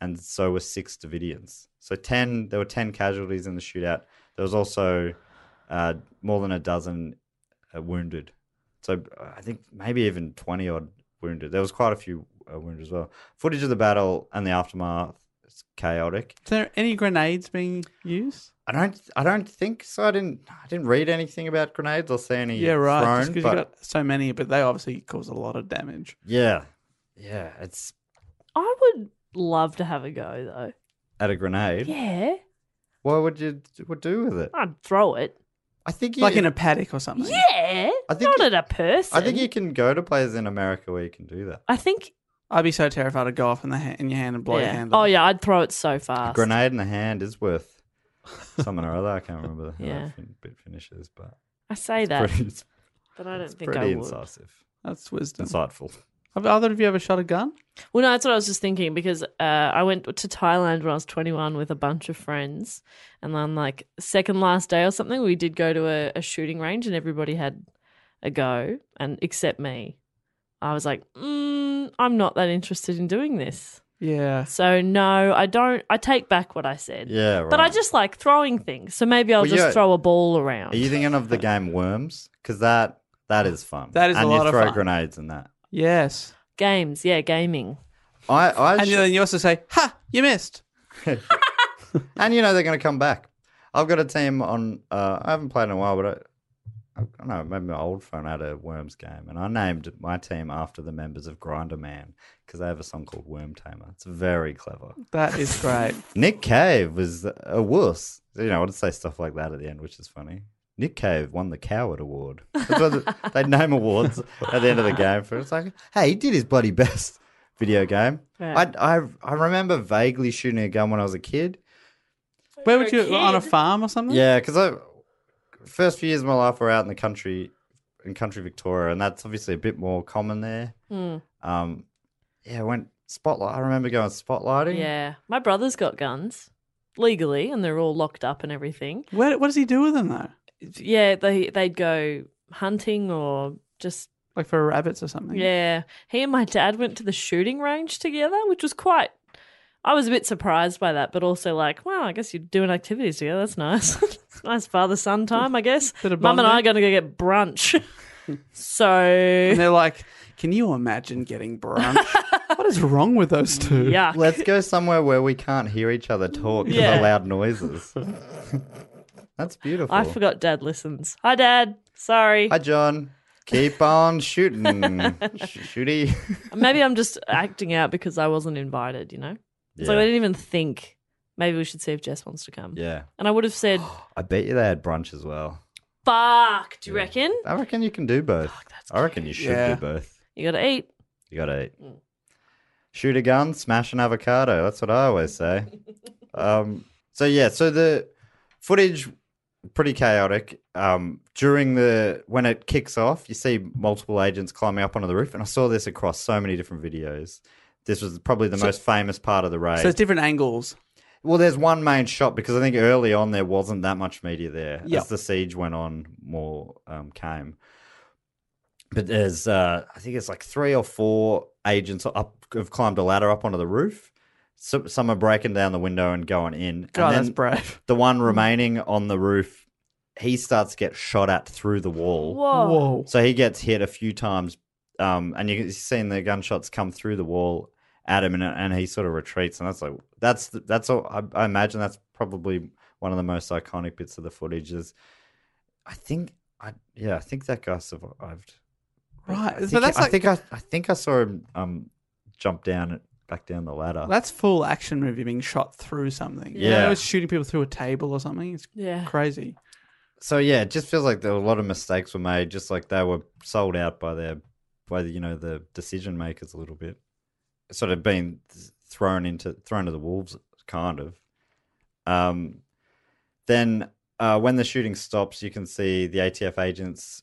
Speaker 1: and so were six Davidians. So ten, there were ten casualties in the shootout. There was also uh, more than a dozen uh, wounded. So uh, I think maybe even twenty odd wounded. There was quite a few uh, wounded as well. Footage of the battle and the aftermath is chaotic.
Speaker 6: Is there any grenades being used?
Speaker 1: I don't. I don't think so. I didn't. I didn't read anything about grenades or see any.
Speaker 6: Yeah, right. Just
Speaker 1: thrown,
Speaker 6: 'cause
Speaker 1: but-
Speaker 6: you got so many, but they obviously cause a lot of damage.
Speaker 1: yeah, yeah. It's
Speaker 7: I would love to have a go, though.
Speaker 1: at a grenade.
Speaker 7: Yeah.
Speaker 1: What would you d- would do with it?
Speaker 7: I'd throw it.
Speaker 1: I think you,
Speaker 6: Like in a paddock or something.
Speaker 7: Yeah.
Speaker 1: I think
Speaker 7: not
Speaker 1: you-
Speaker 7: at a person.
Speaker 1: I think you can go to places in America where you can do that.
Speaker 7: I think.
Speaker 6: I'd be so terrified to go off in the ha- in your hand and blow your
Speaker 7: Yeah.
Speaker 6: hand.
Speaker 7: Oh,
Speaker 6: off.
Speaker 7: yeah. I'd throw it so
Speaker 1: A
Speaker 7: fast.
Speaker 1: grenade in the hand is worth something or other. I can't remember how
Speaker 7: Yeah.
Speaker 1: that fin- bit finishes, but
Speaker 7: I say
Speaker 1: it's
Speaker 7: that,
Speaker 1: pretty, it's,
Speaker 7: but I don't
Speaker 1: it's
Speaker 7: think
Speaker 1: pretty
Speaker 7: I would.
Speaker 1: incisive,
Speaker 6: that's wisdom.
Speaker 1: insightful.
Speaker 6: Have either of you ever shot a gun?
Speaker 7: Well, no, that's what I was just thinking because uh, I went to Thailand when I was 21 with a bunch of friends. And then, like, second last day or something, we did go to a, a shooting range and everybody had a go, and except me. I was like, mm, I'm not that interested in doing this.
Speaker 6: Yeah.
Speaker 7: So, no, I don't. I take back what I said.
Speaker 1: Yeah, right.
Speaker 7: But I just like throwing things. So maybe I'll
Speaker 1: Well,
Speaker 7: just
Speaker 1: yeah.
Speaker 7: throw a ball around.
Speaker 1: Are you thinking of the game Worms? Because that that is fun.
Speaker 6: That is a
Speaker 1: and
Speaker 6: lot
Speaker 1: you
Speaker 6: of
Speaker 1: throw
Speaker 6: fun.
Speaker 1: grenades in that.
Speaker 6: Yes.
Speaker 7: Games. Yeah, gaming.
Speaker 1: I, I
Speaker 6: And
Speaker 1: sh-
Speaker 6: then you also say, "Ha, you missed."
Speaker 1: and you know they're going to come back. I've got a team on. Uh, I haven't played in a while, but I, I don't know. Maybe my old phone had a Worms game, and I named my team after the members of Grinder Man because they have a song called Worm Tamer. It's very clever.
Speaker 6: That is great.
Speaker 1: Nick Cave was a wuss. You know, I would say stuff like that at the end, which is funny. Nick Cave won the Coward Award. That's what they name awards at the end of the game for. It's like, hey, he did his bloody best. video game.
Speaker 7: Yeah.
Speaker 1: I, I I remember vaguely shooting a gun when I was a kid.
Speaker 6: Where would you
Speaker 7: a
Speaker 6: on a
Speaker 7: kid.
Speaker 6: farm or
Speaker 7: Mm.
Speaker 6: something?
Speaker 1: Yeah, because I first few years of my life were out in the country, in country Victoria, and that's obviously a bit more common there.
Speaker 7: Mm.
Speaker 1: Um, yeah, I went spotlight. I remember going spotlighting.
Speaker 7: Yeah. My brother's got guns legally, and they're all locked up and everything.
Speaker 6: Where, what does he do with them though?
Speaker 7: Yeah, they they'd go hunting or just
Speaker 6: Like for rabbits or something?
Speaker 7: yeah. He and my dad went to the shooting range together, which was quite. I was a bit surprised by that, but also like, wow, I guess you're doing activities together. That's nice. It's nice father son time, I guess.
Speaker 6: Bit of
Speaker 7: Mum and I are
Speaker 6: bonding.
Speaker 7: going to go get brunch.
Speaker 6: And
Speaker 7: so
Speaker 6: they're like, can you imagine getting brunch? what is wrong with those two?
Speaker 7: yeah,
Speaker 1: Let's go somewhere where we can't hear each other talk because
Speaker 7: Yeah.
Speaker 1: of loud noises. That's beautiful.
Speaker 7: I forgot Dad listens. Hi, Dad. Sorry.
Speaker 1: Hi, John. Keep on shooting. Sh- shooty.
Speaker 7: Maybe I'm just acting out because I wasn't invited. You know, so I
Speaker 1: Yeah.
Speaker 7: didn't even think. Maybe we should see if Jess wants to come.
Speaker 1: Yeah.
Speaker 7: And I would have said,
Speaker 1: I bet you they had brunch as well.
Speaker 7: "Fuck." Do you reckon
Speaker 1: I reckon you can do both. I reckon you should
Speaker 6: Yeah.
Speaker 1: do both.
Speaker 7: you got to eat?
Speaker 1: You gotta
Speaker 6: Mm.
Speaker 1: shoot a gun, smash an avocado. That's what I always say. um, so yeah, so the footage pretty chaotic. Um, during the when it kicks off, you see multiple agents climbing up onto the roof, and I saw this across so many different videos. This was probably the most famous part of the raid.
Speaker 6: So it's different angles.
Speaker 1: Well, there's one main shot because I think early on there wasn't that much media there.
Speaker 6: Yeah.
Speaker 1: As the siege went on, more um, came. But there's, uh, I think it's like three or four agents up have climbed a ladder up onto the roof. So, some are breaking down the window and going in.
Speaker 6: God,
Speaker 1: and
Speaker 6: Oh, that's brave.
Speaker 1: the one remaining on the roof, he starts to get shot at through the wall.
Speaker 7: Whoa.
Speaker 6: Whoa.
Speaker 1: So he gets hit a few times, um, and you can- you've seen the gunshots come through the wall at him, and, and he sort of retreats. And that's like that's the- that's all. I, I imagine that's probably one of the most iconic bits of the footage. Is I think I yeah I think that guy survived.
Speaker 6: Right.
Speaker 1: I think,
Speaker 6: so that's
Speaker 1: I,
Speaker 6: like
Speaker 1: think I I think I saw him um jump down back down the ladder.
Speaker 6: that's full action movie being shot through something.
Speaker 1: Yeah.
Speaker 6: it's shooting people through a table or something. It's
Speaker 7: Yeah.
Speaker 6: crazy.
Speaker 1: so yeah, it just feels like there were a lot of mistakes were made. Just like they were sold out by their by the, you know the decision makers a little bit, sort of being th- thrown into thrown to the wolves, kind of. Um, then uh, when the shooting stops, you can see the ATF agents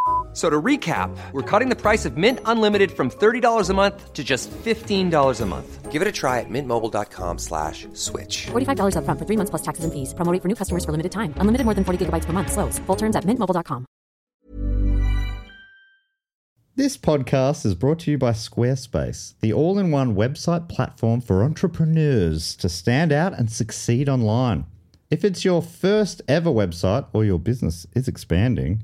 Speaker 8: So to recap, we're cutting the price of Mint Unlimited from $30 a month to just $15 a month. Give it a try at mintmobile.com slash switch.
Speaker 2: $45 upfront for three months plus taxes and fees. Promo rate for new customers for limited time. Unlimited more than 40 gigabytes per month. Slows. Full terms at mintmobile.com.
Speaker 9: This podcast is brought to you by Squarespace, the all in one website platform for entrepreneurs to stand out and succeed online. If it's your first ever website or your business is expanding,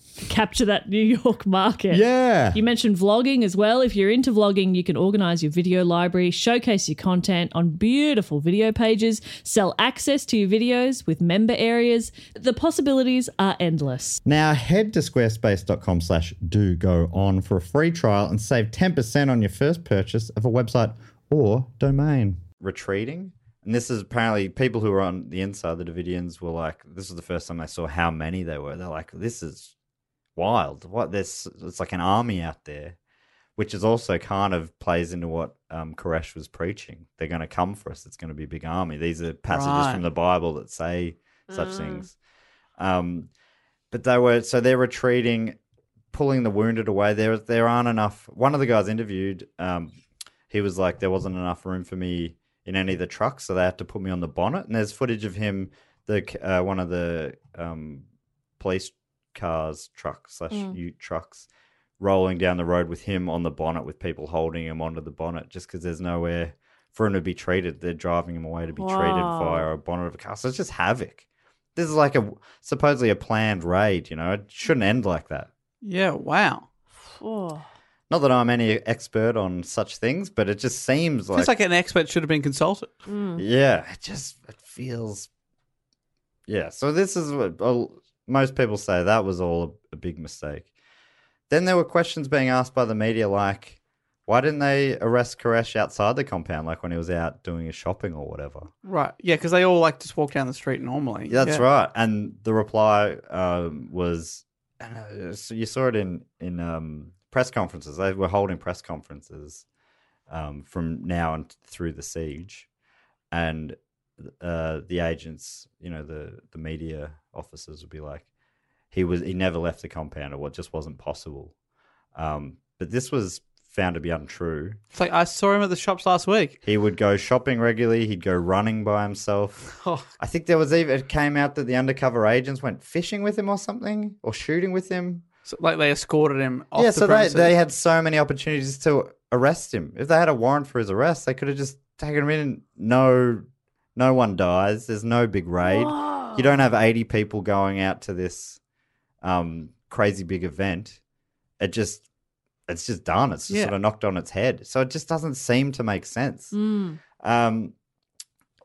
Speaker 10: Capture that New York market.
Speaker 9: Yeah.
Speaker 10: You mentioned vlogging as well. If you're into vlogging, you can organize your video library, showcase your content on beautiful video pages, sell access to your videos with member areas. The possibilities are endless.
Speaker 9: Now head to squarespace.com slash do go on for a free trial and save 10% on your first purchase of a website or domain.
Speaker 1: retreating And this is apparently people who were on the inside, the Davidians were like, this was the first time they saw how many they were. They're like, this is wild. What this? It's like an army out there, which is also kind of plays into what um, Koresh was preaching. They're going to come for us. It's going to be a big army. These are passages
Speaker 6: Right.
Speaker 1: from the Bible that say such
Speaker 6: Mm.
Speaker 1: things. Um, but they were so they're retreating, pulling the wounded away. There there aren't enough. One of the guys interviewed, um, he was like, there wasn't enough room for me in any of the trucks, so they had to put me on the bonnet. And there's footage of him, the uh, one of the um, police cars, truck slash
Speaker 6: Mm.
Speaker 1: ute trucks, rolling down the road with him on the bonnet, with people holding him onto the bonnet, just because there's nowhere for him to be treated. They're driving him away to be treated
Speaker 6: Wow.
Speaker 1: via a bonnet of a car. So it's just havoc. This is like a supposedly a planned raid. You know, it shouldn't end like that.
Speaker 6: Yeah, wow.
Speaker 7: Oh.
Speaker 1: Not that I'm any expert on such things, but it just seems like,
Speaker 6: Feels like an expert should have been consulted.
Speaker 1: yeah, it just it feels yeah. So this is what well, most people say that was all a, a big mistake. Then there were questions being asked by the media like, why didn't they arrest Koresh outside the compound, like when he was out doing his shopping or whatever?
Speaker 6: Right. Yeah, because they all like just walk down the street normally.
Speaker 1: Yeah, that's
Speaker 6: Yeah.
Speaker 1: right. And the reply um, was, and, uh, so you saw it in in um, press conferences. They were holding press conferences um, from now and through the siege, and uh, the agents, you know, the the media officers would be like, he was he never left the compound, or what just wasn't possible. Um, but this was found to be untrue.
Speaker 6: It's like I saw him at the shops last week.
Speaker 1: He would go shopping regularly. He'd go running by himself. I think there was even it came out that the undercover agents went fishing with him or something, or shooting with him.
Speaker 6: So, like they escorted him off
Speaker 1: yeah,
Speaker 6: the
Speaker 1: so they,
Speaker 6: premises.
Speaker 1: they had so many opportunities to arrest him. If they had a warrant for his arrest, they could have just taken him in. And no, no one dies. There's no big raid. You don't have eighty people going out to this um, crazy big event. It just, it's just done. It's just
Speaker 6: Yeah.
Speaker 1: sort of knocked on its head. So it just doesn't seem to make sense.
Speaker 7: Hmm.
Speaker 6: Mm.
Speaker 1: Um,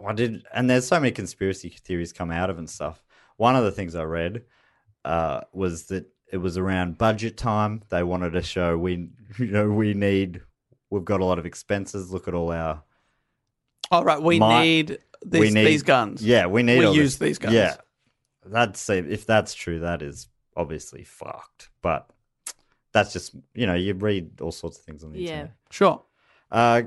Speaker 1: I did, and there's so many conspiracy theories come out of it and stuff. One of the things I read uh, was that it was around budget time. They wanted to show we, you know, we need, we've got a lot of expenses. Look at all our
Speaker 6: Oh right, we
Speaker 1: my-
Speaker 6: need
Speaker 1: we
Speaker 6: these these guns.
Speaker 1: Yeah, we need.
Speaker 6: We
Speaker 1: all this-
Speaker 6: use these guns.
Speaker 1: Yeah, that's if that's true, that is obviously fucked. But that's just you know you read all sorts of things on the
Speaker 6: Yeah.
Speaker 1: internet.
Speaker 6: Sure.
Speaker 1: Uh,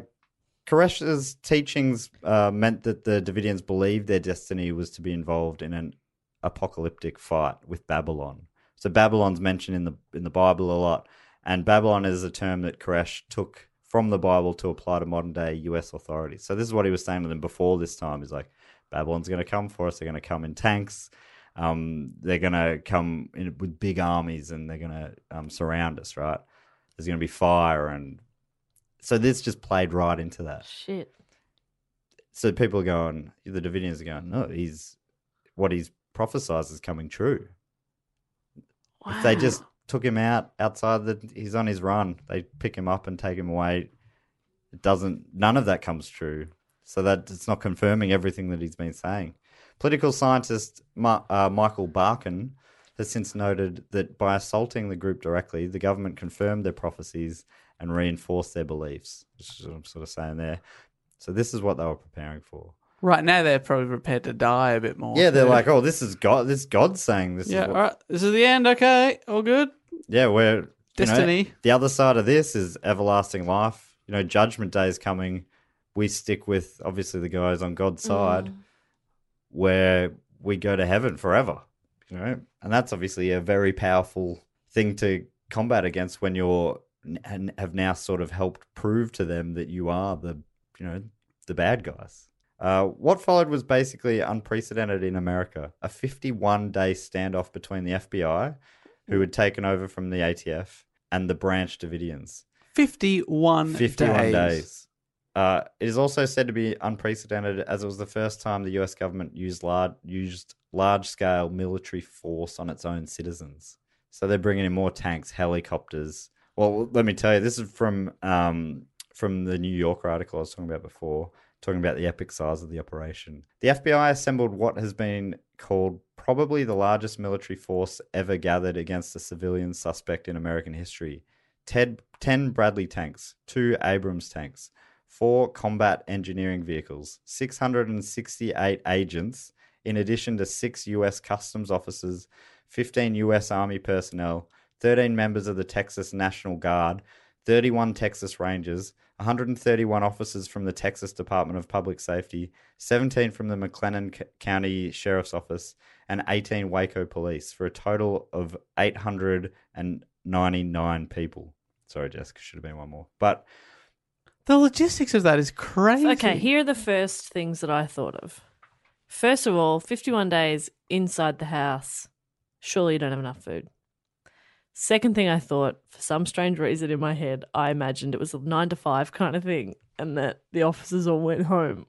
Speaker 1: Koresh's teachings uh, meant that the Davidians believed their destiny was to be involved in an apocalyptic fight with Babylon. So Babylon's mentioned in the in the Bible a lot, and Babylon is a term that Koresh took from the Bible to apply to modern day U.S. authorities. So this is what he was saying to them before this time. He's like, Babylon's going to come for us. They're going to come in tanks. Um, they're going to come in with big armies, and they're going to um, surround us. Right? There's going to be fire, and so this just played right into that
Speaker 7: Shit.
Speaker 1: so people are going, the Davidians are going, no, he's what he's prophesized is coming true. If they just took him out outside the, he's on his run. They pick him up and take him away. It doesn't. None of that comes true. So that it's not confirming everything that he's been saying. Political scientist Ma- uh, Michael Barkin has since noted that by assaulting the group directly, the government confirmed their prophecies and reinforced their beliefs, which is what I'm sort of saying there. So this is what they were preparing for.
Speaker 6: Right now they're probably prepared to die a bit more.
Speaker 1: Yeah, they're like, oh, this is God. This God's saying this.
Speaker 6: yeah,
Speaker 1: is what,
Speaker 6: all right, this is the end. Okay, all good.
Speaker 1: Yeah, we're you know,
Speaker 6: Destiny.
Speaker 1: the other side of this is everlasting life. You know, judgment day is coming. We stick with obviously the guys on God's side, where we go to heaven forever. You know, and that's obviously a very powerful thing to combat against when you're and have now sort of helped prove to them that you are the you know the bad guys. Uh, what followed was basically unprecedented in America. A 51 day standoff between the FBI, who had taken over from the ATF, and the Branch Davidians.
Speaker 6: Fifty-one.
Speaker 1: 51
Speaker 6: Mm, days.
Speaker 1: days. Uh, it is also said to be unprecedented as it was the first time the US government used large, used large scale military force on its own citizens. So they're bringing in more tanks, helicopters. Well, let me tell you, this is from um, from the New Yorker article I was talking about before, talking about the epic size of the operation. The FBI assembled what has been called probably the largest military force ever gathered against a civilian suspect in American history. Ted, 10 Bradley tanks, two Abrams tanks, four combat engineering vehicles, 668 agents, in addition to six US customs officers, 15 US Army personnel, 13 members of the Texas National Guard, 31 Texas Rangers, 131 officers from the Texas Department of Public Safety, 17 from the McLennan C- County Sheriff's Office, and 18 Waco Police for a total of 899 people. Sorry, Jessica, should have been one more. But
Speaker 6: the logistics of that is crazy.
Speaker 7: Okay, here are the first things that I thought of. First of all, 51 days inside the house. Surely you don't have enough food. Second thing I thought, for some strange reason in my head, I imagined it was a nine to five kind of thing and that the officers all went home.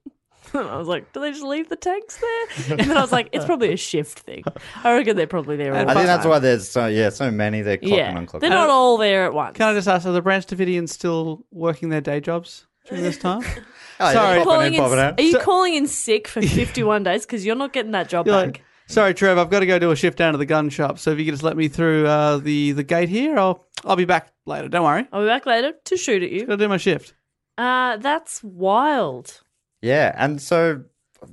Speaker 7: And I was like, do they just leave the tanks there? And then I was like, it's probably a shift thing. I reckon they're probably there. All
Speaker 1: I think that's
Speaker 7: time.
Speaker 1: why there's so yeah so many they're clocking
Speaker 7: Yeah,
Speaker 1: on clocking.
Speaker 7: they're not all there at once.
Speaker 6: Can I just ask, are the Branch Davidians still working their day jobs during this time?
Speaker 1: Oh, yeah,
Speaker 6: Sorry.
Speaker 1: popping
Speaker 7: Calling in- are you calling in sick for 51 days? Because you're not getting that job
Speaker 6: You're
Speaker 7: back.
Speaker 6: like, Sorry, Trev, I've got to go do a shift down to the gun shop. So if you could just let me through uh, the the gate here, I'll I'll be back later. Don't worry.
Speaker 7: I'll be back later to shoot at
Speaker 6: Gotta
Speaker 7: you.
Speaker 6: do my shift.
Speaker 7: Uh, that's wild.
Speaker 1: Yeah, and so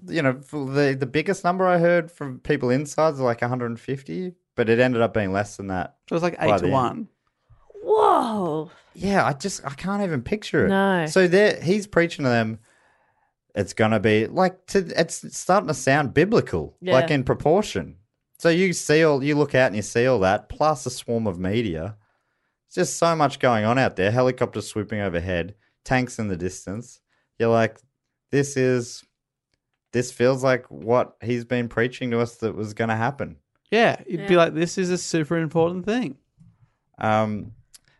Speaker 1: you know for the the biggest number I heard from people inside is like 150, but it ended up being less than that.
Speaker 6: So it's like
Speaker 1: by
Speaker 6: eight to
Speaker 1: the end.
Speaker 6: one.
Speaker 7: Whoa.
Speaker 1: Yeah, I just I can't even picture it.
Speaker 7: No.
Speaker 1: So there he's preaching to them. It's gonna be like to it's starting to sound biblical,
Speaker 7: Yeah.
Speaker 1: like in proportion. So you see all you look out and you see all that, plus a swarm of media. It's just so much going on out there. Helicopters swooping overhead, tanks in the distance. You're like, this is this feels like what he's been preaching to us that was gonna happen.
Speaker 6: Yeah, you'd be
Speaker 7: Yeah.
Speaker 6: like, this is a super important thing.
Speaker 1: Um,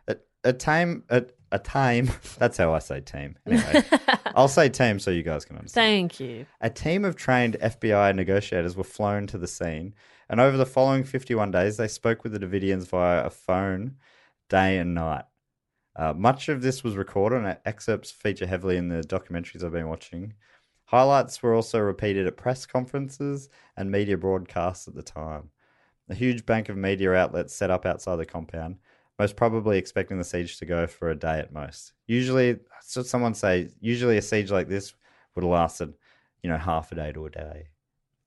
Speaker 1: a, a time, a, a time. That's how I say team. Anyway, I'll say team so you guys can understand.
Speaker 7: Thank you.
Speaker 1: A team of trained FBI negotiators were flown to the scene, and over the following 51 days, they spoke with the Davidians via a phone day and night. Uh, much of this was recorded, and excerpts feature heavily in the documentaries I've been watching. Highlights were also repeated at press conferences and media broadcasts at the time. A huge bank of media outlets set up outside the compound, most probably expecting the siege to go for a day at most. Usually, so someone say, usually a siege like this would have lasted, you know, half a day to a day.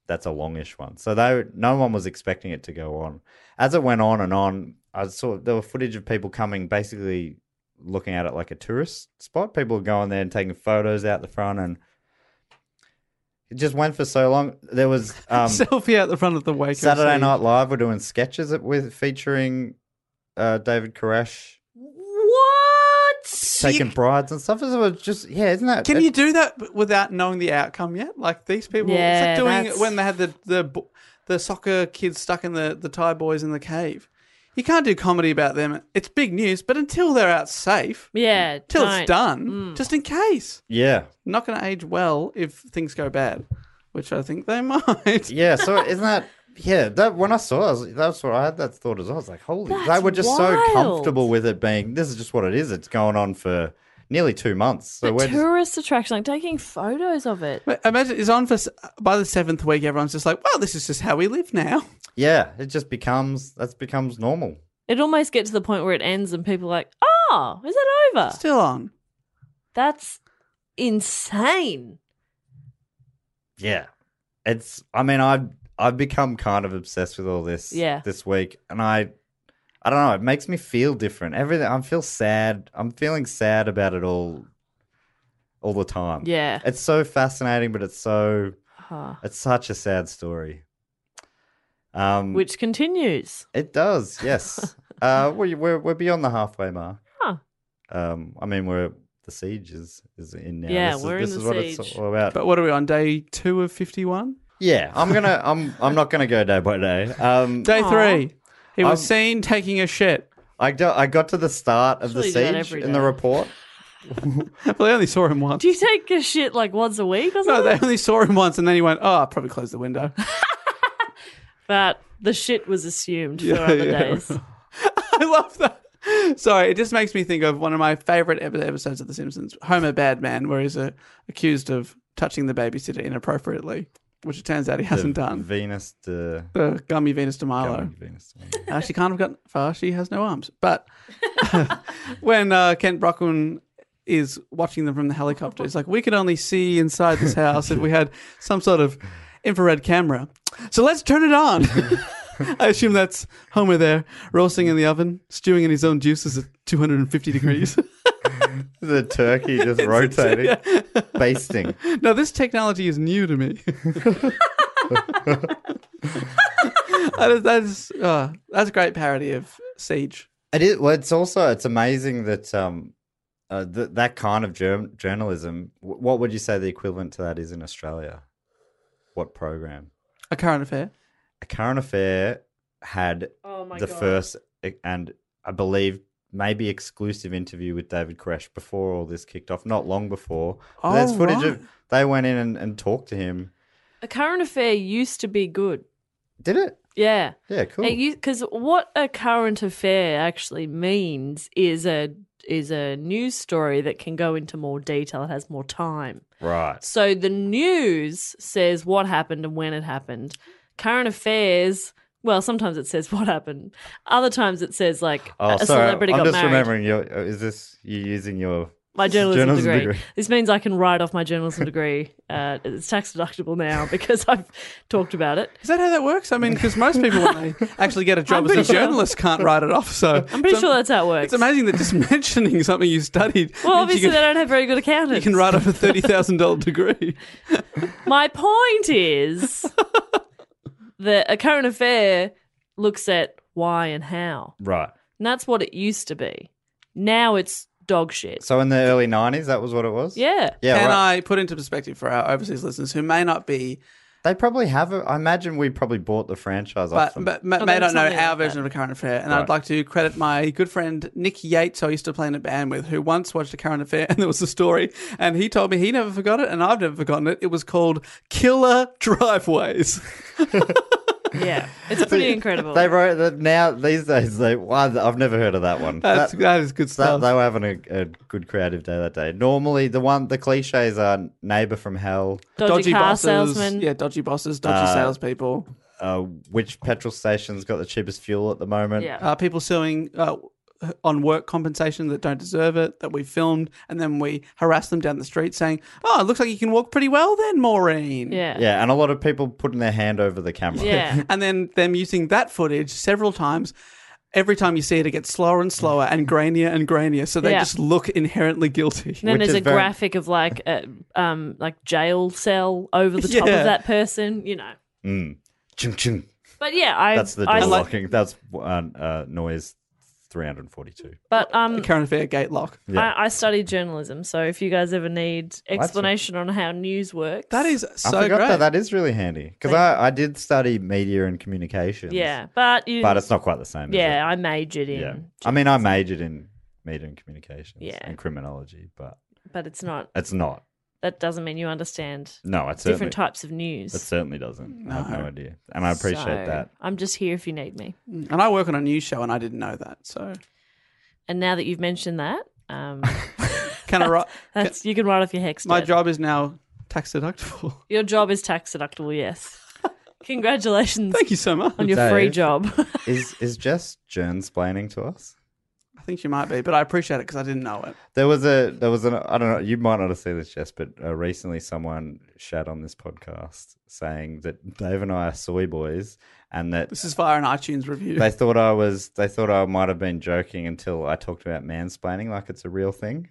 Speaker 1: That's a longish one. So they, no one was expecting it to go on. As it went on and on, I saw there were footage of people coming, basically looking at it like a tourist spot. People were going there and taking photos out the front, and it just went for so long. There was um,
Speaker 6: Selfie out the front of the Waco.
Speaker 1: Saturday
Speaker 6: scene.
Speaker 1: Night Live. We're doing sketches at- with featuring uh, David Koresh
Speaker 7: What?
Speaker 1: taking brides and stuff. It was just yeah, isn't that?
Speaker 6: Can you do that b- without knowing the outcome yet? Like these people,
Speaker 7: Yeah,
Speaker 6: it's like doing
Speaker 7: that's-
Speaker 6: when they had the the b- the soccer kids stuck in the the Thai boys in the cave. You can't do comedy about them. It's big news, but until they're out safe,
Speaker 7: Yeah.
Speaker 6: till
Speaker 7: don't. Mm.
Speaker 6: it's done, just in case,
Speaker 1: yeah,
Speaker 6: not going to age well if things go bad, which I think they might.
Speaker 1: yeah. So isn't that? Yeah, that when I saw, it, I was, that's what I had that thought as well. I was like, holy, they
Speaker 7: That's
Speaker 1: were just so
Speaker 7: wild.
Speaker 1: comfortable with it being. This is just what it is. It's going on for nearly two months. So
Speaker 7: but
Speaker 1: we're just,
Speaker 7: tourist attraction, like taking photos of it.
Speaker 6: But Imagine it's on for s- by the seventh week. Everyone's just like, "Well, this is just how we live now."
Speaker 1: yeah, it just becomes that's becomes normal.
Speaker 7: It almost gets to the point where it ends and people are like, oh, is it over?
Speaker 6: Still on.
Speaker 7: That's insane.
Speaker 1: yeah it's i mean i've i've become kind of obsessed with all this
Speaker 7: Yeah.
Speaker 1: this week and i i don't know it makes me feel different everything i feel sad i'm feeling sad about it all all the time
Speaker 7: Yeah. Uh-huh.
Speaker 1: it's so fascinating but it's so
Speaker 7: Huh.
Speaker 1: it's such a sad story
Speaker 6: Mm.
Speaker 1: um
Speaker 7: Which continues.
Speaker 1: it does yes uh we, we're we're beyond the halfway mark
Speaker 7: Huh.
Speaker 1: um i mean we're the siege is is in now
Speaker 7: Yeah,
Speaker 1: this
Speaker 7: we're in
Speaker 1: is,
Speaker 7: the
Speaker 1: this is what it's
Speaker 7: siege.
Speaker 1: all about
Speaker 6: But what are we on day two of fifty-one?
Speaker 1: yeah, I'm gonna. I'm. I'm not gonna go day by day. Um,
Speaker 6: Day three, he was
Speaker 1: Um,
Speaker 6: seen taking a shit.
Speaker 1: I got. I got to the start of the
Speaker 7: Surely do that
Speaker 1: siege
Speaker 7: every
Speaker 1: in the
Speaker 7: day.
Speaker 1: report.
Speaker 6: Well, they only saw him once.
Speaker 7: Do you take a shit like once a week or
Speaker 6: No,
Speaker 7: something?
Speaker 6: they only saw him once, and then he went, "Oh, I'll probably close the window."
Speaker 7: But the shit was assumed for
Speaker 6: Yeah,
Speaker 7: other
Speaker 6: yeah.
Speaker 7: days.
Speaker 6: I love that. Sorry, it just makes me think of one of my favorite epi- episodes of The Simpsons, Homer Badman, where he's uh, accused of touching the babysitter inappropriately, which it turns out he hasn't
Speaker 1: The
Speaker 6: done.
Speaker 1: Venus to
Speaker 6: The gummy Venus de Milo.
Speaker 1: Venus.
Speaker 6: Uh, she can't have gotten far. She has no arms. But when uh, Kent Brockman is watching them from the helicopter. It's like we could only see inside this house if we had some sort of infrared camera. So let's turn it on. I assume that's Homer there, roasting in the oven, stewing in his own juices at 250 degrees.
Speaker 1: the turkey just rotating, basting.
Speaker 6: No, this technology is new to me. that is, that is, uh, that's a great parody of Siege.
Speaker 1: It is. Well, it's also it's amazing that um, uh, th- that kind of germ- journalism. wh- What would you say the equivalent to that is in Australia? What program?
Speaker 6: A current affair.
Speaker 1: A current affair had
Speaker 7: Oh my
Speaker 1: the
Speaker 7: God.
Speaker 1: first e- and I believe maybe exclusive interview with David Koresh before all this kicked off. Not long before. But there's
Speaker 7: Oh,
Speaker 1: footage
Speaker 7: right.
Speaker 1: of they went in and, and talked to him.
Speaker 7: A current affair used to be good.
Speaker 1: Did it?
Speaker 7: Yeah.
Speaker 1: Yeah, cool.
Speaker 7: Because what a current affair actually means is a is a news story that can go into more detail. It has more time.
Speaker 1: Right.
Speaker 7: So the news says what happened and when it happened. Current affairs. Well, sometimes it says what happened. Other times it says like
Speaker 1: Oh,
Speaker 7: a
Speaker 1: sorry.
Speaker 7: celebrity
Speaker 1: I'm
Speaker 7: got
Speaker 1: just
Speaker 7: married.
Speaker 1: remembering. Your, uh, is this you using your
Speaker 7: My journalism, degree. This means I can write off my journalism degree. Uh, it's tax deductible now because I've talked about it.
Speaker 6: Is that how that works? I mean, because most people when they actually get a
Speaker 7: I'm
Speaker 6: job as a
Speaker 7: pretty sure-
Speaker 6: journalist can't write it off. So
Speaker 7: I'm pretty
Speaker 6: so
Speaker 7: sure that's how it works.
Speaker 6: It's amazing that just mentioning something you studied.
Speaker 7: Well,
Speaker 6: means
Speaker 7: obviously
Speaker 6: you
Speaker 7: they
Speaker 6: can,
Speaker 7: don't have very good accountants.
Speaker 6: you can write off a thirty thousand dollar degree.
Speaker 7: My point is that a current affair looks at why and how.
Speaker 1: Right.
Speaker 7: And that's what it used to be. Now it's dog shit.
Speaker 1: So in the early '90s, that was what it was.
Speaker 7: Yeah.
Speaker 1: Yeah.
Speaker 6: Can
Speaker 1: right.
Speaker 6: I put into perspective for our overseas listeners who may not be,
Speaker 1: They probably have. A, I imagine we probably bought the franchise off
Speaker 6: but,
Speaker 1: them.
Speaker 6: but ma-
Speaker 7: Oh,
Speaker 6: may
Speaker 7: that's
Speaker 6: not know
Speaker 7: something
Speaker 6: our
Speaker 7: like
Speaker 6: version of a current affair, and
Speaker 1: Right.
Speaker 6: I'd like to credit my good friend Nick Yates, who I used to play in a band with, who once watched a current affair, and there was a story, and he told me he never forgot it, and I've never forgotten it. It was called Killer Driveways.
Speaker 7: Yeah. It's pretty incredible.
Speaker 1: they wrote that now these days. They wow, I've never heard of that one.
Speaker 6: That's,
Speaker 1: That-
Speaker 6: that is good
Speaker 1: that-
Speaker 6: stuff.
Speaker 1: they were having a, a good creative day that day. Normally, the one the cliches are neighbor from hell,
Speaker 7: Dodgy, car salesman.
Speaker 6: Yeah, dodgy bosses, dodgy
Speaker 1: Uh,
Speaker 6: salespeople,
Speaker 1: uh, which petrol station's got the cheapest fuel at the moment.
Speaker 7: Yeah.
Speaker 6: uh, people suing uh, on work compensation that don't deserve it, that we filmed, and then we harass them down the street saying, Oh, it looks like you can walk pretty well then, Maureen.
Speaker 7: Yeah.
Speaker 1: Yeah, and a lot of people putting their hand over the camera.
Speaker 7: Yeah.
Speaker 6: And then them using that footage several times. Every time you see it, it gets slower and slower and grainier and grainier. So they
Speaker 7: Yeah.
Speaker 6: just look inherently guilty.
Speaker 7: And then
Speaker 1: Which
Speaker 7: there's
Speaker 1: is
Speaker 7: a
Speaker 1: very-
Speaker 7: graphic of like a um like jail cell over the top
Speaker 6: Yeah.
Speaker 7: of that person, you know.
Speaker 1: Mm. Chung, chung.
Speaker 7: But yeah, I
Speaker 1: That's the
Speaker 7: I
Speaker 1: door locking. That's uh, uh, noise 342.
Speaker 7: but um
Speaker 6: Current affair gate lock.
Speaker 1: Yeah.
Speaker 7: I, I studied journalism, so if you guys ever need explanation on how news works,
Speaker 6: That is so
Speaker 1: I forgot
Speaker 6: great.
Speaker 1: that. That is really handy because I, I did study media and communications.
Speaker 7: yeah. But you,
Speaker 1: But it's not quite the same. is
Speaker 7: yeah,
Speaker 1: it?
Speaker 7: I majored in,
Speaker 1: yeah. I mean, I majored in media and communications
Speaker 7: Yeah.
Speaker 1: and criminology, but
Speaker 7: but it's not.
Speaker 1: it's not.
Speaker 7: That doesn't mean you understand
Speaker 1: No, it certainly,
Speaker 7: different types of news.
Speaker 1: it certainly doesn't. I have no idea. And I appreciate
Speaker 7: So,
Speaker 1: that.
Speaker 7: I'm just here if you need me.
Speaker 6: and I work on a news show and I didn't know that. So
Speaker 7: And now that you've mentioned that, um,
Speaker 6: can I write?
Speaker 7: that's you can write off your hex.
Speaker 6: My
Speaker 7: debt.
Speaker 6: job is now tax deductible.
Speaker 7: Your job is tax deductible. Yes. Congratulations
Speaker 6: Thank you so much.
Speaker 7: on your free
Speaker 1: Dave.
Speaker 7: job.
Speaker 1: Is is Jess Jern splaining to us?
Speaker 6: I think she might be, but I appreciate it because I didn't know it.
Speaker 1: There was a there was an I don't know you might not have seen this Jess, but uh, recently someone shat on this podcast saying that Dave and I are soy boys and that
Speaker 6: This is via an iTunes review.
Speaker 1: they thought I was they thought I might have been joking until I talked about mansplaining like it's a real thing.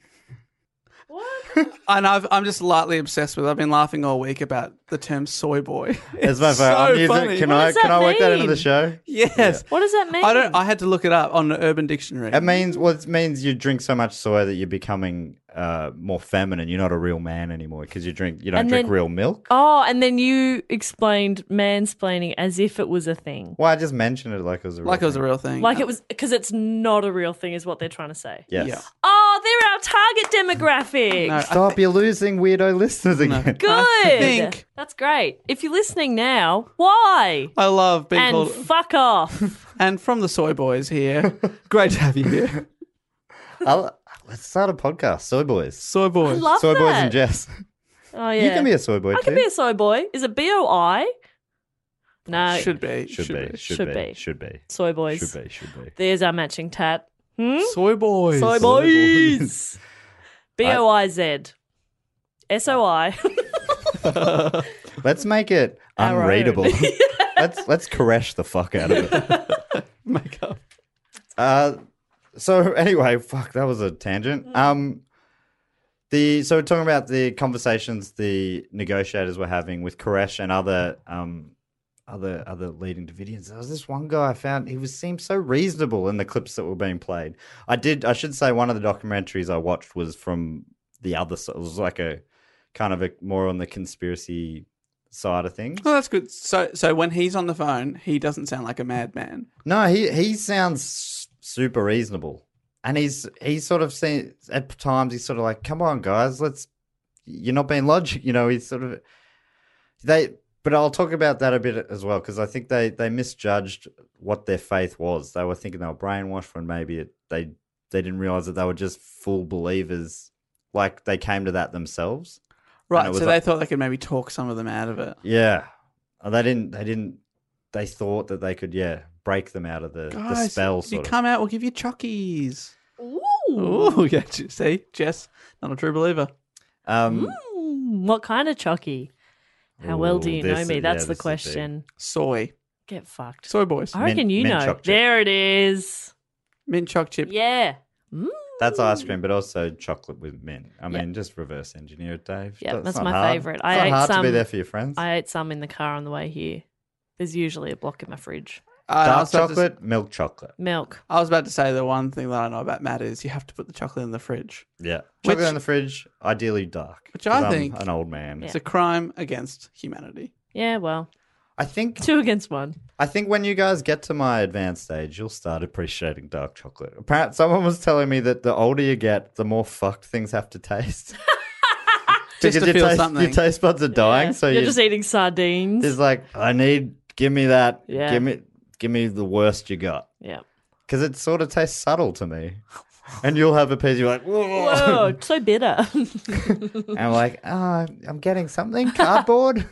Speaker 6: and I've, I'm just lightly obsessed with. I've been laughing all week about the term soy boy.
Speaker 1: It's my
Speaker 6: so
Speaker 1: favorite. I'm using-
Speaker 6: funny.
Speaker 1: Can
Speaker 7: What
Speaker 1: I
Speaker 7: does that
Speaker 1: can I work that into
Speaker 7: mean?
Speaker 1: the show?
Speaker 6: yes.
Speaker 7: what does that mean?
Speaker 6: I don't. I had to look it up on the Urban Dictionary.
Speaker 1: It means well, it means you drink so much soy that you're becoming uh, more feminine. You're not a real man anymore because you drink you don't
Speaker 7: And
Speaker 1: drink
Speaker 7: then-
Speaker 1: real milk.
Speaker 7: oh, and then you explained mansplaining as if it was a thing.
Speaker 1: Well, I just mentioned it like it was a real
Speaker 6: like it was a
Speaker 1: thing.
Speaker 6: real thing.
Speaker 7: Like it was because it's not a real thing, is what they're trying to say.
Speaker 1: yes.
Speaker 6: Yeah.
Speaker 7: Oh, they're our target demographic.
Speaker 6: No, I
Speaker 1: Stop! you're losing weirdo listeners again.
Speaker 7: Good.
Speaker 6: I think-
Speaker 7: That's great. If you're listening now, why?
Speaker 6: I love being
Speaker 7: And
Speaker 6: called.
Speaker 7: fuck off.
Speaker 6: and from the Soy Boys here, great to have you here,
Speaker 1: I'll- let's start a podcast, Soy Boys,
Speaker 6: Soy Boys.
Speaker 7: Love
Speaker 1: Soy
Speaker 7: that.
Speaker 1: Boys and Jess.
Speaker 7: Oh yeah.
Speaker 1: You can be a soy boy
Speaker 7: I
Speaker 1: too.
Speaker 7: can be a soy boy. Is it B O I? No.
Speaker 6: should be.
Speaker 1: should, be, should,
Speaker 7: should
Speaker 1: be,
Speaker 7: be.
Speaker 1: should be,
Speaker 7: soy boys.
Speaker 1: should be, should be.
Speaker 7: There's our matching tat. Hmm?
Speaker 6: Soy Boys.
Speaker 7: Soy boys. B O I Z. S O I.
Speaker 1: Let's make it
Speaker 7: Our own.
Speaker 1: unreadable. let's let's crash the fuck out of it. make up. Uh, so anyway, fuck, that was a tangent.
Speaker 7: Mm.
Speaker 1: Um, the so we're talking about the conversations the negotiators were having with Koresh and other um other other leading Davidians. There was this one guy I found. He was seemed so reasonable in the clips that were being played. I did. I should say one of the documentaries I watched was from the other. s- It was like a kind of a more on the conspiracy side of things.
Speaker 6: Oh, that's good. So, so when he's on the phone, he doesn't sound like a madman.
Speaker 1: No, he he sounds s- super reasonable, and he's he's sort of seen at times he's sort of like, "Come on, guys, let's." You're not being logic, you know. He's sort of they, but I'll talk about that a bit as well because I think they they misjudged what their faith was. They were thinking they were brainwashed when maybe it, they they didn't realize that they were just full believers. Like they came to that themselves, And it
Speaker 6: Right.
Speaker 1: was
Speaker 6: So
Speaker 1: like-
Speaker 6: they thought they could maybe talk some of them out of it.
Speaker 1: yeah. Uh, They didn't. They didn't. They thought that they could, yeah, break them out of the, the
Speaker 6: Guys,
Speaker 1: spell.
Speaker 6: you
Speaker 1: Sort of.
Speaker 6: come out, we'll give you chockies.
Speaker 7: Ooh.
Speaker 6: Oh yeah. j- See, Jess, not a true believer. Hmm?
Speaker 1: Um,
Speaker 7: Mm, What kind of chocky? How well do
Speaker 6: Ooh,
Speaker 7: you
Speaker 6: this
Speaker 7: know
Speaker 6: is-
Speaker 7: me?
Speaker 6: yeah,
Speaker 7: That's the
Speaker 6: this is big.
Speaker 7: question.
Speaker 6: Soy,
Speaker 7: Get fucked.
Speaker 6: soy boys.
Speaker 7: I reckon you know. There it is.
Speaker 6: Mint choc chip.
Speaker 7: Yeah.
Speaker 1: That's ice cream, but also chocolate with mint. I
Speaker 7: Mm. Yep.
Speaker 1: mean, just reverse engineer it, Dave.
Speaker 7: Yeah,
Speaker 1: That's
Speaker 7: that's
Speaker 1: not
Speaker 7: my
Speaker 1: hard.
Speaker 7: favorite.
Speaker 1: It's
Speaker 7: I
Speaker 1: not
Speaker 7: ate
Speaker 1: hard
Speaker 7: some
Speaker 1: to be there for your friends.
Speaker 7: I ate some in the car on the way here. There's usually a block in my fridge.
Speaker 6: Uh,
Speaker 1: Dark chocolate, milk chocolate.
Speaker 7: Milk.
Speaker 6: I was about to say the one thing that I know about Matt is you have to put the chocolate in the fridge.
Speaker 1: Yeah, chocolate in the fridge, ideally dark.
Speaker 6: Which I
Speaker 1: 'cause I'm
Speaker 6: think-
Speaker 1: an old man.
Speaker 6: It's a crime against humanity.
Speaker 7: Yeah, well,
Speaker 1: I think
Speaker 7: two against one.
Speaker 1: I think when you guys get to my advanced stage, you'll start appreciating dark chocolate. Apparently, someone was telling me that the older you get, the more fucked things have to taste.
Speaker 6: Just to
Speaker 1: your
Speaker 6: feel
Speaker 1: taste,
Speaker 6: something.
Speaker 1: Your taste buds are dying, so
Speaker 7: You're
Speaker 1: you-
Speaker 7: just eating sardines.
Speaker 1: It's like I need. Give me that.
Speaker 7: Yeah.
Speaker 1: Give me. Give me the worst you got.
Speaker 7: yeah.
Speaker 1: Because it sort of tastes subtle to me. And you'll have a piece. You're like, whoa.
Speaker 7: Whoa, it's so Oh, bitter.
Speaker 1: And I'm like, oh, I'm getting something cardboard.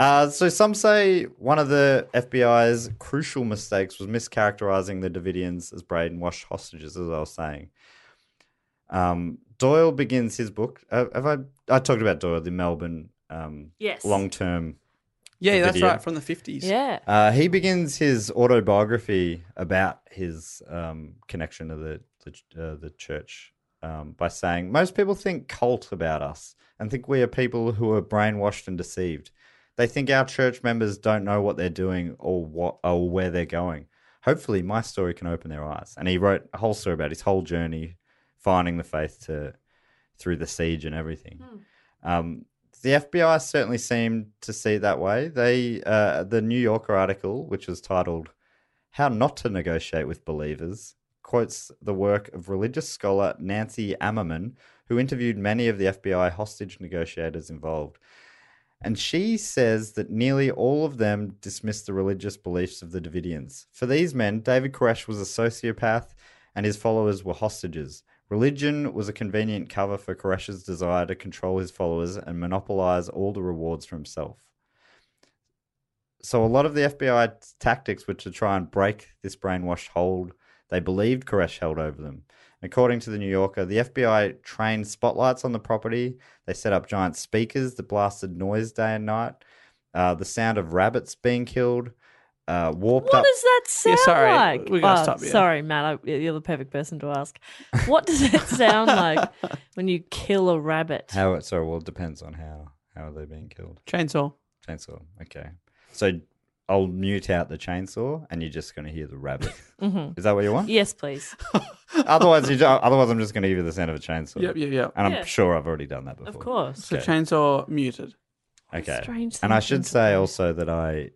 Speaker 1: uh, so some say one of the FBI's crucial mistakes was mischaracterizing the Davidians as brainwashed hostages, as I was saying. Um, Doyle begins his book. Uh, have I? I talked about Doyle, the Melbourne um,
Speaker 6: Yes.
Speaker 1: long-term.
Speaker 6: Yeah, that's
Speaker 1: Davidian.
Speaker 6: right from the fifties.
Speaker 7: Yeah.
Speaker 1: Uh, he begins his autobiography about his um, connection to the the, uh, the church um, by saying, "Most people think cult about us and think we are people who are brainwashed and deceived. They think our church members don't know what they're doing or what or where they're going. Hopefully, my story can open their eyes." And he wrote a whole story about his whole journey finding the faith to through the siege and everything. Um, the FBI certainly seemed to see it that way. They, uh, the New Yorker article, which was titled "How Not to Negotiate with Believers," quotes the work of religious scholar Nancy Ammerman, who interviewed many of the FBI hostage negotiators involved. And she says that nearly all of them dismissed the religious beliefs of the Davidians. For these men, David Koresh was a sociopath and his followers were hostages. Religion was a convenient cover for Koresh's desire to control his followers and monopolize all the rewards for himself. So, a lot of the FBI tactics were to try and break this brainwashed hold they believed Koresh held over them. According to the New Yorker, the FBI trained spotlights on the property. They set up giant speakers that blasted noise day and night. Uh, the sound of rabbits being killed, uh, warped
Speaker 7: What
Speaker 1: up.
Speaker 7: does that sound
Speaker 6: sorry,
Speaker 7: like?
Speaker 6: we gotta
Speaker 7: Oh,
Speaker 6: stop you.
Speaker 7: Sorry, Matt. I, you're the perfect person to ask. What does it sound like when you kill a rabbit?
Speaker 1: How it so well it depends on how how are they being killed.
Speaker 6: Chainsaw.
Speaker 1: Chainsaw. Okay. So I'll mute out the chainsaw and you're just gonna hear the rabbit.
Speaker 7: Mhm.
Speaker 1: Is that what you want?
Speaker 7: Yes, please.
Speaker 1: otherwise you ju- otherwise I'm just gonna give you the sound of a chainsaw.
Speaker 6: Yep, yeah, yeah.
Speaker 1: And I'm
Speaker 7: Yeah.
Speaker 1: sure I've already done that before.
Speaker 7: Of course.
Speaker 6: So chainsaw muted.
Speaker 1: Okay.
Speaker 7: Strange
Speaker 1: and I
Speaker 7: things
Speaker 1: should
Speaker 7: into
Speaker 1: say also that I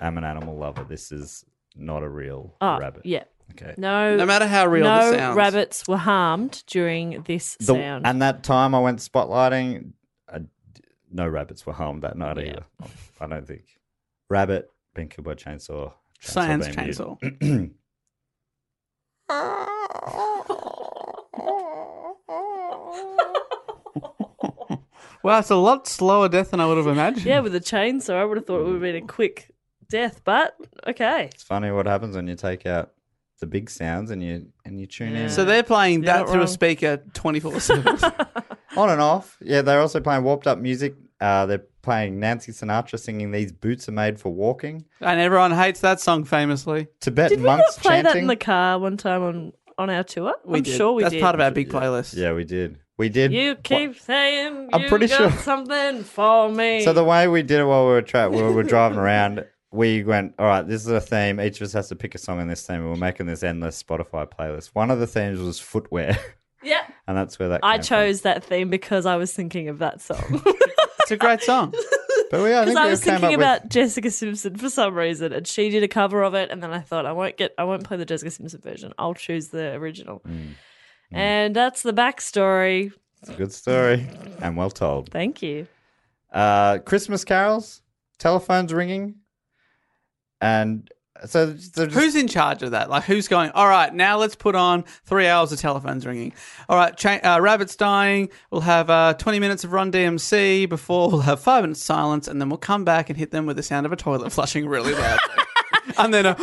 Speaker 1: am an animal lover. This is not a real
Speaker 7: Oh,
Speaker 1: rabbit.
Speaker 7: yeah.
Speaker 1: Okay.
Speaker 7: No.
Speaker 6: No matter how real
Speaker 7: Uh, no
Speaker 6: this sounds.
Speaker 7: rabbits were harmed during this
Speaker 1: The-
Speaker 7: sound.
Speaker 1: And that time I went spotlighting, I d no rabbits were harmed that night either. I don't think. Rabbit being killed by chainsaw. chainsaw
Speaker 6: Science
Speaker 1: being muted.
Speaker 6: chainsaw. Wow, it's a lot slower death than I would have imagined.
Speaker 7: yeah, with a chainsaw, I would have thought it would have been a quick death, but okay.
Speaker 1: It's funny what happens when you take out the big sounds and you and you tune in.
Speaker 6: So they're playing
Speaker 1: You're
Speaker 6: that
Speaker 1: not
Speaker 6: through a
Speaker 1: wrong.
Speaker 6: speaker 24 7.
Speaker 1: on and off. Yeah, they're also playing warped up music. Uh, they're playing Nancy Sinatra singing "These Boots Are Made for Walking."
Speaker 6: And everyone hates that song famously.
Speaker 1: Tibetan
Speaker 5: Did we
Speaker 1: monks
Speaker 5: not play that in
Speaker 1: chanting.
Speaker 5: the car one time on on our tour?
Speaker 6: We
Speaker 5: I'm
Speaker 6: did.
Speaker 5: sure we
Speaker 6: That's
Speaker 5: did.
Speaker 6: part of our big playlist.
Speaker 1: Yeah, we did. We did.
Speaker 5: You keep saying
Speaker 1: I'm
Speaker 5: you
Speaker 1: pretty
Speaker 5: got
Speaker 1: sure-
Speaker 5: something for me.
Speaker 1: So the way we did it while we were tra- while we were driving around, we went, all right, this is a theme. Each of us has to pick a song in this theme. and We're making this endless Spotify playlist. One of the themes was footwear,
Speaker 5: yeah,
Speaker 1: and that's where that.
Speaker 5: I
Speaker 1: came from.
Speaker 5: chose that theme because I was thinking of that song.
Speaker 6: it's a great song.
Speaker 1: But we, I
Speaker 5: Because
Speaker 1: think
Speaker 5: I
Speaker 1: we
Speaker 5: was
Speaker 1: came up
Speaker 5: thinking
Speaker 1: with-
Speaker 5: about Jessica Simpson for some reason, and she did a cover of it, and then I thought I won't get, I won't play the Jessica Simpson version. I'll choose the original,
Speaker 1: Mm.
Speaker 5: and that's the backstory.
Speaker 1: It's a good story and well told.
Speaker 5: Thank you.
Speaker 1: Uh, Christmas carols, telephones ringing, and so they're just-
Speaker 6: Who's in charge of that? Like, who's going? All right, now let's put on three hours of telephones ringing. All right, cha- uh, rabbits dying. We'll have uh, twenty minutes of Run DMC before we'll have five minutes silence, and then we'll come back and hit them with the sound of a toilet flushing really loud. and then a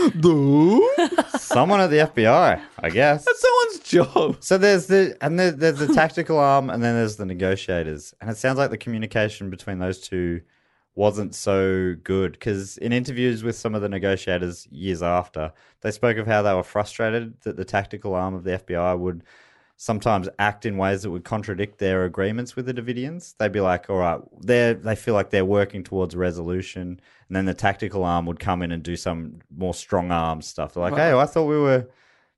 Speaker 1: someone at the FBI, I guess. That's
Speaker 6: someone's job.
Speaker 1: So there's the and there, there's the tactical arm, and then there's the negotiators, and it sounds like the communication between those two wasn't so good because in interviews with some of the negotiators years after, they spoke of how they were frustrated that the tactical arm of the FBI would sometimes act in ways that would contradict their agreements with the Davidians. They'd be like, all right, they're, they feel like they're working towards a resolution. And then the tactical arm would come in and do some more strong arm stuff. They're like,
Speaker 6: Right.
Speaker 1: hey, I thought we were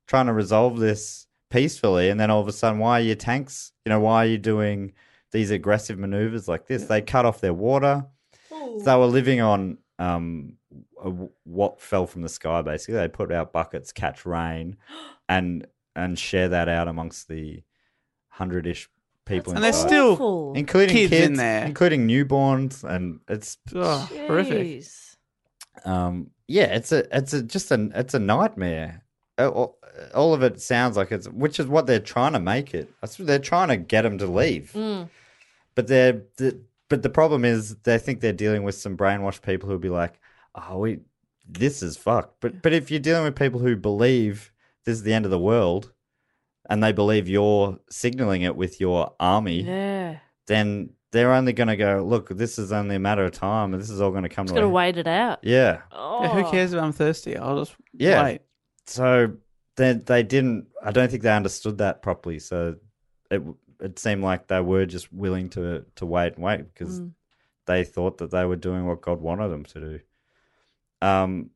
Speaker 1: trying to resolve this peacefully. And then all of a sudden, why are your tanks, you know, why are you doing these aggressive maneuvers like this? They cut off their water. So they were living on um, a w- what fell from the sky. Basically, they put out buckets, catch rain, and and share that out amongst the hundred-ish people.
Speaker 6: And there's
Speaker 1: inside.
Speaker 6: still Awful.
Speaker 1: including
Speaker 6: kids
Speaker 1: kids,
Speaker 6: in there.
Speaker 1: including newborns, and it's
Speaker 6: Oh, horrific.
Speaker 1: um, yeah, it's a it's a just an it's a nightmare. Uh, All all of it sounds like it's which is what they're trying to make it. That's what They're trying to get them to leave.
Speaker 5: Mm.
Speaker 1: But they're the, but the problem is they think they're dealing with some brainwashed people who'll be like, "Oh, we this is fucked." But but if you're dealing with people who believe this is the end of the world, and they believe you're signaling it with your army,
Speaker 5: Yeah,
Speaker 1: then they're only going to go, "Look, this is only a matter of time, and this is all going to come
Speaker 5: just
Speaker 1: to
Speaker 5: gotta
Speaker 1: a-
Speaker 5: wait it out. Oh,
Speaker 1: Yeah.
Speaker 6: Yeah, who cares if I'm thirsty? I'll just
Speaker 1: Yeah.
Speaker 6: wait.
Speaker 1: So they they didn't. I don't think they understood that properly. So it it seemed like they were just willing to to wait and wait because
Speaker 6: Mm.
Speaker 1: they thought that they were doing what God wanted them to do. Um,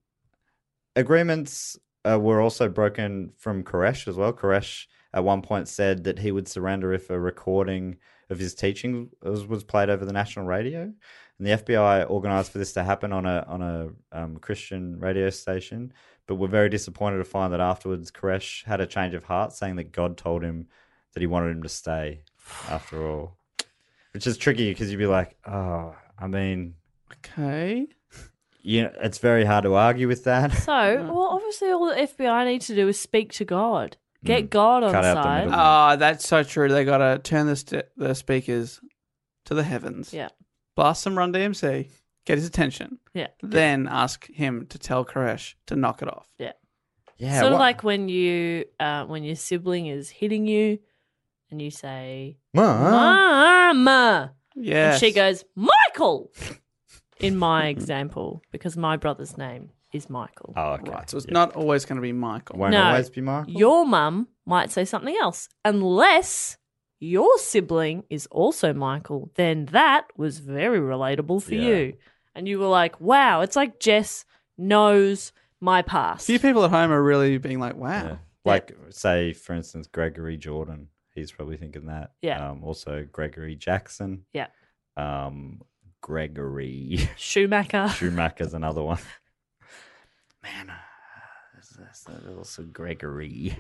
Speaker 1: agreements uh, were also broken from Koresh as well. Koresh at one point said that he would surrender if a recording of his teaching was, was played over the national radio. And the FBI organized for this to happen on a on a um, Christian radio station, but were very disappointed to find that afterwards Koresh had a change of heart, saying that God told him that he wanted him to stay after all, which is tricky because you'd be like, oh, I mean,
Speaker 6: Okay.
Speaker 1: you know, it's very hard to argue with that.
Speaker 5: So,
Speaker 1: Mm.
Speaker 5: well, obviously, all the FBI need to do is speak to God, get God on
Speaker 1: Mm. Cut out the
Speaker 5: side.
Speaker 1: middle.
Speaker 6: Oh, that's so true. They got to turn the, st- the speakers to the heavens.
Speaker 5: Yeah.
Speaker 6: Blast some Run DMC, get his attention.
Speaker 5: Yeah.
Speaker 6: Then ask him to tell Koresh to knock it off.
Speaker 5: Yeah.
Speaker 1: Yeah,
Speaker 5: sort of
Speaker 1: what-
Speaker 5: like when you, uh, when your sibling is hitting you, and you say,
Speaker 1: Ma.
Speaker 5: "Mama,"
Speaker 6: Yes.
Speaker 5: and she goes, "Michael." In my example, because my brother's name is Michael.
Speaker 1: Oh, okay.
Speaker 6: Right. So it's not always going to be Michael.
Speaker 1: Won't always be Michael.
Speaker 5: Your mum might say something else, unless your sibling is also Michael. Then that was very relatable for
Speaker 6: Yeah.
Speaker 5: you, and you were like, "Wow!" It's like Jess knows my past.
Speaker 6: few people at home are really being like, wow.
Speaker 1: Like, say, for instance, Gregory Jordan. He's probably thinking that.
Speaker 5: Yeah.
Speaker 1: Um, also, Gregory Jackson.
Speaker 5: Yeah.
Speaker 1: Um, Gregory
Speaker 5: Schumacher.
Speaker 1: Schumacher's another one. Man, uh, there's, there's also Gregory,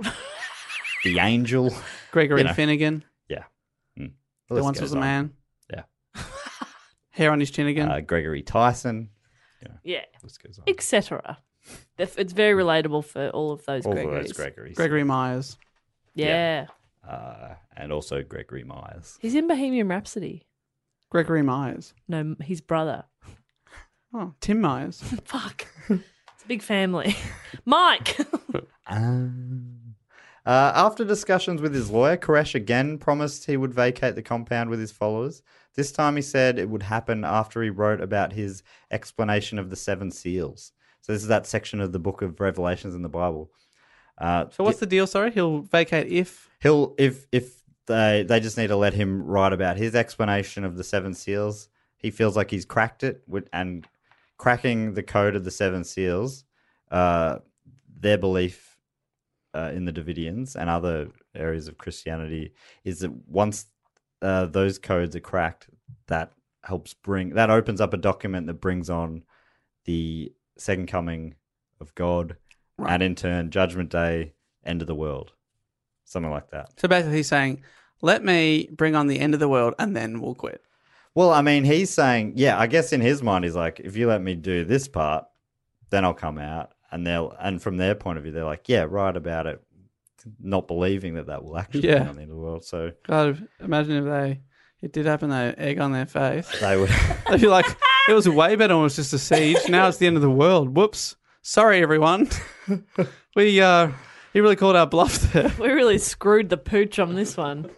Speaker 1: the angel.
Speaker 6: Gregory
Speaker 1: you know.
Speaker 6: Finnegan.
Speaker 1: Yeah. Mm. The
Speaker 6: There
Speaker 1: list
Speaker 6: once was
Speaker 1: goes
Speaker 6: a
Speaker 1: on.
Speaker 6: man.
Speaker 1: Yeah.
Speaker 6: Hair on his chin again.
Speaker 1: Uh, Gregory Tyson.
Speaker 5: Yeah.
Speaker 1: goes on.
Speaker 5: Etc. It's very relatable for all of those
Speaker 1: All of
Speaker 5: Gregorys.
Speaker 1: those Gregorys.
Speaker 6: Gregory Myers.
Speaker 5: Yeah.
Speaker 1: Uh, and also Gregory Myers.
Speaker 5: He's in Bohemian Rhapsody.
Speaker 6: Gregory Myers.
Speaker 5: No, m- his brother.
Speaker 6: Oh, Tim Myers.
Speaker 5: Fuck. It's a big family. Mike.
Speaker 1: Ah. Uh, after discussions with his lawyer, Koresh again promised he would vacate the compound with his followers. This time he said it would happen after he wrote about his explanation of the seven seals. So, this is that section of the book of Revelations in the Bible. Uh,
Speaker 6: So what's the deal? Sorry, he'll vacate if
Speaker 1: he'll if if they they just need to let him write about his explanation of the seven seals. He feels like he's cracked it with, and cracking the code of the seven seals, uh, their belief uh, in the Davidians and other areas of Christianity is that once uh, those codes are cracked, that helps bring that opens up a document that brings on the second coming of God, and in turn, Judgment Day, end of the world, something like that.
Speaker 6: So basically, he's saying, "Let me bring on the end of the world, and then we'll quit."
Speaker 1: Well, I mean, he's saying, yeah, I guess in his mind, he's like, if you let me do this part, then I'll come out, and they'll, and from their point of view, they're like, yeah, right about it, not believing that that will actually
Speaker 6: Yeah.
Speaker 1: be on the end of the world. So
Speaker 6: God, imagine if they it did happen. They egg on their face.
Speaker 1: They would.
Speaker 6: They'd be like, "It was way better when it was just a siege. Now it's the end of the world. Whoops. Sorry, everyone. we uh, he really called our bluff there.
Speaker 7: We really screwed the pooch on this one.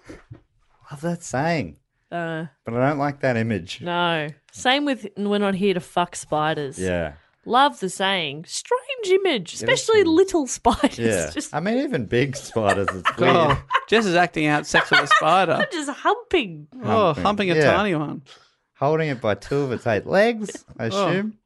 Speaker 1: love that saying,
Speaker 7: Uh,
Speaker 1: but I don't like that image.
Speaker 7: no. Same with we're not here to fuck spiders.
Speaker 1: Yeah,
Speaker 7: Love the saying. Strange image, especially little spiders.
Speaker 1: yeah. I mean, even big spiders, it's weird.
Speaker 6: Oh, Jess is acting out sex with a spider.
Speaker 7: Just humping.
Speaker 6: Oh, humping a
Speaker 1: yeah.
Speaker 6: tiny one.
Speaker 1: Holding it by two of its eight legs, I
Speaker 6: Oh.
Speaker 1: assume.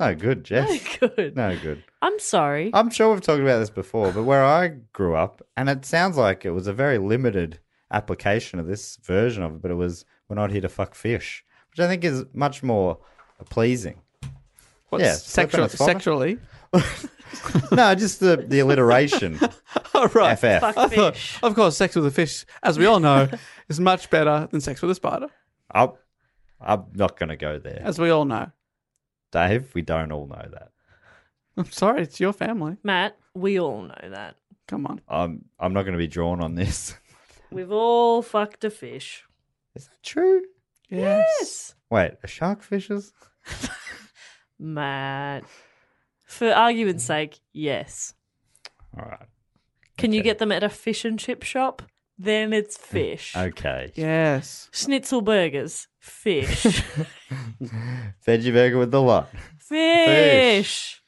Speaker 1: No good, Jess.
Speaker 7: No good.
Speaker 1: No good.
Speaker 7: I'm sorry.
Speaker 1: I'm sure we've talked about this before, but where I grew up, and it sounds like it was a very limited application of this version of it, but it was we're not here to fuck fish, which I think is much more pleasing.
Speaker 6: What's
Speaker 1: slip in
Speaker 6: sexual,
Speaker 1: a spider.
Speaker 6: sexually?
Speaker 1: no, just the, the alliteration.
Speaker 6: Oh, right.
Speaker 1: FF. Fuck
Speaker 6: I thought, of course, sex with a fish, as we all know, is much better than sex with a spider,
Speaker 1: I'm, I'm not going to go there.
Speaker 6: as we all know.
Speaker 1: Dave, we don't all know that.
Speaker 6: I'm sorry, it's your family.
Speaker 7: Matt, we all know that.
Speaker 6: Come on.
Speaker 1: I'm, I'm not going to be drawn on this.
Speaker 7: We've all fucked a fish.
Speaker 1: Is that true?
Speaker 6: Yes.
Speaker 1: Wait, a shark fishes?
Speaker 7: Matt. For argument's sake, yes.
Speaker 1: All right.
Speaker 7: Can you get them at a fish and chip shop? Then it's fish.
Speaker 1: Mm. Okay.
Speaker 6: Yes.
Speaker 7: Schnitzel burgers, fish.
Speaker 1: Veggie burger with the lot.
Speaker 7: fish.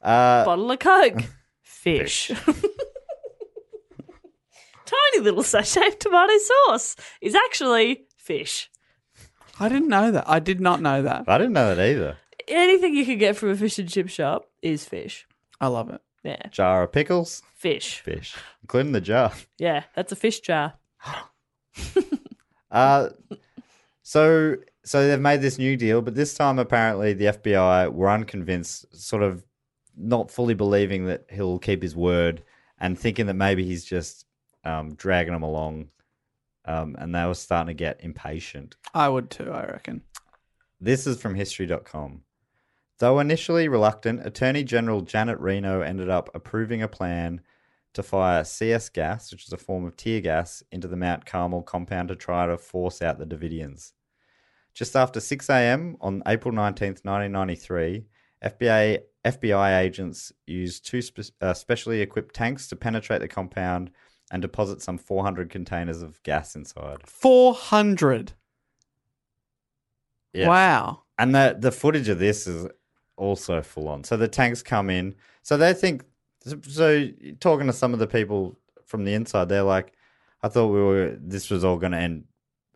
Speaker 1: Uh,
Speaker 7: Bottle of Coke, fish. Tiny little sachet of tomato sauce is actually fish.
Speaker 6: I didn't know that. I did not know that.
Speaker 1: I didn't know that either.
Speaker 7: Anything you can get from a fish and chip shop is fish.
Speaker 6: I love it.
Speaker 7: Yeah.
Speaker 1: Jar of pickles?
Speaker 7: Fish.
Speaker 1: Fish. Including the jar.
Speaker 7: Yeah, that's a fish jar.
Speaker 1: Uh, so so they've made this new deal, but this time apparently the FBI were unconvinced, sort of not fully believing that he'll keep his word, and thinking that maybe he's just um, dragging them along. Um, and they were starting to get impatient.
Speaker 6: I would too, I reckon.
Speaker 1: This is from history.com. Though initially reluctant, Attorney General Janet Reno ended up approving a plan to fire CS gas, which is a form of tear gas, into the Mount Carmel compound to try to force out the Davidians. Just after 6 a.m. on April 19th, 1993, FBI, FBI agents used two spe- uh, specially equipped tanks to penetrate the compound and deposit some 400 containers of gas inside.
Speaker 6: 400.
Speaker 1: Yes.
Speaker 6: Wow.
Speaker 1: And the the footage of this is also full on. So the tanks come in. So they think. So talking to some of the people from the inside, they're like, "I thought we were. This was all going to end."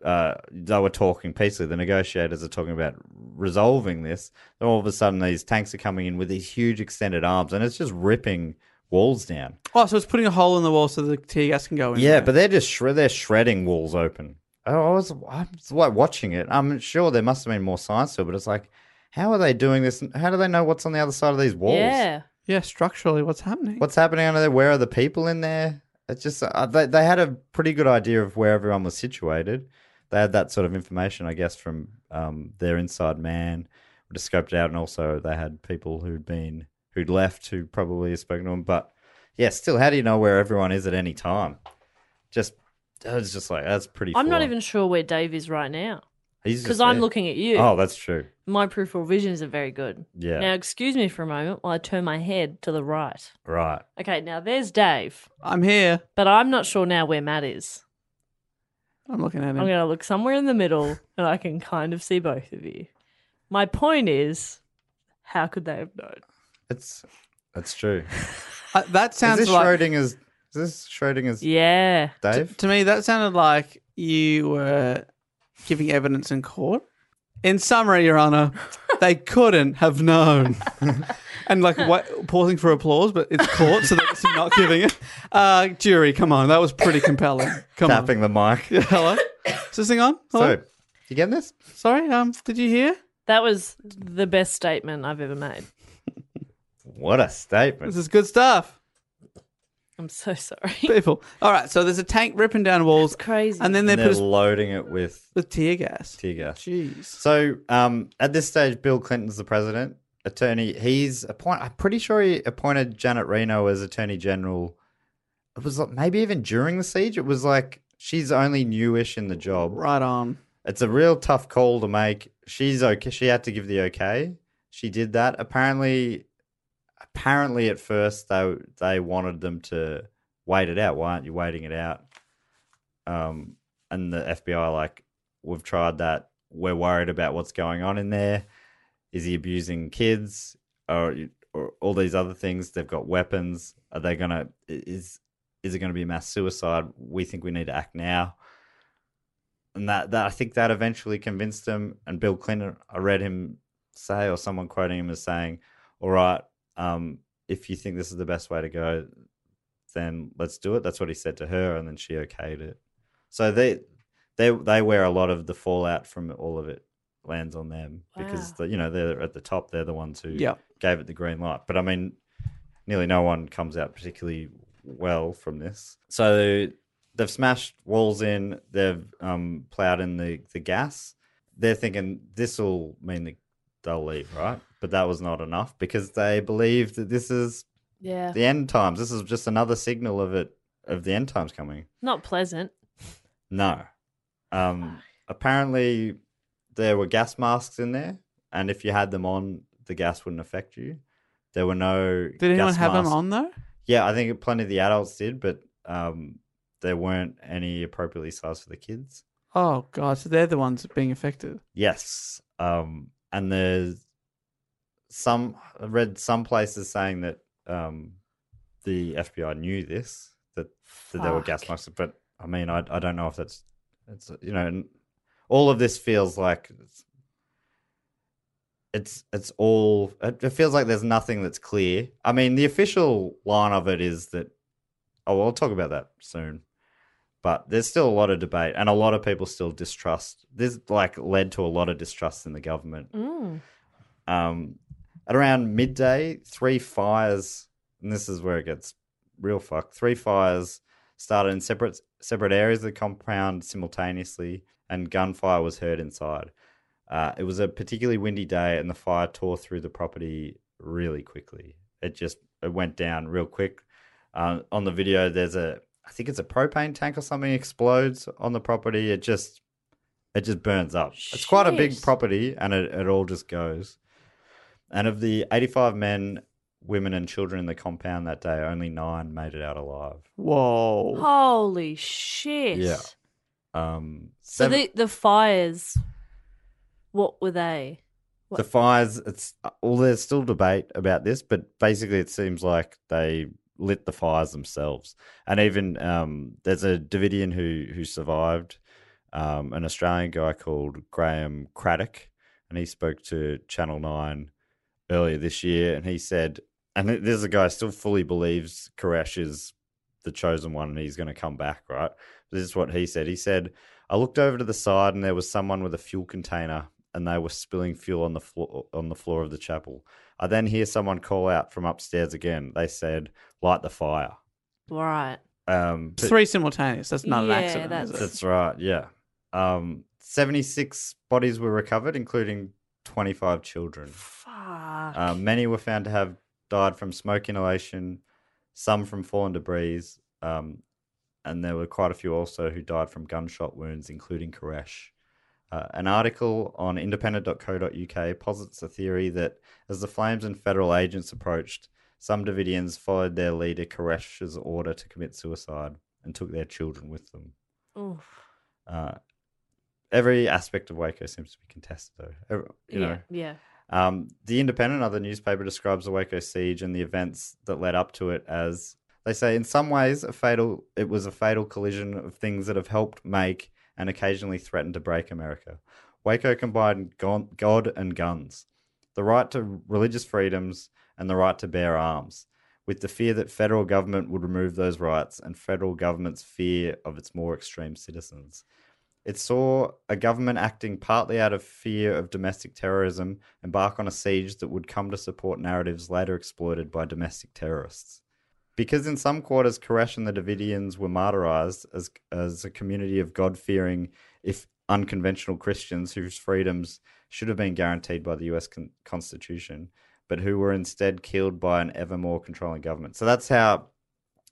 Speaker 1: Uh, they were talking peacefully. The negotiators are talking about resolving this. Then all of a sudden, these tanks are coming in with these huge extended arms, and it's just ripping walls down.
Speaker 6: Oh, so it's putting a hole in the wall so the tear gas can go in.
Speaker 1: Yeah,
Speaker 6: there.
Speaker 1: but they're just shred- they're shredding walls open. I was I'm just, like watching it. I'm sure there must have been more science to it, but it's like, how are they doing this? How do they know what's on the other side of these walls?
Speaker 7: Yeah.
Speaker 6: Yeah, structurally, what's happening?
Speaker 1: What's happening under there? Where are the people in there? It's just uh, they they had a pretty good idea of where everyone was situated. They had that sort of information, I guess, from um, their inside man, just scoped out, and also they had people who'd been who'd left who probably had spoken to them. But yeah, still, how do you know where everyone is at any time? Just I was just like that's pretty.
Speaker 7: I'm not
Speaker 1: full on.
Speaker 7: even sure where Dave is right now.
Speaker 1: He's just
Speaker 7: Because I'm
Speaker 1: there.
Speaker 7: looking at you.
Speaker 1: Oh, that's true.
Speaker 7: My peripheral vision isn't very good.
Speaker 1: Yeah.
Speaker 7: Now, excuse me for a moment while I turn my head to the right.
Speaker 1: Right.
Speaker 7: Okay, now there's Dave.
Speaker 6: I'm here.
Speaker 7: But I'm not sure now where Matt is.
Speaker 6: I'm looking at him.
Speaker 7: I'm going to look somewhere in the middle and I can kind of see both of you. My point is, how could they have known?
Speaker 1: It's that's true.
Speaker 6: Uh, that sounds
Speaker 1: is this
Speaker 6: like
Speaker 1: Schrodinger's. Is this Schrodinger's?
Speaker 7: Yeah.
Speaker 1: Dave.
Speaker 6: To me, that sounded like you were giving evidence in court. In summary, Your Honor, they couldn't have known. and like wa pausing for applause, but it's court, so that's not giving it. Uh, jury, come on, that was pretty compelling. Come
Speaker 1: Tapping the mic.
Speaker 6: on, hello, is this thing on? Hello?
Speaker 1: So, you getting this?
Speaker 6: Sorry, um, did you hear?
Speaker 7: That was the best statement I've ever made.
Speaker 1: What a statement.
Speaker 6: This is good stuff.
Speaker 7: I'm so sorry.
Speaker 6: People. All right, so there's a tank ripping down walls.
Speaker 7: crazy.
Speaker 6: And then they
Speaker 1: And they're
Speaker 6: put us
Speaker 1: loading it with
Speaker 6: with tear gas.
Speaker 1: tear gas.
Speaker 6: Jeez.
Speaker 1: So um, at this stage, Bill Clinton's the president. Attorney, he's appoint. I'm pretty sure he appointed Janet Reno as attorney general. It was like maybe even during the siege. It was like she's only newish in the job.
Speaker 6: Right on.
Speaker 1: It's a real tough call to make. She's okay. She had to give the okay. She did that. Apparently, apparently at first they they wanted them to wait it out. Why aren't you waiting it out? Um, and the FBI like we've tried that. We're worried about what's going on in there. Is he abusing kids or, or all these other things? They've got weapons. Are they gonna is is it gonna be mass suicide? We think we need to act now and that, that I think that eventually convinced them. And Bill Clinton, I read him say, or someone quoting him as saying, "All right, um, if you think this is the best way to go, then let's do it." That's what he said to her, and then she okayed it. So they they they wear a lot of the fallout from all of it lands on them because the, you know they're at the top. They're the ones who
Speaker 6: Yeah.
Speaker 1: gave it the green light. But I mean, nearly no one comes out particularly well from this. So they've smashed walls in, they've um, plowed in the, the gas. They're thinking this will mean that they'll leave, right? But that was not enough because they believe that this is
Speaker 7: Yeah.
Speaker 1: the end times. This is just another signal of it of the end times coming.
Speaker 7: Not pleasant.
Speaker 1: No. Um, apparently, there were gas masks in there, and if you had them on, the gas wouldn't affect you. There were no.
Speaker 6: Did anyone
Speaker 1: gas
Speaker 6: have them
Speaker 1: masks-
Speaker 6: on though?
Speaker 1: Yeah, I think plenty of the adults did, but um, there weren't any appropriately sized for the kids.
Speaker 6: Oh god, so they're the ones being affected.
Speaker 1: Yes. Um, and there's some I read some places saying that um, the FBI knew this that, that there were gas
Speaker 7: Fuck.
Speaker 1: masks, but I mean, I I don't know if that's it's you know, and all of this feels like it's it's, it's all it, it feels like there's nothing that's clear. I mean, the official line of it is that oh, I'll talk about that soon but there's still a lot of debate and a lot of people still distrust this like led to a lot of distrust in the government
Speaker 7: Mm.
Speaker 1: um at around midday three fires and this is where it gets real fucked three fires started in separate separate areas of the compound simultaneously and gunfire was heard inside uh, it was a particularly windy day and the fire tore through the property really quickly it just it went down real quick uh, on the video there's a i think it's a propane tank or something explodes on the property it just it just burns up it's quite a big
Speaker 7: Shit.
Speaker 1: property and it, it all just goes and of the 85 men women and children in the compound that day only nine made it out alive
Speaker 6: Whoa.
Speaker 7: Holy shit.
Speaker 1: Yeah. um
Speaker 7: So
Speaker 1: seven-
Speaker 7: the, the fires, what were they?
Speaker 1: the fires it's well there's still debate about this but basically it seems like they lit the fires themselves and even um, there's a davidian who who survived um, an australian guy called graham craddock and he spoke to channel 9 earlier this year and he said and this is a guy who still fully believes koresh is the chosen one and he's going to come back right this is what he said he said I looked over to the side and there was someone with a fuel container and they were spilling fuel on the floor on the floor of the chapel. I then hear someone call out from upstairs again. They said, "Light the fire."
Speaker 7: Right.
Speaker 1: Um,
Speaker 6: It's three simultaneous. That's not
Speaker 7: Yeah,
Speaker 6: an accident. is
Speaker 7: that's-
Speaker 6: it?
Speaker 1: that's right. Yeah. Um, Seventy-six bodies were recovered, including twenty-five children.
Speaker 7: Fuck.
Speaker 1: Uh, many were found to have died from smoke inhalation, some from fallen debris, um, and there were quite a few also who died from gunshot wounds, including Koresh. Uh, an article on independent.co.uk posits a theory that as the Flames and federal agents approached, some Davidians followed their leader Koresh's order to commit suicide and took their children with them.
Speaker 7: Oof.
Speaker 1: Uh, every aspect of Waco seems to be contested, though. Every- you
Speaker 7: yeah,
Speaker 1: know,
Speaker 7: yeah.
Speaker 1: um, the Independent, other newspaper, describes the Waco siege and the events that led up to it as they say, in some ways, a fatal. It was a fatal collision of things that have helped make and occasionally threatened to break America. Waco combined gon- God and guns, the right to religious freedoms, and the right to bear arms, with the fear that federal government would remove those rights and federal government's fear of its more extreme citizens. It saw a government acting partly out of fear of domestic terrorism embark on a siege that would come to support narratives later exploited by domestic terrorists. Because in some quarters, Koresh and the Davidians were martyrized as, as a community of God fearing, if unconventional Christians whose freedoms should have been guaranteed by the US con- Constitution, but who were instead killed by an ever more controlling government. So that's how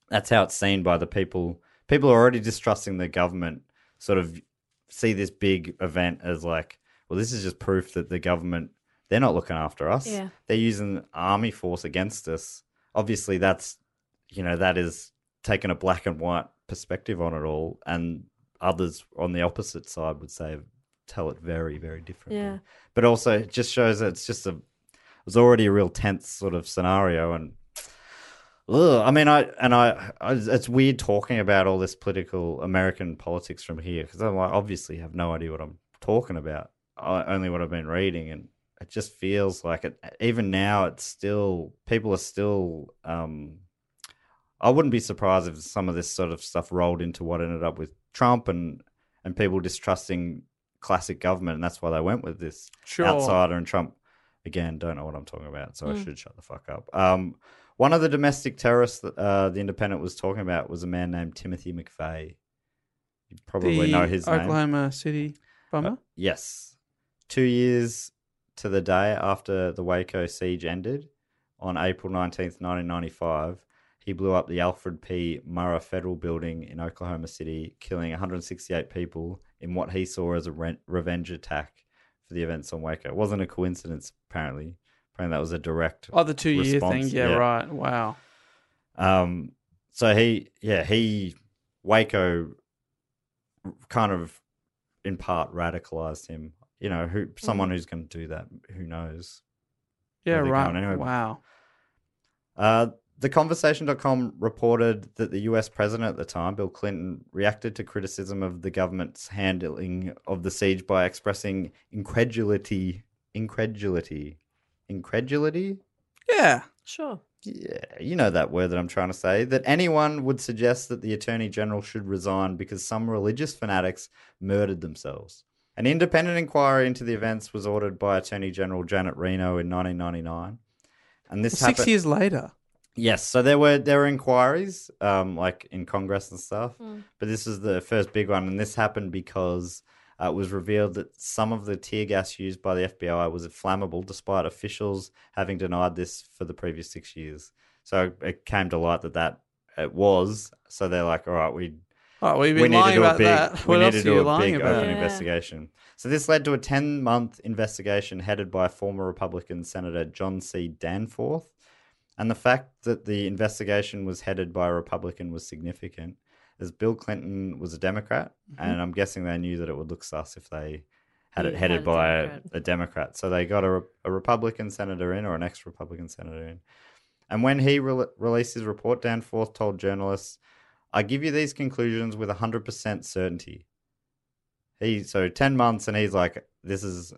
Speaker 1: that's how it's seen by the people. People are already distrusting the government. Sort of see this big event as like, well, this is just proof that the government they're not looking after us.
Speaker 7: Yeah.
Speaker 1: They're using army force against us. Obviously, that's you know that is taking a black and white perspective on it all, and others on the opposite side would say tell it very very differently.
Speaker 7: Yeah.
Speaker 1: But also, it just shows that it's just a it was already a real tense sort of scenario and ugh, i mean i and I, I it's weird talking about all this political american politics from here because i obviously have no idea what i'm talking about I, only what i've been reading and it just feels like it even now it's still people are still um i wouldn't be surprised if some of this sort of stuff rolled into what ended up with trump and and people distrusting classic government and that's why they went with this
Speaker 6: Sure.
Speaker 1: outsider and trump again don't know what i'm talking about so i
Speaker 6: Mm.
Speaker 1: should shut the fuck up um, one of the domestic terrorists that uh, the independent was talking about was a man named timothy mcveigh you
Speaker 6: The
Speaker 1: probably know his name Uh,
Speaker 6: Oklahoma City bomber.
Speaker 1: Yes. Two years to the day after the Waco siege ended on April 19th, 1995, he blew up the Alfred P. Murrah Federal Building in Oklahoma City, killing 168 people in what he saw as a re- revenge attack for the events on Waco. It wasn't a coincidence, apparently. Apparently, that was a direct
Speaker 6: Oh, the two year thing.
Speaker 1: response.
Speaker 6: Yeah, right. Wow.
Speaker 1: Um, so he, yeah, he, Waco kind of in part radicalized him. You know, who someone who's going to do that, who knows?
Speaker 6: Yeah,
Speaker 1: where they're
Speaker 6: right.
Speaker 1: going anyway.
Speaker 6: Wow.
Speaker 1: Uh, the conversation.com reported that the US president at the time, Bill Clinton, reacted to criticism of the government's handling of the siege by expressing incredulity, incredulity, incredulity
Speaker 6: Yeah.
Speaker 7: Sure.
Speaker 1: yeah, you know that word that I'm trying to say, that anyone would suggest that the Attorney General should resign because some religious fanatics murdered themselves. An independent inquiry into the events was ordered by Attorney General Janet Reno in 1999. And this
Speaker 6: Well, six
Speaker 1: happened-
Speaker 6: years later.
Speaker 1: Yes, so there were there were inquiries, um, like in Congress and stuff. But this is the first big one, and this happened because uh, it was revealed that some of the tear gas used by the FBI was flammable, despite officials having denied this for the previous six years. So it came to light that that it was. So they're like, all right, we
Speaker 6: Oh, we've been
Speaker 1: need to
Speaker 6: lying
Speaker 1: do a
Speaker 6: about
Speaker 1: big-
Speaker 6: that.
Speaker 1: We
Speaker 6: What
Speaker 1: need
Speaker 6: else
Speaker 1: to
Speaker 6: are you
Speaker 1: do a
Speaker 6: lying
Speaker 1: big uh,
Speaker 6: about?
Speaker 1: open
Speaker 6: Yeah.
Speaker 1: investigation. So this led to a 10-month investigation headed by former Republican Senator John C. Danforth. And the fact that the investigation was headed by a Republican was significant, as Bill Clinton was a Democrat,
Speaker 6: Mm-hmm.
Speaker 1: and I'm guessing they knew that it would look sus if they had it
Speaker 6: Yeah,
Speaker 1: headed
Speaker 6: had a
Speaker 1: by a-
Speaker 6: Democrat.
Speaker 1: a Democrat. So they got a, re- a Republican senator in or an ex Republican senator in. And when he re- released his report, Danforth told journalists, I give you these conclusions with 100% certainty. He so 10 months and he's like this is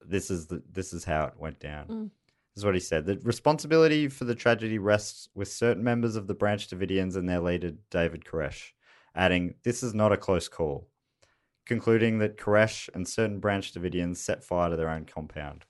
Speaker 1: this is the, this is how it went down.
Speaker 6: Mm.
Speaker 1: This is what he said. The responsibility for the tragedy rests with certain members of the Branch Davidians and their leader David Koresh, adding, "This is not a close call." Concluding that Koresh and certain Branch Davidians set fire to their own compound.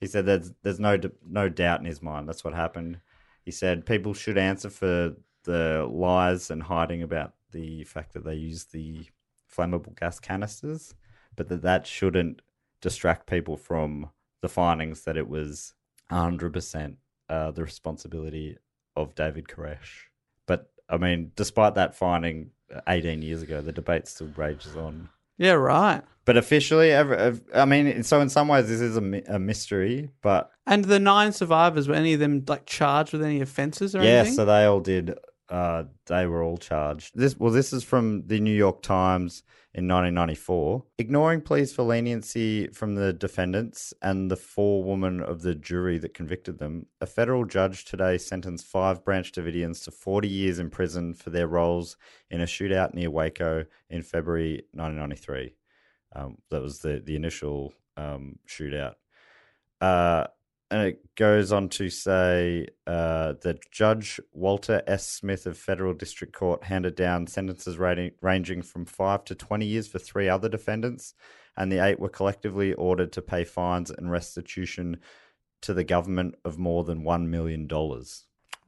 Speaker 1: He said there's there's no d- no doubt in his mind that's what happened. He said people should answer for the lies and hiding about the fact that they used the flammable gas canisters, but that that shouldn't distract people from the findings that it was 100% uh, the responsibility of David Koresh. uh, But I mean, despite that finding 18 years ago, the debate still rages on.
Speaker 6: Yeah, right.
Speaker 1: But officially, every, I mean, so in some ways, this is a, mi- a mystery, but
Speaker 6: And the nine survivors were any of them like charged with any offences or
Speaker 1: yeah,
Speaker 6: anything?
Speaker 1: so they all did. Uh, they were all charged. This well, this is from the New York Times in 1994. Ignoring pleas for leniency from the defendants and the four women of the jury that convicted them, a federal judge today sentenced five Branch Davidians to 40 years in prison for their roles in a shootout near Waco in February 1993. Um, that was the the initial um, shootout. Uh, and it goes on to say uh, that Judge Walter S. Smith of Federal District Court handed down sentences rating, ranging from five to 20 years for three other defendants, and the eight were collectively ordered to pay fines and restitution to the government of more than $1 million.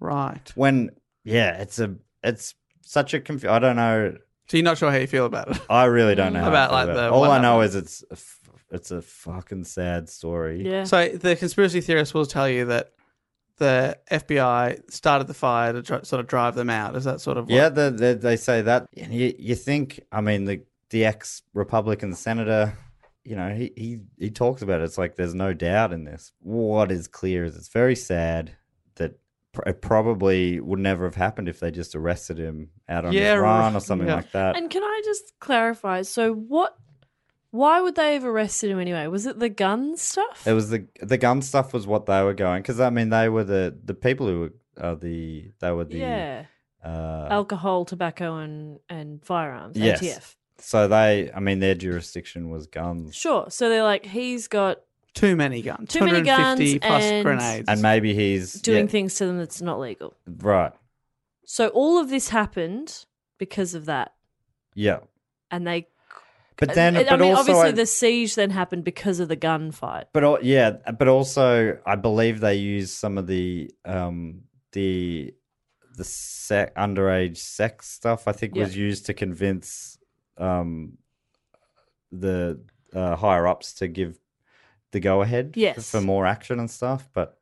Speaker 6: Right.
Speaker 1: When, yeah, it's a, it's such a conf I don't know.
Speaker 6: So you're not sure how you feel about it.
Speaker 1: I really don't know. how I
Speaker 6: About,
Speaker 1: feel
Speaker 6: like,
Speaker 1: it.
Speaker 6: the-
Speaker 1: all
Speaker 6: what
Speaker 1: I know
Speaker 6: happened.
Speaker 1: is it's, a f- it's a fucking sad story.
Speaker 6: So the conspiracy theorists will tell you that the FBI started the fire to try, sort of drive them out. Is that sort of what?
Speaker 1: Yeah, the, the, they say that. And you, you think, I mean, the, the ex Republican senator, you know, he, he, he talks about it. It's like there's no doubt in this. What is clear is it's very sad that pr- it probably would never have happened if they just arrested him out on
Speaker 6: Yeah,
Speaker 1: his run or
Speaker 6: right.
Speaker 1: something
Speaker 6: Yeah.
Speaker 1: like that.
Speaker 5: And can I just clarify? So what? Why would they have arrested him anyway? Was it the gun stuff?
Speaker 1: It was the the gun stuff was what they were going because I mean they were the the people who were uh, the they were the
Speaker 5: yeah,
Speaker 1: uh,
Speaker 5: alcohol, tobacco, and and firearms.
Speaker 1: yes.
Speaker 5: ATF.
Speaker 1: So they, I mean, their jurisdiction was guns.
Speaker 5: Sure. So they're like, he's got
Speaker 6: Too many guns.
Speaker 5: Too many guns
Speaker 6: 250 plus
Speaker 5: and-
Speaker 6: grenades.
Speaker 1: And maybe he's
Speaker 5: doing
Speaker 1: yeah,
Speaker 5: things to them that's not legal.
Speaker 1: right.
Speaker 5: So all of this happened because of that,
Speaker 1: Yeah,
Speaker 5: and they.
Speaker 1: but then,
Speaker 5: I, I
Speaker 1: but
Speaker 5: mean,
Speaker 1: also,
Speaker 5: obviously,
Speaker 1: I-
Speaker 5: the siege then happened because of the gunfight.
Speaker 1: but al- yeah, but also, I believe they used some of the um the the sec- underage sex stuff. I think
Speaker 5: Yeah.
Speaker 1: was used to convince um the uh, higher ups to give the go ahead
Speaker 5: Yes.
Speaker 1: for more action and stuff. But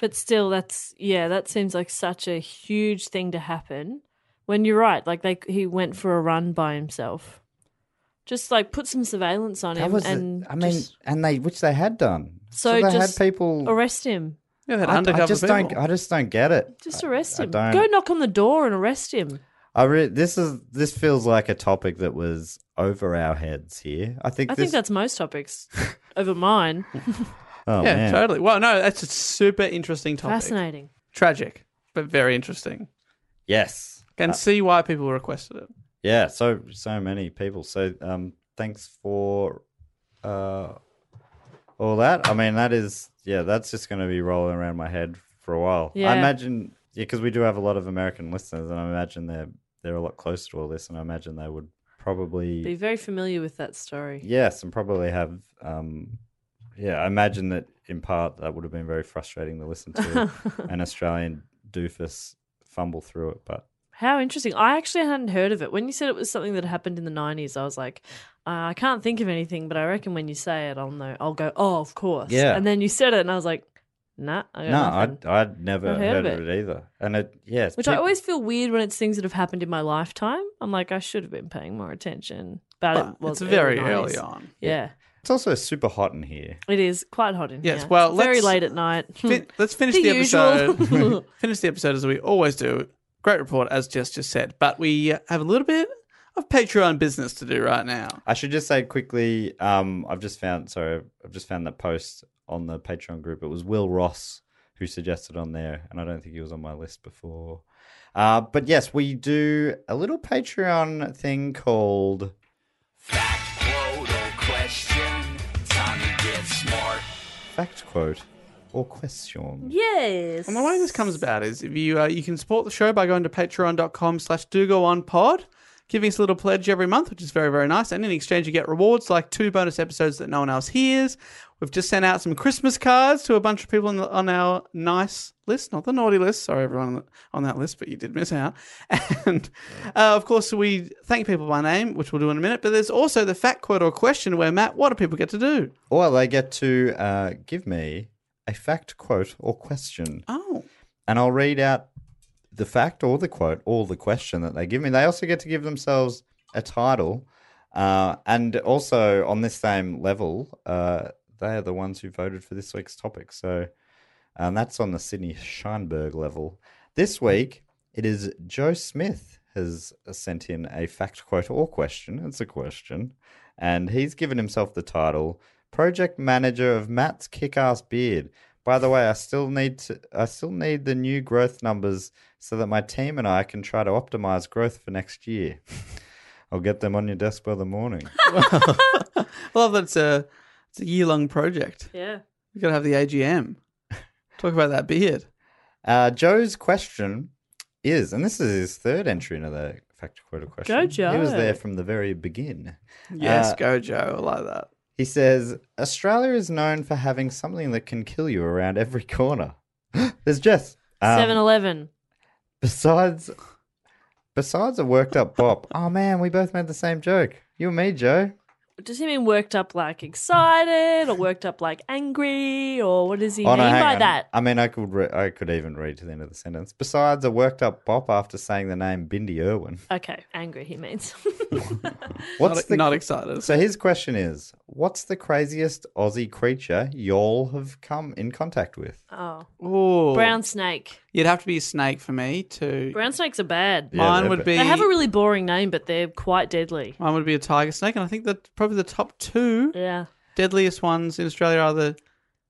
Speaker 5: But still, that's yeah, that seems like such a huge thing to happen. When you're right, like they he went for a run by himself, just like put some surveillance on
Speaker 1: that
Speaker 5: him
Speaker 1: was,
Speaker 5: and
Speaker 1: I mean,
Speaker 5: just-
Speaker 1: and they which they had done.
Speaker 5: so,
Speaker 1: they
Speaker 5: just
Speaker 1: had people.
Speaker 5: arrest him,
Speaker 6: yeah,
Speaker 1: I, I just don't. I just don't get it.
Speaker 5: just arrest
Speaker 1: I
Speaker 5: him,
Speaker 1: don't-
Speaker 5: go knock on the door and arrest him.
Speaker 1: I re- this is this feels like a topic that was over our heads here. I think
Speaker 5: I
Speaker 1: this,
Speaker 5: think that's most topics over mine.
Speaker 1: oh
Speaker 6: yeah,
Speaker 1: man.
Speaker 6: totally. Well, no, that's a super interesting topic.
Speaker 5: Fascinating.
Speaker 6: Tragic, but very interesting.
Speaker 1: Yes.
Speaker 6: Can
Speaker 1: Uh,
Speaker 6: see why people requested it.
Speaker 1: yeah, so so many people. So um thanks for uh all that. I mean that is yeah, that's just going to be rolling around my head for a while.
Speaker 5: Yeah.
Speaker 1: I imagine yeah, cuz we do have a lot of American listeners and I imagine they're they're a lot closer to all this and I imagine they would probably
Speaker 5: Be very familiar with that story.
Speaker 1: Yes, and probably have. Um, yeah, I imagine that in part that would have been very frustrating to listen to an Australian doofus fumble through it. But
Speaker 5: How interesting. I actually hadn't heard of it. When you said it was something that happened in the 90s, I was like, uh, I can't think of anything, but I reckon when you say it, I'll know. I'll go, oh, of course.
Speaker 1: Yeah.
Speaker 5: And then you said it, and I was like, nah, I got
Speaker 1: no,
Speaker 5: nothing.
Speaker 1: I'd, I'd never
Speaker 5: Not
Speaker 1: heard, of it. either. And it, yeah, it's
Speaker 5: Which I
Speaker 1: peop-
Speaker 5: always feel weird when it's things that have happened in my lifetime. I'm like, I should have been paying more attention. But
Speaker 6: Well,
Speaker 5: it was
Speaker 6: it's very
Speaker 5: early
Speaker 6: early
Speaker 5: 90s.
Speaker 6: on.
Speaker 5: Yeah.
Speaker 1: It's also super hot in here.
Speaker 5: It is quite hot in
Speaker 6: Yes,
Speaker 5: here.
Speaker 6: well,
Speaker 5: It's very
Speaker 6: let's-
Speaker 5: late at night.
Speaker 6: Fin- let's finish
Speaker 5: Hmm. The
Speaker 6: the,
Speaker 5: usual.
Speaker 6: episode. finish the episode as we always do. Great report, as Jess just said. But we have a little bit of Patreon business to do right now.
Speaker 1: I should just say quickly. Um, I've just found. Sorry, I've just found that post on the Patreon group. It was Will Ross who suggested on there, and I don't think he was on my list before. Uh, but yes, we do a little Patreon thing called fact quote or question.
Speaker 5: yes.
Speaker 6: And the way this comes about is if you uh, you can support the show by going to patreon.com slash do go on pod, giving us a little pledge every month, which is very, very nice. And in exchange you get rewards like two bonus episodes that no one else hears. We've just sent out some Christmas cards to a bunch of people on, the, on our nice list, not the naughty list. Sorry, everyone on the- on that list, but you did miss out. And uh, of course, we thank people by name, which we'll do in a minute. But there's also the fact quote or question where, Matt, what do people get to do?
Speaker 1: Or they get to uh, give me a fact quote or question,
Speaker 6: Oh,
Speaker 1: and I'll read out the fact or the quote or the question that they give me. They also get to give themselves a title. Uh, and also on this same level, uh, they are the ones who voted for this week's topic. So um, that's on the Sydney Scheinberg level. This week, it is Joe Smith has sent in a fact quote or question. It's a question. And he's given himself the title Project Manager of Matt's Kick Ass Beard. By the way, I still need to I still need the new growth numbers so that my team and I can try to optimize growth for next year. I'll get them on your desk by the morning.
Speaker 6: I love that it's a it's a year long project.
Speaker 5: Yeah.
Speaker 6: You gotta have the AGM. Talk about that beard.
Speaker 1: Uh, Joe's question is, and this is his third entry into the fact quota question.
Speaker 6: Go,
Speaker 1: He was
Speaker 6: Joe.
Speaker 1: there from the very begin.
Speaker 6: Yes,
Speaker 1: Uh,
Speaker 6: go Joe. I like that.
Speaker 1: He says, Australia is known for having something that can kill you around every corner. There's Jess. Um,
Speaker 5: Seven Eleven.
Speaker 1: Besides, besides a worked up bop. Oh man, we both made the same joke. You and me, Joe.
Speaker 5: Does he mean worked up like excited or worked up like angry or what does he
Speaker 1: Oh,
Speaker 5: mean
Speaker 1: no, hang
Speaker 5: by
Speaker 1: on.
Speaker 5: that?
Speaker 1: I mean, I could re- I could even read to the end of the sentence. Besides a worked up bop after saying the name Bindi Irwin.
Speaker 5: Okay, angry he means.
Speaker 1: What's
Speaker 6: Not- e-,
Speaker 1: the,
Speaker 6: not excited.
Speaker 1: So his question is, what's the craziest Aussie creature y'all have come in contact with?
Speaker 5: oh.
Speaker 6: Ooh.
Speaker 5: Brown snake.
Speaker 6: You'd have to be a snake for me to.
Speaker 5: Brown snakes are bad.
Speaker 6: Yeah, Mine they're would bad. be-
Speaker 5: They have a really boring name, but they're quite deadly.
Speaker 6: Mine would be a tiger snake, and I think that probably the top two
Speaker 5: Yeah.
Speaker 6: deadliest ones in Australia are the.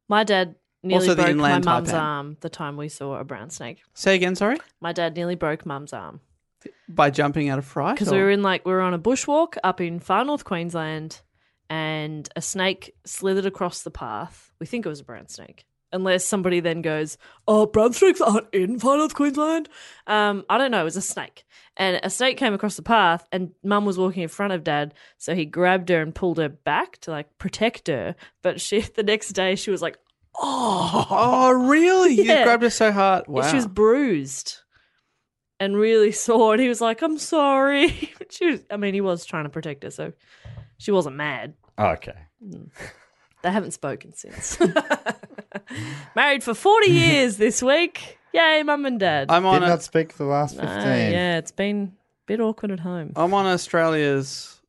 Speaker 5: My dad nearly
Speaker 6: Also the
Speaker 5: broke my
Speaker 6: inland
Speaker 5: mum's
Speaker 6: taipan.
Speaker 5: arm the time we saw a brown snake.
Speaker 6: Say again, sorry,
Speaker 5: My dad nearly broke mum's arm
Speaker 6: by jumping out of fright.
Speaker 5: because we were in like we were on a bushwalk up in far north Queensland, and a snake slithered across the path. We think it was a brown snake, unless somebody then goes, "Oh, brown snakes aren't in far north Queensland." Um, I don't know. It was a snake, and a snake came across the path, and mum was walking in front of dad, so he grabbed her and pulled her back to like protect her. But she, the next day, she was like,
Speaker 6: Oh, oh really?
Speaker 5: Yeah.
Speaker 6: You grabbed her so hard. Wow.
Speaker 5: She was bruised and really sore. And he was like, I'm sorry. she was, I mean, he was trying to protect her, so she wasn't mad.
Speaker 1: Okay.
Speaker 5: They haven't spoken since. Married for 40 years this week. Yay, mum and dad.
Speaker 6: I'm on
Speaker 1: Did
Speaker 6: a-
Speaker 1: not speak for the last
Speaker 5: No,
Speaker 1: 15.
Speaker 5: yeah, it's been a bit awkward at home.
Speaker 6: I'm on Australia's,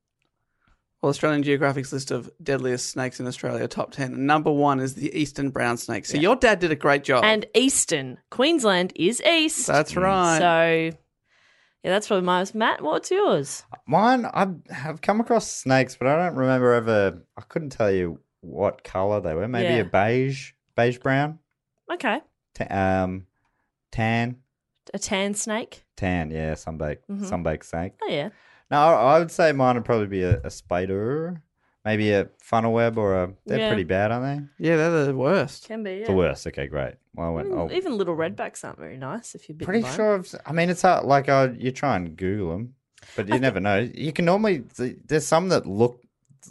Speaker 6: well, Australian Geographic's list of deadliest snakes in Australia, top 10. And number one is the eastern brown snake. So your dad did a great job.
Speaker 5: And Eastern, Queensland is east.
Speaker 6: That's right.
Speaker 5: So, yeah, that's probably mine. Matt, what's yours?
Speaker 1: Mine, I've, I've come across snakes, but I don't remember ever. I couldn't tell you what color they were. Maybe
Speaker 5: Yeah.
Speaker 1: a beige, beige brown,
Speaker 5: Okay.
Speaker 1: ta- um, tan,
Speaker 5: A tan snake.
Speaker 1: tan. Yeah, sunbaked,
Speaker 5: Mhm.
Speaker 1: sunbaked snake.
Speaker 5: Oh, yeah.
Speaker 1: No, I I would say mine would probably be a, a spider, maybe a funnel web, or a. They're
Speaker 5: Yeah.
Speaker 1: pretty bad, aren't
Speaker 6: yeah, they're the worst.
Speaker 1: they?
Speaker 5: Can be, yeah. Mm,
Speaker 1: The worst. Okay, great. Well, I went.
Speaker 5: Even,
Speaker 1: oh,
Speaker 5: even little redbacks aren't very nice if you're bitten
Speaker 1: pretty
Speaker 5: by 'em.
Speaker 1: sure. I've, si mean, it's hard, like uh, you try and Google them, but you never know. You can normally th- there's some that look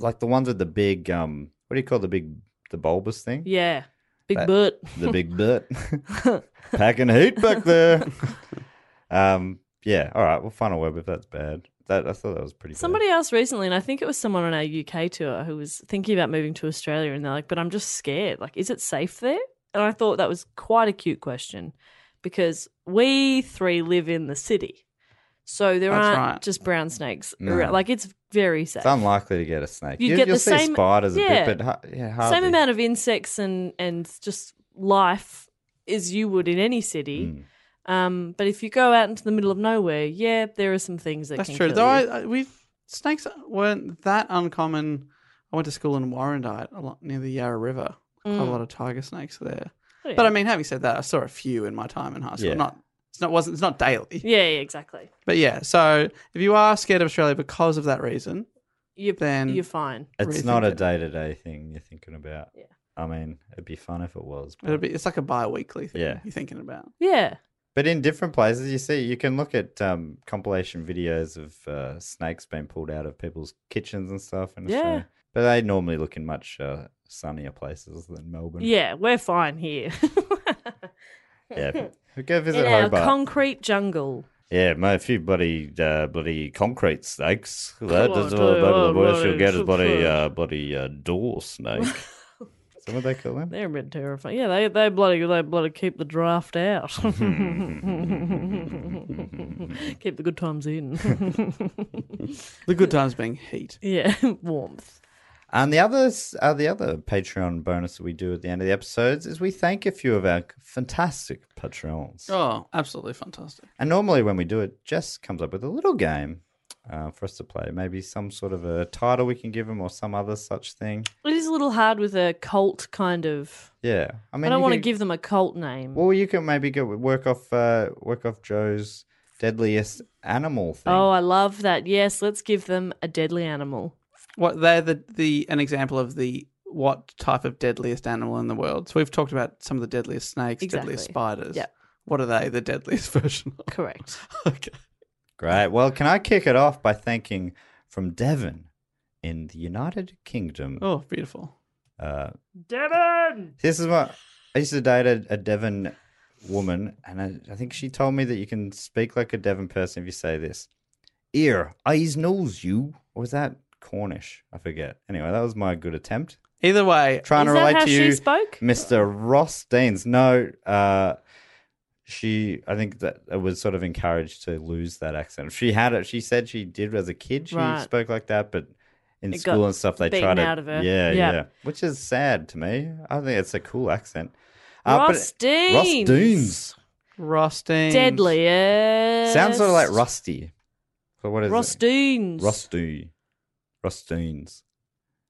Speaker 1: like the ones with the big um. What do you call the big the bulbous thing?
Speaker 5: Yeah. Big
Speaker 1: That-
Speaker 5: butt.
Speaker 1: The big butt. Packing heat back there. um. Yeah. All right. We'll find a web if that's bad. That I thought that was pretty. bad.
Speaker 5: Somebody asked recently, and I think it was someone on our UK tour who was thinking about moving to Australia, and they're like, "But I'm just scared. Like, is it safe there?" And I thought that was quite a cute question because we three live in the city, so there
Speaker 1: That's
Speaker 5: aren't
Speaker 1: right.
Speaker 5: just brown snakes.
Speaker 1: No.
Speaker 5: around. Like, it's very safe.
Speaker 1: It's unlikely to get a snake.
Speaker 5: You'd
Speaker 1: You,
Speaker 5: get
Speaker 1: will
Speaker 5: the
Speaker 1: see
Speaker 5: same-
Speaker 1: spiders
Speaker 5: yeah.
Speaker 1: a bit, but ha- yeah, hardly.
Speaker 5: Same amount of insects and and just life as you would in any
Speaker 1: Mm.
Speaker 5: city. Um, but if you go out into the middle of nowhere, yeah, there are some things that
Speaker 6: That's
Speaker 5: can
Speaker 6: true.
Speaker 5: kill
Speaker 6: Though
Speaker 5: you.
Speaker 6: I, I, we snakes weren't that uncommon. I went to school in Warrandyte, a lot near the Yarra River. Quite a
Speaker 5: Mm.
Speaker 6: lot of tiger snakes there.
Speaker 5: Oh, yeah.
Speaker 6: But I mean, having said that, I saw a few in my time in high school.
Speaker 1: Yeah.
Speaker 6: Not it's not wasn't it's not daily.
Speaker 5: yeah, yeah, exactly.
Speaker 6: But yeah, so if you are scared of Australia because of that reason,
Speaker 5: You're
Speaker 6: Then-
Speaker 5: you're fine.
Speaker 1: It's
Speaker 6: rethink
Speaker 1: not a
Speaker 6: it.
Speaker 1: day to day thing you're thinking about.
Speaker 5: Yeah.
Speaker 1: I mean, it'd be fun if it was.
Speaker 6: it'll
Speaker 1: But,
Speaker 6: be it's like a bi-weekly thing
Speaker 1: Yeah.
Speaker 6: you're thinking about.
Speaker 5: Yeah.
Speaker 1: but in different places, you see, you can look at um, compilation videos of uh, snakes being pulled out of people's kitchens and stuff. And
Speaker 5: Yeah.
Speaker 1: Australia. But they normally look in much uh, sunnier places than Melbourne.
Speaker 5: Yeah, we're fine here.
Speaker 1: Yeah. Go visit
Speaker 5: In our
Speaker 1: Hobart.
Speaker 5: concrete jungle.
Speaker 1: yeah, mate, a few bloody uh, bloody concrete snakes. That
Speaker 5: Oh,
Speaker 1: is
Speaker 5: dear,
Speaker 1: about
Speaker 5: oh,
Speaker 1: the worst
Speaker 5: bloody
Speaker 1: you'll get is bloody
Speaker 5: shit.
Speaker 1: uh, bloody uh, door snake. Is that what they call them?
Speaker 5: They're a bit terrifying. Yeah, they they bloody they bloody keep the draft out.
Speaker 1: Mm-hmm.
Speaker 5: keep the good times in.
Speaker 6: The good times being heat.
Speaker 5: Yeah, warmth.
Speaker 1: And the others, uh, the other Patreon bonus that we do at the end of the episodes is we thank a few of our fantastic patrons.
Speaker 6: Oh, absolutely fantastic.
Speaker 1: And normally when we do it, Jess comes up with a little game uh, for us to play. Maybe some sort of a title we can give him or some other such thing.
Speaker 5: It is a little hard with a cult kind of.
Speaker 1: Yeah,
Speaker 5: I,
Speaker 1: mean,
Speaker 5: don't
Speaker 1: you
Speaker 5: want to
Speaker 1: can-
Speaker 5: give them a cult name.
Speaker 1: Well, you can maybe go work off uh, work off Joe's deadliest animal thing.
Speaker 5: Oh, I love that. Yes, let's give them a deadly animal.
Speaker 6: What they're the, the an example of the what type of deadliest animal in the world. So we've talked about some of the deadliest snakes, deadliest
Speaker 5: Exactly.
Speaker 6: spiders.
Speaker 5: Yep.
Speaker 6: What are they? The deadliest version. of?
Speaker 5: Correct.
Speaker 1: Great. Well, can I kick it off by thanking from Devon in the United Kingdom?
Speaker 6: Oh, beautiful.
Speaker 1: Uh,
Speaker 5: Devon!
Speaker 1: this is what I used to date a, a Devon woman, and I, I think she told me that you can speak like a Devon person if you say this ear, eyes, nose, you. Or was that Cornish? I forget. Anyway, that was my good attempt.
Speaker 6: Either way,
Speaker 1: trying
Speaker 5: Is
Speaker 1: to
Speaker 5: that
Speaker 1: relate
Speaker 5: how
Speaker 1: to
Speaker 5: she
Speaker 1: you,
Speaker 5: spoke?
Speaker 1: Mr. Ross Deans. No, uh, she. I think that I was sort of encouraged to lose that accent. She had it. She said she did as a kid. She
Speaker 5: Right.
Speaker 1: spoke like that, but in
Speaker 5: It
Speaker 1: school
Speaker 5: got
Speaker 1: and stuff, they
Speaker 5: beaten
Speaker 1: tried to.
Speaker 5: out of her.
Speaker 1: Yeah,
Speaker 5: Yeah.
Speaker 1: yeah. Which is sad to me. I think it's a cool accent. Uh,
Speaker 5: Ross
Speaker 1: but- Ross
Speaker 5: Deans.
Speaker 1: Deans
Speaker 6: Rustine.
Speaker 5: Deadly.
Speaker 1: sounds sort of like rusty. So what is it?
Speaker 5: Rosteens.
Speaker 1: Rusty. Rustines.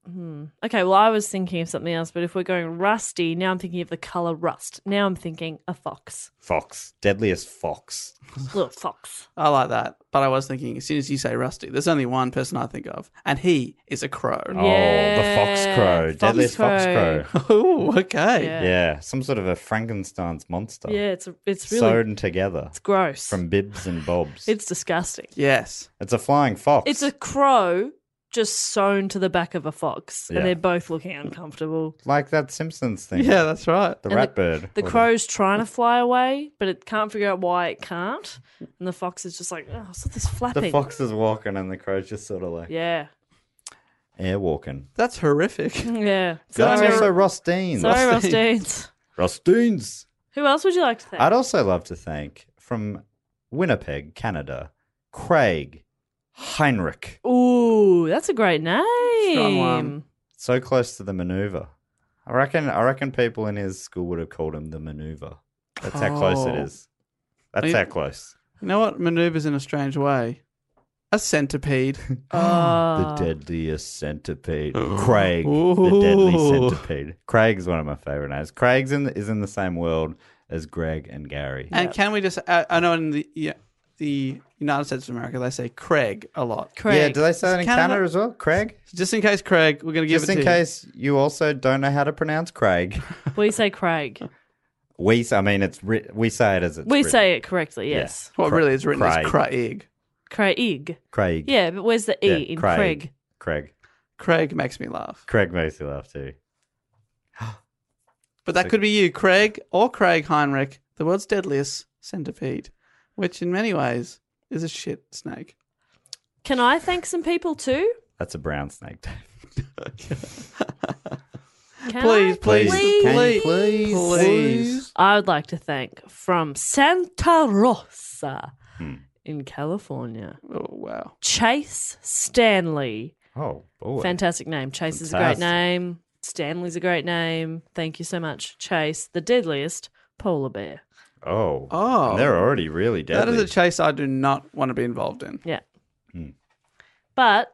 Speaker 5: Hmm. Okay, well, I was thinking of something else, but if we're going rusty, now I'm thinking of the color rust. Now I'm thinking a fox.
Speaker 1: Fox. Deadliest fox.
Speaker 5: Little fox.
Speaker 6: I like that. But I was thinking, as soon as you say rusty, there's only one person I think of, and he is a crow.
Speaker 1: Oh, the fox crow.
Speaker 5: Yeah,
Speaker 1: Deadliest fox
Speaker 5: foxcrow.
Speaker 1: crow.
Speaker 6: Oh, okay.
Speaker 5: Yeah.
Speaker 1: Yeah. some sort of a Frankenstein's monster.
Speaker 5: Yeah, it's it's really
Speaker 1: sewn together
Speaker 5: it's gross.
Speaker 1: from bibs and bobs.
Speaker 5: It's disgusting.
Speaker 6: Yes.
Speaker 1: it's a flying fox.
Speaker 5: It's a crow just sewn to the back of a fox,
Speaker 1: Yeah.
Speaker 5: and they're both looking uncomfortable.
Speaker 1: like that Simpsons thing.
Speaker 6: Yeah, that's right.
Speaker 1: the
Speaker 5: and
Speaker 1: rat bird.
Speaker 5: The
Speaker 1: Or
Speaker 5: crow's trying to fly away, but it can't figure out why it can't. And the fox is just like, oh, what's with this
Speaker 1: The,
Speaker 5: flapping?
Speaker 1: the fox is walking and the crow's just sort of like
Speaker 5: Yeah.
Speaker 1: air walking.
Speaker 6: That's horrific.
Speaker 5: Yeah.
Speaker 1: That's
Speaker 5: Sorry,
Speaker 1: also Ross Deans.
Speaker 5: sorry
Speaker 6: Ross Deans.
Speaker 5: Ross Deans.
Speaker 1: Ross Deans.
Speaker 5: Who else would you like to thank?
Speaker 1: I'd also love to thank from Winnipeg, Canada, Craig Heinrich.
Speaker 5: Ooh, that's a great name.
Speaker 6: Strong one.
Speaker 1: So close to the maneuver. I reckon I reckon people in his school would have called him the maneuver. That's how close it
Speaker 6: Oh.
Speaker 1: is. That's
Speaker 6: Are
Speaker 1: how
Speaker 6: you-
Speaker 1: close.
Speaker 6: You know what maneuvers in a strange way? A centipede. Uh.
Speaker 5: Ah.
Speaker 1: the deadliest centipede. Craig, the
Speaker 6: Ooh.
Speaker 1: deadly centipede. Craig's one of my favorite names. Craig's in the, is in the same world as Greg and Gary.
Speaker 6: And can we just? uh, I, I know in the yeah, the United States of America they say Craig a lot.
Speaker 5: Craig.
Speaker 1: Yeah, do they say
Speaker 6: Is
Speaker 1: that in
Speaker 6: Canada-
Speaker 1: Canada, as well? Craig?
Speaker 6: Just in case, Craig, we're going to give
Speaker 1: Just
Speaker 6: it
Speaker 1: in
Speaker 6: to you.
Speaker 1: case you also don't know how to pronounce Craig.
Speaker 5: We say Craig.
Speaker 1: We, s- I mean, it's writ we say it as it's
Speaker 5: we
Speaker 1: written.
Speaker 5: say it correctly, yes.
Speaker 6: What
Speaker 1: Cra-
Speaker 6: really is written is
Speaker 1: Craig.
Speaker 6: Craig.
Speaker 5: Craig.
Speaker 1: Craig.
Speaker 5: Yeah, but where's the E
Speaker 1: Yeah,
Speaker 5: in Craig?
Speaker 1: Craig. Craig.
Speaker 6: Craig makes me laugh.
Speaker 1: Craig makes you laugh too.
Speaker 6: But that could be you, Craig or Craig Heinrich, the world's deadliest centipede, which in many ways is a shit snake.
Speaker 5: Can I thank some people too?
Speaker 1: That's a brown snake, Dave.
Speaker 5: Can
Speaker 6: Please,
Speaker 5: I?
Speaker 6: please,
Speaker 1: Can you
Speaker 6: please,
Speaker 1: please?
Speaker 6: please.
Speaker 5: I would like to thank from Santa Rosa
Speaker 1: Hmm.
Speaker 5: in California,
Speaker 6: Oh wow.
Speaker 5: Chase Stanley.
Speaker 1: Oh, boy.
Speaker 5: Fantastic name. Chase is a great
Speaker 1: Fantastic.
Speaker 5: name. Stanley's a great name. Thank you so much, Chase, the deadliest polar bear.
Speaker 1: Oh.
Speaker 6: Oh.
Speaker 1: And They're already really deadly.
Speaker 6: That is a chase I do not want to be involved in.
Speaker 5: Yeah.
Speaker 1: Hmm.
Speaker 5: But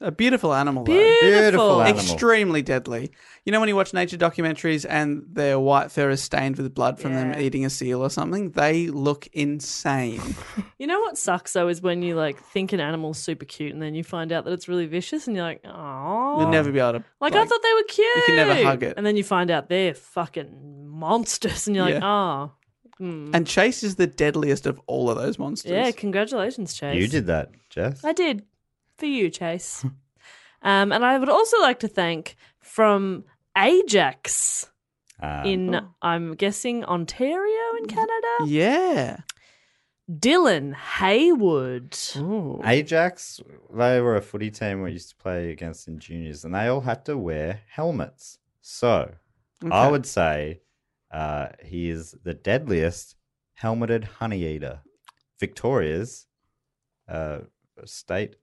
Speaker 6: A beautiful animal, though.
Speaker 5: beautiful.
Speaker 1: Beautiful animal.
Speaker 6: Oh, Extremely deadly. You know when you watch nature documentaries and their white fur is stained with blood from
Speaker 5: Yeah.
Speaker 6: them eating a seal or something? They look insane.
Speaker 5: You know what sucks though is when you like think an animal's super cute and then you find out that it's really vicious and you're like, oh,
Speaker 6: You'll never be able to.
Speaker 5: like, I thought they were cute.
Speaker 6: you can never hug it.
Speaker 5: And then you find out they're fucking monsters and you're like,
Speaker 6: Yeah.
Speaker 5: oh,
Speaker 6: And Chase is the deadliest of all of those monsters.
Speaker 5: yeah, congratulations, Chase.
Speaker 1: You did that, Jess.
Speaker 5: I did for you, Chase. um, and I would also like to thank from Ajax
Speaker 1: Uh,
Speaker 5: in,
Speaker 6: Oh.
Speaker 5: I'm guessing, Ontario in Canada,
Speaker 6: Yeah.
Speaker 5: Dylan Haywood.
Speaker 6: Ooh.
Speaker 1: Ajax, they were a footy team we used to play against in juniors, and they all had to wear helmets. So I
Speaker 6: Okay.
Speaker 1: would say uh, he is the deadliest helmeted honey eater. Victoria's uh, state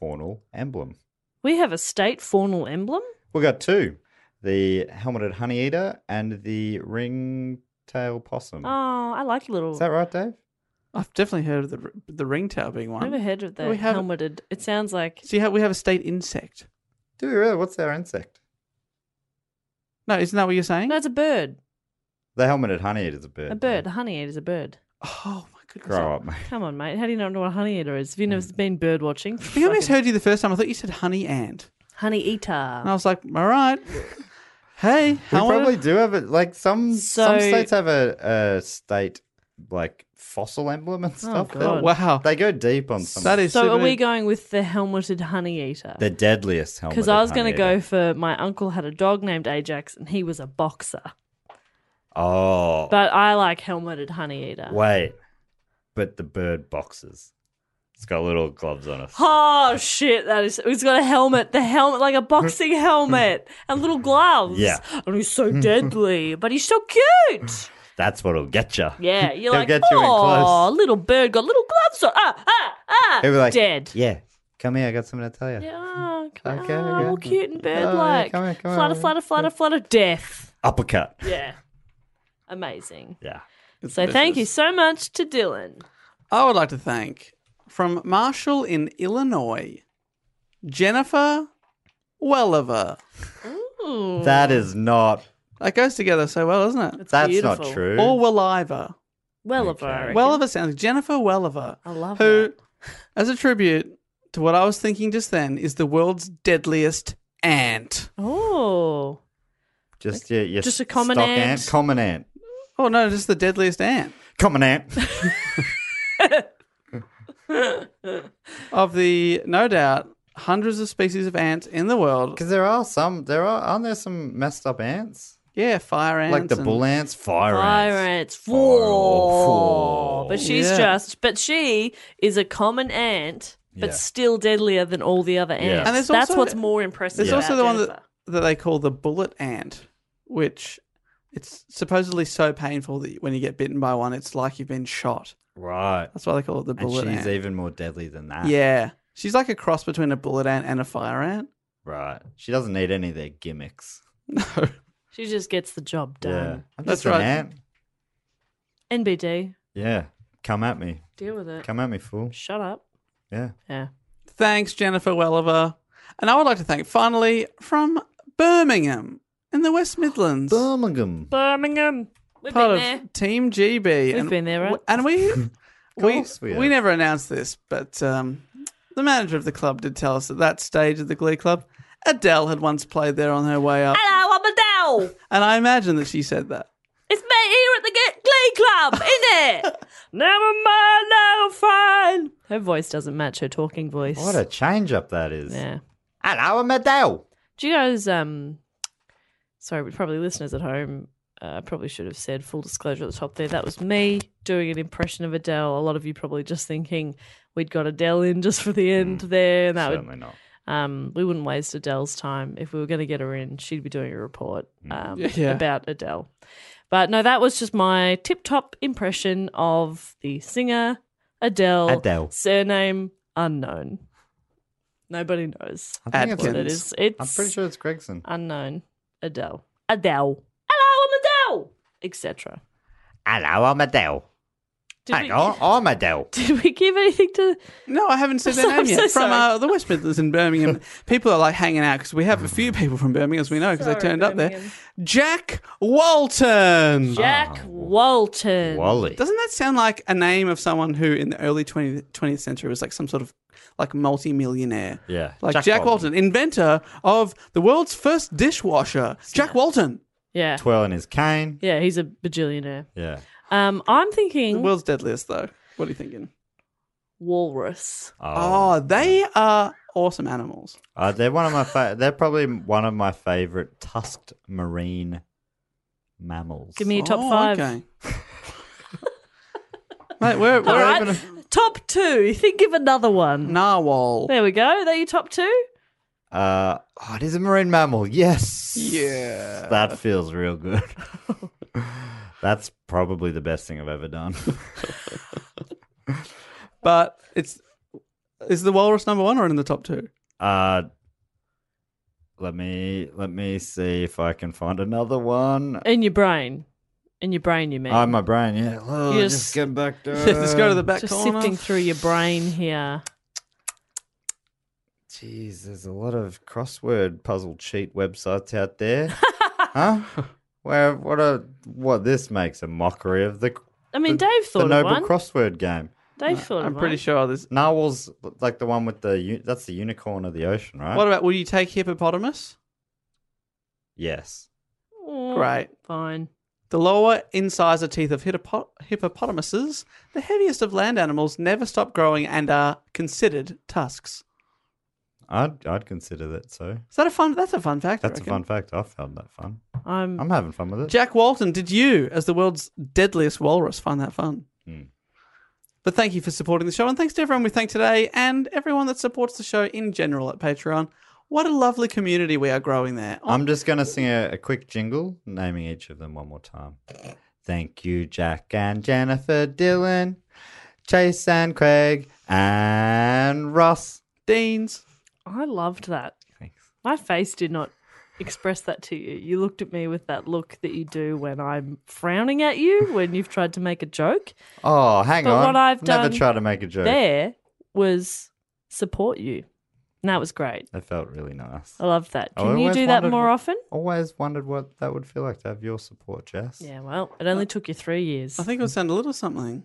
Speaker 1: faunal emblem.
Speaker 5: We have a state faunal emblem.
Speaker 1: We got two: the helmeted honey eater and the ringtail possum.
Speaker 5: Oh, I like little.
Speaker 1: Is that right, Dave?
Speaker 6: I've definitely heard of the the ringtail being one.
Speaker 5: Never heard of that.
Speaker 6: We have-
Speaker 5: helmeted. It sounds like
Speaker 6: See how we have a state insect.
Speaker 1: Do we really? What's our insect?
Speaker 6: No, isn't that what you're saying?
Speaker 5: no, it's a bird.
Speaker 1: The helmeted honey eater is a bird.
Speaker 5: A bird. A honey eater's a bird.
Speaker 6: Oh my goodness!
Speaker 1: Grow up, mate.
Speaker 5: Come on, mate. How do you not know what a honey eater is? Have you never been bird watching?
Speaker 6: I think I misheard Mm. you the first time. I thought you said honey ant,
Speaker 5: Honey eater.
Speaker 6: and I was like, all right. hey,
Speaker 1: We
Speaker 6: how
Speaker 1: probably do have it. Like some some
Speaker 5: So-
Speaker 1: states have a, a state like fossil emblem and stuff. They-
Speaker 5: Oh, God.
Speaker 6: Wow,
Speaker 1: They go deep on some.
Speaker 6: that is
Speaker 5: so are
Speaker 6: super-
Speaker 5: we going with the helmeted honey eater?
Speaker 1: the deadliest helmet.
Speaker 5: Because I was going to go for my uncle had a dog named Ajax and he was a boxer.
Speaker 1: Oh,
Speaker 5: But I like helmeted honey eater.
Speaker 1: wait, but the bird boxes. It's got little gloves on it.
Speaker 5: Oh shit! That is. He's got a helmet. The helmet, like a boxing helmet, and little gloves.
Speaker 1: Yeah.
Speaker 5: And he's so deadly, but he's so cute.
Speaker 1: That's what'll get you.
Speaker 5: Yeah. You're
Speaker 1: He'll
Speaker 5: like,
Speaker 1: get you in
Speaker 5: oh,
Speaker 1: close."
Speaker 5: little bird got little gloves on. Ah, ah, ah.
Speaker 1: He'll be like,
Speaker 5: dead.
Speaker 1: Yeah, come here. I got something to tell you.
Speaker 5: Yeah. oh, come
Speaker 1: Okay,
Speaker 5: on,
Speaker 1: okay.
Speaker 5: all cute and
Speaker 1: yeah,
Speaker 5: bird like.
Speaker 1: come on, come on.
Speaker 5: flutter, flutter, flutter, flutter. Death.
Speaker 1: Uppercut.
Speaker 5: Yeah. Amazing.
Speaker 1: Yeah.
Speaker 5: So thank you so much to Dylan.
Speaker 6: I would like to thank from Marshall in Illinois, Jennifer Welliver.
Speaker 5: Ooh.
Speaker 1: That is not.
Speaker 6: That goes together so well, doesn't it?
Speaker 1: That's
Speaker 5: beautiful.
Speaker 1: not true.
Speaker 6: Or Welliver.
Speaker 5: well of her.
Speaker 6: Welliver sounds Jennifer Welliver.
Speaker 5: I love
Speaker 6: who,
Speaker 5: that.
Speaker 6: as a tribute to what I was thinking just then, is the world's deadliest ant.
Speaker 5: Oh.
Speaker 1: just your, your
Speaker 5: Just a common
Speaker 1: stock
Speaker 5: ant.
Speaker 1: Common ant.
Speaker 6: Oh no, just the deadliest ant
Speaker 1: Common ant.
Speaker 6: of the no doubt hundreds of species of ants in the world.
Speaker 1: Because there are some. There are aren't there some messed up ants?
Speaker 6: Yeah, fire ants,
Speaker 1: like the
Speaker 6: and-
Speaker 1: bull ants, fire,
Speaker 5: Fire
Speaker 1: ants.
Speaker 5: ants. Four.
Speaker 1: Four.
Speaker 5: But she's
Speaker 6: Yeah.
Speaker 5: just, but she is a common ant, but
Speaker 1: Yeah.
Speaker 5: still deadlier than all the other ants.
Speaker 1: And
Speaker 6: there's
Speaker 5: That's
Speaker 6: also-
Speaker 5: what's more impressive.
Speaker 6: There's
Speaker 5: about
Speaker 6: also the one that,
Speaker 5: Jennifer.
Speaker 6: that they call the bullet ant, which it's supposedly so painful that when you get bitten by one, it's like you've been shot.
Speaker 1: Right.
Speaker 6: That's why they call it the
Speaker 1: And
Speaker 6: bullet
Speaker 1: she's
Speaker 6: ant.
Speaker 1: even more deadly than that.
Speaker 6: yeah, she's like a cross between a bullet ant and a fire ant.
Speaker 1: Right. She doesn't need any of their gimmicks.
Speaker 6: No,
Speaker 5: She just gets the job
Speaker 1: Yeah.
Speaker 5: done.
Speaker 1: I'm
Speaker 6: That's
Speaker 1: just an
Speaker 6: right.
Speaker 1: ant.
Speaker 5: NBD.
Speaker 1: Yeah. Come at me.
Speaker 5: Deal with it.
Speaker 1: Come at me, fool.
Speaker 5: Shut up.
Speaker 1: Yeah.
Speaker 5: Yeah.
Speaker 6: thanks Jennifer Welliver, and I would like to thank finally from Birmingham in the West Midlands.
Speaker 1: Birmingham.
Speaker 5: Birmingham. We've
Speaker 6: part
Speaker 5: been
Speaker 6: of
Speaker 5: there.
Speaker 6: Team GB. We've
Speaker 5: been there, right?
Speaker 6: And we, we,
Speaker 1: course we
Speaker 6: we,
Speaker 1: have.
Speaker 6: never announced this, but um, the manager of the club did tell us at that stage of the Glee Club, Adele had once played there on her way up,
Speaker 5: Hello, I'm Adele.
Speaker 6: and I imagine that she said that.
Speaker 5: It's me here at the G- Glee Club, isn't it? Never mind, I'm fine. Her voice doesn't match her talking voice.
Speaker 1: What a change up that is.
Speaker 5: yeah.
Speaker 1: Hello, I'm Adele.
Speaker 5: Do you guys? Um, sorry, but probably listeners at home. uh, probably should have said full disclosure at the top there. That was me doing an impression of Adele. A lot of you probably just thinking we'd got Adele in just for the end there, and that would
Speaker 1: Mm, Certainly not.
Speaker 5: um, we wouldn't waste Adele's time. If we were going to get her in, she'd be doing a report
Speaker 1: Mm.
Speaker 5: um,
Speaker 6: Yeah.
Speaker 5: about Adele. But no, that was just my tip top impression of the singer Adele.
Speaker 1: Adele.
Speaker 5: Surname unknown. Nobody knows.
Speaker 1: I think it's-
Speaker 5: What it
Speaker 6: Atkins.
Speaker 5: is. It's
Speaker 1: I'm pretty sure it's Gregson.
Speaker 5: unknown. Adele. Adele. Hello, I'm Adele. Etc.
Speaker 1: Hello, I'm Adele.
Speaker 5: Did, we-
Speaker 1: Hang on, I'm Adele.
Speaker 5: did we give anything to?
Speaker 6: No, I haven't said their name
Speaker 5: I'm so
Speaker 6: yet. from
Speaker 5: sorry.
Speaker 6: uh, the West Midlands in Birmingham, people are like hanging out because we have a few people from Birmingham, as we know, because they
Speaker 5: Sorry,
Speaker 6: turned up there.
Speaker 5: Birmingham.
Speaker 6: Jack Walton.
Speaker 5: Jack
Speaker 1: Oh.
Speaker 5: Walton.
Speaker 1: Ah, Wally.
Speaker 6: Doesn't that sound like a name of someone who in the early 20th, 20th century was like some sort of like multi-millionaire?
Speaker 1: Yeah.
Speaker 6: Like Jack, Walton. inventor of the world's first dishwasher. Jack Walton.
Speaker 5: Yeah.
Speaker 1: Twirling his cane.
Speaker 5: Yeah, he's a bajillionaire.
Speaker 1: Yeah.
Speaker 5: Um, I'm
Speaker 6: The
Speaker 5: thinking
Speaker 6: world's deadliest though. What are you thinking?
Speaker 5: walrus.
Speaker 6: Oh, they are awesome animals.
Speaker 1: Uh, they're one of my fa- they're probably one of my favorite tusked marine mammals.
Speaker 5: Give me your top
Speaker 6: Oh,
Speaker 5: five.
Speaker 6: Okay. Mate, we're,
Speaker 5: All
Speaker 6: we're
Speaker 5: right.
Speaker 6: even
Speaker 5: Top two. Think of another one.
Speaker 6: narwhal.
Speaker 5: There we go. They're your top two.
Speaker 1: Uh, oh, it is a marine mammal. Yes.
Speaker 6: Yeah.
Speaker 1: That feels real good. That's probably the best thing I've ever done.
Speaker 6: But it's Is the walrus number one or in the top two?
Speaker 1: Uh, let me let me see if I can find another one.
Speaker 5: In your brain. In your brain, you mean?
Speaker 1: Oh, my brain, yeah. Oh,
Speaker 5: You're
Speaker 1: just,
Speaker 5: just-
Speaker 1: get back to.
Speaker 6: Just go to the back
Speaker 5: Uh, Just
Speaker 6: corner.
Speaker 5: sifting through your brain here.
Speaker 1: Jeez, there's a lot of crossword puzzle cheat websites out there, huh? Where what a what this makes a mockery of the.
Speaker 5: I mean,
Speaker 1: the-
Speaker 5: Dave thought
Speaker 1: the
Speaker 5: of
Speaker 1: noble
Speaker 5: one.
Speaker 1: crossword game.
Speaker 5: Dave thought of
Speaker 6: Uh, I'm pretty
Speaker 5: one.
Speaker 6: sure there's.
Speaker 1: Narwhal's like the one with the u- that's the unicorn of the ocean, right?
Speaker 6: What about will you take hippopotamus?
Speaker 1: yes.
Speaker 5: Mm,
Speaker 6: Great.
Speaker 5: Fine.
Speaker 6: The lower incisor teeth of hippopo- hippopotamuses, the heaviest of land animals, never stop growing and are considered tusks.
Speaker 1: I'd I'd consider that so.
Speaker 6: Is that a fun? That's a fun fact. I
Speaker 1: That's a
Speaker 6: reckon.
Speaker 1: fun fact. I found that fun.
Speaker 5: I'm
Speaker 1: I'm having fun with it.
Speaker 6: Jack Walton, did you, as the world's deadliest walrus, find that fun?
Speaker 1: Hmm.
Speaker 6: But thank you for supporting the show, and thanks to everyone we thank today, and everyone that supports the show in general at Patreon. What a lovely community we are growing there. Oh,
Speaker 1: I'm just going to sing a, a quick jingle, naming each of them one more time. Thank you, Jack and Jennifer Dillon, Chase and Craig, and Ross.
Speaker 6: Deans.
Speaker 5: I loved that.
Speaker 1: Thanks.
Speaker 5: My face did not express that to you. You looked at me with that look that you do when I'm frowning at you when you've tried to make a joke.
Speaker 1: Oh, hang
Speaker 5: But
Speaker 1: on.
Speaker 5: what I've
Speaker 1: Never
Speaker 5: done
Speaker 1: try to make a joke.
Speaker 5: There was support you. And that was great.
Speaker 1: That felt really nice.
Speaker 5: I love that.
Speaker 1: I
Speaker 5: Can you
Speaker 1: always
Speaker 5: do that
Speaker 1: wondered
Speaker 5: more
Speaker 1: what-
Speaker 5: often?
Speaker 1: Always wondered what that would feel like to have your support, Jess.
Speaker 5: Yeah, well, it only took you three years.
Speaker 6: I think it would sound a little something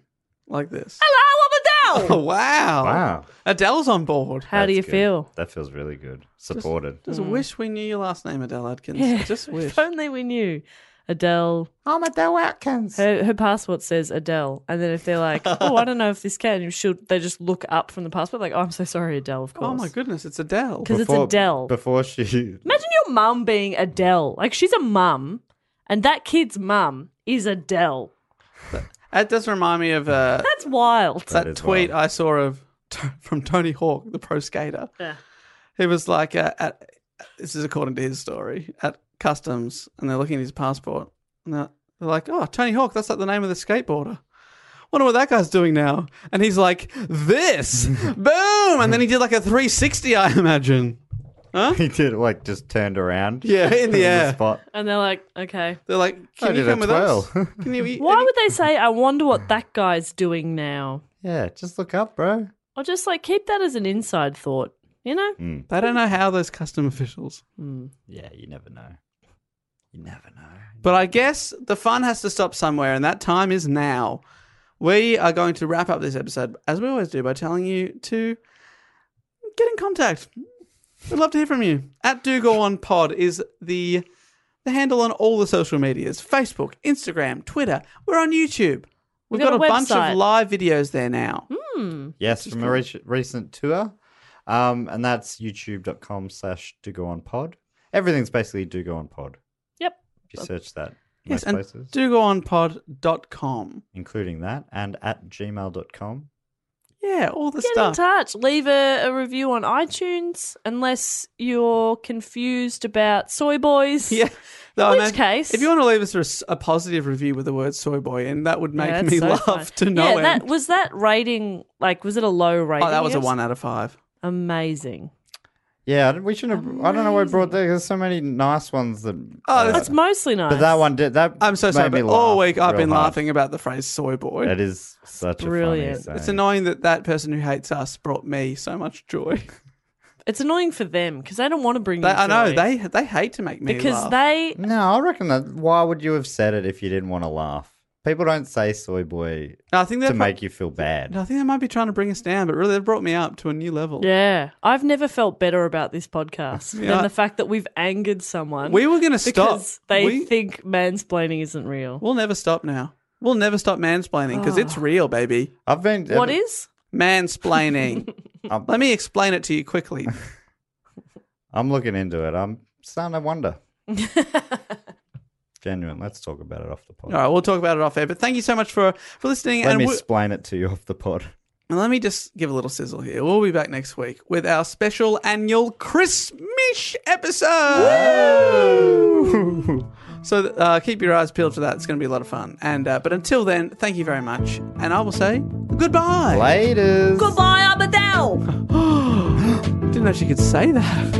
Speaker 6: like this.
Speaker 5: Hello, I'm Adele.
Speaker 6: Oh, wow.
Speaker 1: Wow.
Speaker 6: Adele's on board.
Speaker 5: How do
Speaker 1: That's
Speaker 5: you
Speaker 1: good.
Speaker 5: feel?
Speaker 1: That feels really good. Supported.
Speaker 6: Just wish we knew your last name, Adele Adkins.
Speaker 5: Mm. Yeah.
Speaker 6: I just wish.
Speaker 5: If only we knew. Adele.
Speaker 1: I'm Adele Atkins.
Speaker 5: Her, her passport says Adele, and then if they're like, "Oh, I don't know if this can," she'll they just look up from the passport, like, "Oh, I'm so sorry, Adele." Of course.
Speaker 6: Oh my goodness, it's Adele.
Speaker 5: 'Cause it's Adele.
Speaker 1: Before she.
Speaker 5: Imagine your mum being Adele. Like she's a mum, and that kid's mum is Adele.
Speaker 6: That does remind me of uh,
Speaker 5: That's wild.
Speaker 6: that,
Speaker 1: is
Speaker 6: tweet I saw of from Tony Hawk, the pro skater.
Speaker 5: Yeah.
Speaker 6: He was like, uh, at, this is according to his story, at customs, and they're looking at his passport, and they're, they're like, oh, Tony Hawk, that's like the name of the skateboarder. Wonder what that guy's doing now. And he's like, this, boom, and then he did like a 360, I imagine. Huh?
Speaker 1: He did like just turned around.
Speaker 6: Yeah, in the air.
Speaker 1: spot.
Speaker 5: And they're like, "Okay,
Speaker 6: They're like, can you
Speaker 1: did a
Speaker 6: come with us?
Speaker 1: 12.
Speaker 6: Can you? eat-
Speaker 5: why would they say? I wonder what that guy's doing now."
Speaker 1: Yeah, just look up, bro.
Speaker 5: Or just like keep that as an inside thought, you know?
Speaker 6: They don't know how those custom officials.
Speaker 1: Yeah, you never know. You never know.
Speaker 6: But I guess the fun has to stop somewhere, and that time is now. We are going to wrap up this episode, as we always do, by telling you to get in contact. We'd love to hear from you. At Do Go On Pod is the the handle on all the social medias: Facebook, Instagram, Twitter. We're on YouTube. We've,
Speaker 5: We've got
Speaker 6: got,
Speaker 5: a
Speaker 6: a, bunch
Speaker 5: website.
Speaker 6: of live videos there now.
Speaker 1: Yes, from a rec- recent tour. Um, and that's youtube.com slash do go on pod. Everything's basically do go on pod.
Speaker 5: Yep.
Speaker 1: If you search that,
Speaker 6: Yes,
Speaker 1: most
Speaker 6: and
Speaker 1: places,
Speaker 6: dogoonpod.com.
Speaker 1: including that, and at gmail.com.
Speaker 6: Yeah, all the
Speaker 5: Get in
Speaker 6: stuff.
Speaker 5: touch. Leave a, a review on iTunes unless you're confused about soy boys.
Speaker 6: Yeah. No,
Speaker 5: In
Speaker 6: man,
Speaker 5: which case-
Speaker 6: if you want to leave us a s- a, positive review with the word soy boy, and that would make
Speaker 5: Yeah, that's
Speaker 6: me
Speaker 5: so
Speaker 6: laugh
Speaker 5: fun.
Speaker 6: to no
Speaker 5: Yeah, that
Speaker 6: end.
Speaker 5: was that rating like was it a low rating?
Speaker 6: oh, that was a
Speaker 5: Yes?
Speaker 6: one out of five.
Speaker 5: Amazing.
Speaker 1: Yeah, I don't- we shouldn't have. I don't know why I brought that. There's so many nice ones that.
Speaker 6: Um, Oh, that's-
Speaker 5: It's mostly nice.
Speaker 1: But that one did. That
Speaker 6: I'm so
Speaker 1: made
Speaker 6: sorry,
Speaker 1: me
Speaker 6: but all
Speaker 1: laugh
Speaker 6: week I've
Speaker 1: real
Speaker 6: been
Speaker 1: hard.
Speaker 6: laughing about the phrase soy boy.
Speaker 1: That is such
Speaker 5: Brilliant.
Speaker 1: a funny
Speaker 6: it's
Speaker 1: saying.
Speaker 6: annoying that that person who hates us brought me so much joy.
Speaker 5: It's annoying for them because they don't want to bring.
Speaker 6: They,
Speaker 5: you
Speaker 6: I know
Speaker 5: joy.
Speaker 6: they they hate to make me
Speaker 5: because
Speaker 6: laugh.
Speaker 5: they
Speaker 1: No, I reckon that. Why would you have said it if you didn't want to laugh? People don't say soy boy
Speaker 6: No, I think
Speaker 1: to
Speaker 6: they
Speaker 1: make you feel bad.
Speaker 6: I think they might be trying to bring us down, but really they brought me up to a new level.
Speaker 5: yeah. I've never felt better about this podcast
Speaker 6: Yeah.
Speaker 5: than the fact that we've angered someone.
Speaker 6: We were going to stop.
Speaker 5: because they
Speaker 6: We,
Speaker 5: think mansplaining isn't real.
Speaker 6: we'll never stop now. We'll never stop mansplaining because
Speaker 5: Ah.
Speaker 6: it's real, baby.
Speaker 1: I've been.
Speaker 5: What is?
Speaker 6: Mansplaining.
Speaker 1: I'm,
Speaker 6: Let me explain it to you quickly.
Speaker 1: I'm looking into it. I'm starting to wonder. Genuine. Let's talk about it off the pod.
Speaker 6: All right, we'll talk about it off air. But thank you so much for for listening.
Speaker 1: Let
Speaker 6: and
Speaker 1: me
Speaker 6: we-
Speaker 1: explain it to you off the pod.
Speaker 6: and let me just give a little sizzle here. We'll be back next week with our special annual Christmas episode. so uh, keep your eyes peeled for that. It's going to be a lot of fun. And uh, but until then, thank you very much, and I will say goodbye.
Speaker 1: Later.
Speaker 5: Goodbye, I'm Adele.
Speaker 6: didn't know she could say that.